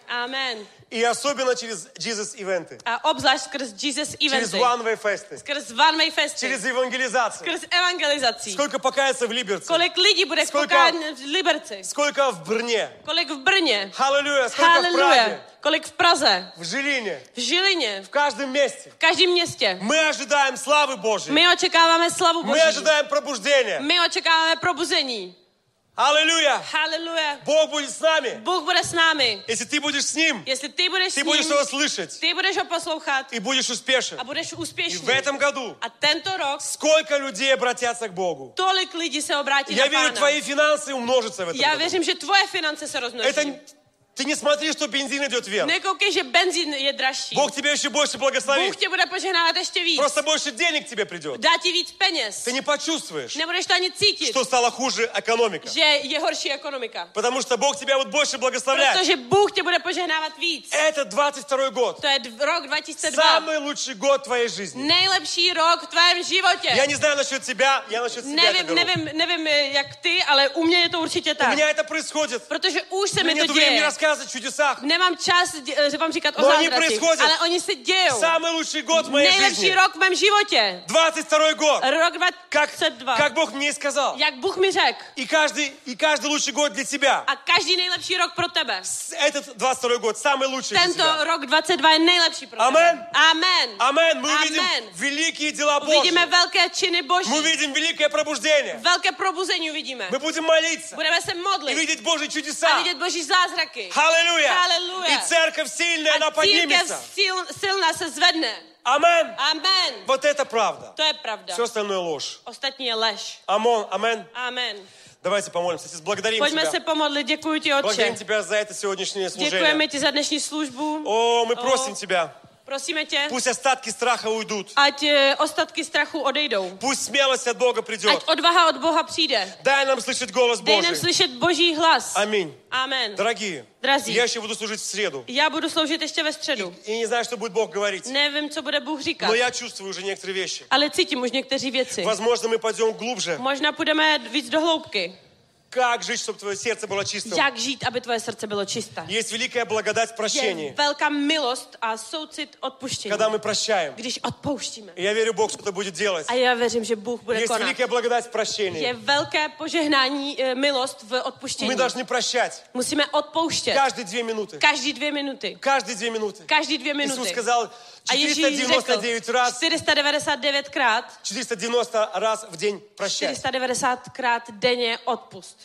Amen. И особенно через Jesus ивенты, A obzvlášť skrz Jesus через eventy, One Way Fest, skrz One Way Festy, через евангелизацию. skrz evangelizací. Skолько покаяться в Либерце, Kolik lidí bude Skolka- pokání v Liberci, сколько в Брне, kolik v Brně, Аллилуйя, сколько в Праге, Haleluja, kolik v Praze, в Жилине, v Žilině, в каждом месте. v každém městě. Мы ожидаем славы Божьей. My očekáváme slavu Мы Boží. ожидаем пробуждения. My očekáváme probuzení. Аллилуйя! Haleluja. Бог будет с нами. Bůh bude s námi. Если ты будешь с А Ним, Jestli ty budeš ты s будешь ním, Его слышать ty budeš ho poslouchat и будешь успешен. a budeš И úspěšný. в этом году A tento rok сколько людей обратятся к Богу. tolik lidí se obrátí Я na верю, pána. твои финансы умножатся в этом Já году. věřím, že tvoje finance se rozmnoží. Это... Ты не смотри, что бензин идет вверх. Nekoukej, že benzín je dražší. Бог тебе еще больше Bůh Prostě- благословит. tě bude požehnávat ještě víc. Просто больше денег тебе придет. Dá ti víc peněz. Ты не почувствуешь, Nebudeš to ani cítit, что стало хуже экономика. že je horší ekonomika. Потому что Бог тебя вот больше благословляет. Protože Bůh tě bude požehnávat víc. Это 22 god. To je dv- rok 2002. Самый лучший год твоей жизни. Nejlepší rok v tvém životě. Я не знаю насчет тебя, я насчет себя это Nevím, говорю. nevím, nevím, eh, jak ty, ale u mě je to určitě У tak. меня это происходит. Protože už se mi Мне нет to времени děje. рассказывать о чудесах. Nemám čas dě- eh, že vám říkat o No, oni zázracích, происходят. ale oni se dějou. Самый лучший год в моей Nejlepší жизни. rok v mém životě. 22 год. Rok Как, 2022. как Бог мне и сказал. Jak Bůh mi řekl. И каждый, и каждый лучший год для тебя. A každý nejlepší rok pro tebe. Этот 22 год самый лучший для тебя. Tento rok 22 je nejlepší pro Amen. tebe. Amen. Амен. Amen. Мы увидим великие дела Божьи. Uvidíme velké činy Мы Boží. увидим великое пробуждение. Velké probuzení uvidíme. Мы будем молиться Budeme se и modlit видеть Божьи a чудеса. vidět Boží зázraky. Аллилуйя. Аллилуйя. И церковь сильная, она A církev поднимется. sil, silná se zvedne. Амен. Amen. Вот это правда. To je pravda. Все остальное ложь. Ostatní je lež. Амон, амен. Amen. Давайте помолимся. Отец, благодарим Pojďme se Тебя. pomodlit. Děkuji ti, Otče. Благодарим Тебя за это сегодняшнее служение. Děkujeme ti za dnešní službu. О, мы просим Тебя. Prosíme tě, Пусть остатки страха уйдут. ať eh, ostatky strachu odejdou. Пусть смелость от Бога Ať придет. odvaha od Boha přijde. Дай нам слышать голос Dej nám Божий. slyšet Boží hlas. Аминь. Amen. Дорогие, Дорогие. я еще буду служить в среду. Já budu sloužit ještě ve středu. И не знаю, что будет Бог говорить. Nevím, co bude Bůh říkat, Но я чувствую уже некоторые вещи. ale cítím už někteří věci. Возможно, мы пойдем глубже. Možná půjdeme víc do hloubky. Как жить, чтобы твое сердце было чистым? Jak žít, aby tvoje srdce bylo čisté. Есть великая благодать в Je прощении, velká milost a soucit odpuštění, когда мы прощаем. když odpouštíme. И я верю, Бог что-то будет делать. A já věřím, že Bůh bude Есть konat. великая благодать в Je прощении. velké požehnání, eh, milost v odpuštění. Мы должны прощать Musíme odpouštět каждые две минуты. každý dvě minuty. Каждые две минуты. А Každý dvě Иисус minuty. сказал A Ježíš řekl 499 раз, 499 krát, 490 раз в день прощать. 490 krát denně odpust.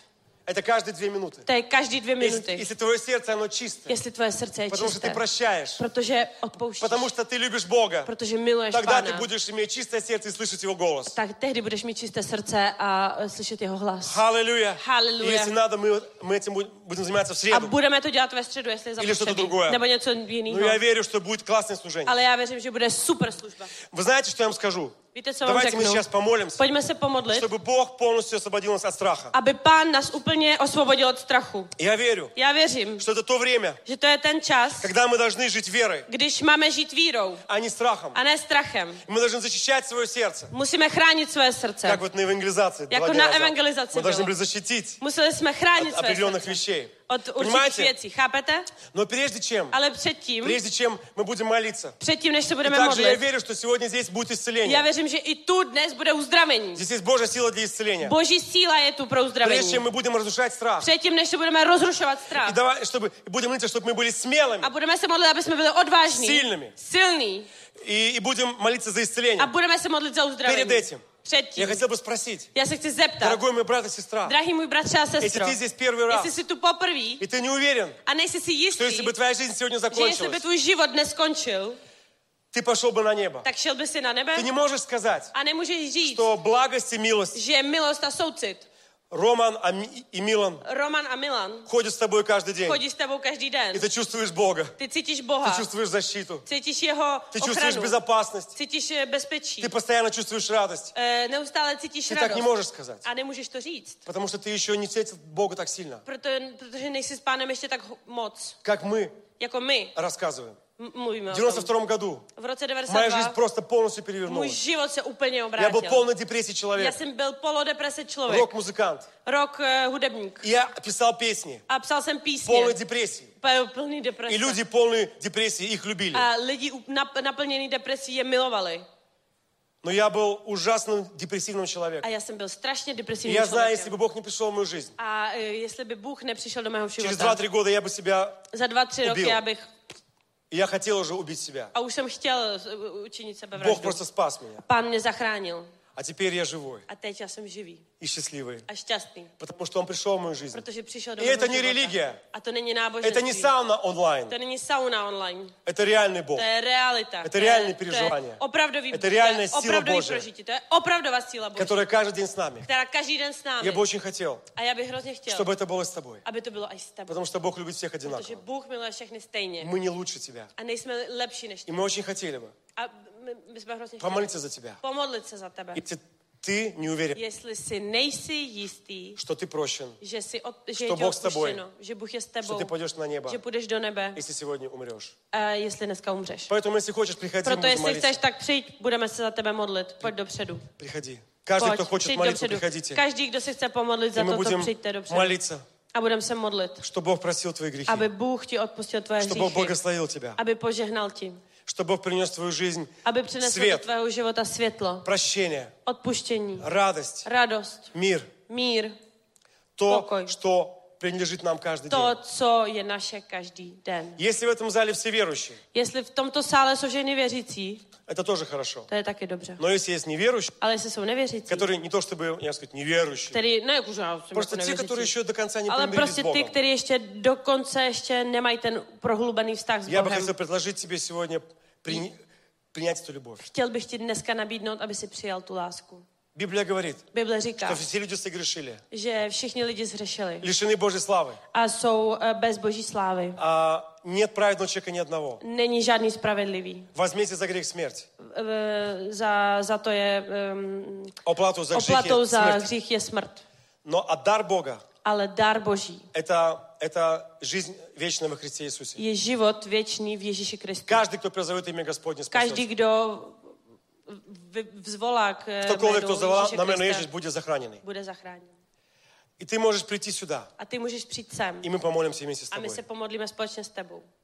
Это каждые две минуты. To je každý dvě Если, minuty. если твое сердце, оно чистое, Jestli tvoje srdce je потому что čisté. ты прощаешь, Protože odpouštíš. потому что ты любишь Бога, Protože miluješ тогда ты Pána. будешь иметь чистое сердце и слышать Его голос. Tak tehdy budeš mít čisté srdce a eh, slyšet jeho hlas. Аллилуйя. Аллилуйя. И Если надо, мы, мы этим будем- А будем заниматься в A среду. budeme to dělat ve středu, jestli je Или что-то zapotřebí. другое. Nebo něco No, Но jiného. я верю, что будет классное служение. Ale já věřím, že bude super služba. Вы знаете, что я вам скажу? Víte, co vám Давайте мы řeknu? сейчас помолимся, Pojďme se pomodlit, чтобы Бог полностью освободил нас от страха. aby pán nás úplně osvobodil od strachu. Я верю, Já věřím, что это то время, že to je ten čas, когда мы должны жить верой, když máme žít vírou а не страхом. a ne strachem. Мы должны защищать свое сердце. Musíme chránit své srdce. Как вот на евангелизации. два Jako дня na назад. evangelizaci Мы должны было. были защитить Museli jsme chránit své определенных srdce вещей. od určitých Понимаете? věcí, chápete? Но прежде чем, Ale předtím, прежде чем мы будем молиться, předtím, než se и budeme также я modlit, верю, что сегодня здесь будет já исцеление. věřím, že i tu dnes bude uzdravení. Здесь есть Божья сила для исцеления. Boží síla je tu pro Прежде uzdravení. чем мы будем разрушать страх. Předtím, než se budeme rozrušovat strach. И давай, чтобы, и будем молиться, чтобы мы были A смелыми. budeme se modlit, aby jsme byli odvážní. Silnými. Silní. И, и будем молиться за A исцеление. budeme se modlit za uzdravení. Перед этим. Předtím. Я хотел бы спросить, Já se chci zeptat. дорогой мой брат и сестра, Drahý můj bratře a если sestro. ты здесь первый Jestli раз, jsi tu poprvé и ты не уверен, a nejsi si что jistý, если бы твоja жизнь сегодня že jestli by закончилась, tvůj život neskončil, ты пошел бы на небо. tak šel by si na nebe Ты не можешь сказать, a nemůžeš říct, что благость и милость, že milost a soucit. Роман а Ми- и Милан Roman a Milan ходят с тобой каждый день. chodí s tebou každý den. И ты чувствуешь Бога, Ty cítíš ты Boha, чувствуешь защиту, cítíš jeho ты чувствуешь ochranu, безопасность, cítíš eh, bezpečí. ты постоянно чувствуешь радость. Eh, Neustále cítíš Ты так не radost. можешь сказать, A nemůžeš to říct. потому что ты ještě не встретил Бога так сильно, Proto, protože nejsi s pánem ještě tak ho- moc, как мы jako my рассказываем. m- mluvíme В o tom. 92 году V roce моя жизнь 92 просто полностью můj перевернулась. život se úplně Я был obrátil. полной депрессии Já человек, jsem byl polodeprese člověk, рок-музыкант. rok eh, hudebník. И Я писал песни, A psal jsem písně, полной депрессии. pe- plný deprese. И люди полные депрессии, их любили. A lidi up- nap- naplněný depresí je milovali. Но я был ужасным депрессивным A человеком. já jsem byl strašně И depresivní я знаю, člověk. если бы Бог не пришел в мою жизнь, A eh, jestli by Bůh nepřišel do mého через života, 2-3 года я бы себя... za dva, tři roky ubil. já bych... Я хотел уже убить себя. A už jsem chtěl eh, učinit Бог sebevraždu. просто спас меня. Pán mě zachránil. А теперь я живой A teď já jsem živý и счастливый. a šťastný, Потому что Он пришел в мою жизнь. protože přišel do И mého это не života. религия. A to není Это náboženství. не сауна To онлайн. není sauna online. Это реальный Бог. To je realita. To je reální to je přežívání. opravdový, To je reálná to je síla opravdový Boží. prožití. To je opravdová síla Boží, Которая каждый день с нами. která každý den s námi. Я бы очень хотел, A já bych hrozně chtěl, чтобы это было с тобой. aby to bylo i s tebou. Потому что Бог любит всех Protože одинаково. Bůh miluje všechny stejně. Мы не лучше тебя. A nejsme lepší než И ty. мы очень хотели бы A my, my jsme hrozně chtěli помолиться за тебя. pomodlit se za tebe. Если ты не уверен, Jestli si nejsi jistý, что ты прощен, že, si od, že je Что ti Бог с тобой. odpuštěno, že Bůh je s что tebou, ты пойдешь на небо, že půjdeš do nebe, если сегодня умрешь. eh, jestli dneska umřeš. Поэтому, если хочешь, приходи, Proto будем jestli chceš, молиться. tak přijď, budeme se za tebe modlit. Pojď dopředu. Приходи. Каждый, Pojď, кто хочет přijď молиться, dopředu. приходите. Každý, kdo se chce pomodlit И za мы to, to будем přijďte dopředu. молиться, A budeme se modlit, что Бог простил твои грехи, aby Bůh ti odpustil tvoje что hříchy, Бог благословил тебя, aby požehnal ti, что Бог принес в твою жизнь aby přinesl do свет, tvého života světlo, прощение, odpuštění, радость, radost, мир. mír, То, Спокой. что принадлежит нам каждый to, день. co je naše každý den. Если в этом зале все верующие, Jestli v tomto sále jsou ženy věřící, это тоже хорошо. to je taky dobře. Но если есть неверующие, Ale jestli jsou nevěřící, которые не то чтобы, я сказать, неверующие, který, ne, jako, že já jsem jako просто те, nevěřící, которые еще до конца не ale примирились с prostě ty, Богом. kteří ještě dokonce ještě nemají ten prohlubený vztah s Я бы Bohem. хотел предложить тебе сегодня при- принять эту любовь. Chtěl bych ti dneska nabídnout, aby si přijal tu lásku. Библия говорит, Bible říká, что все люди согрешили, že všichni lidi zřešili лишены Божьей славы. a jsou eh, bez boží slávy. А нет праведного человека ни одного. Není žádný spravedlivý. Возьмите за грех смерть. Eh, Za, za to je um, Оплату за грех oplatou za смерть. hřích je smrt. Но а дар Бога Ale dar boží – это, это жизнь вечная во Христе Иисусе. je život věčný v Ježíši Kristu. Каждый, кто призовет имя Господне, Každý, спасется. kdo vy- vzvolá k eh, Ktokoliv, jménu кто завела на мене Ježíše Иисус, Krista, будет захороненный. bude zachráněn. И ты можешь прийти сюда, A ty můžeš přijít sem и А мы помолимся вместе с a my тобой. se pomodlíme společně s tebou.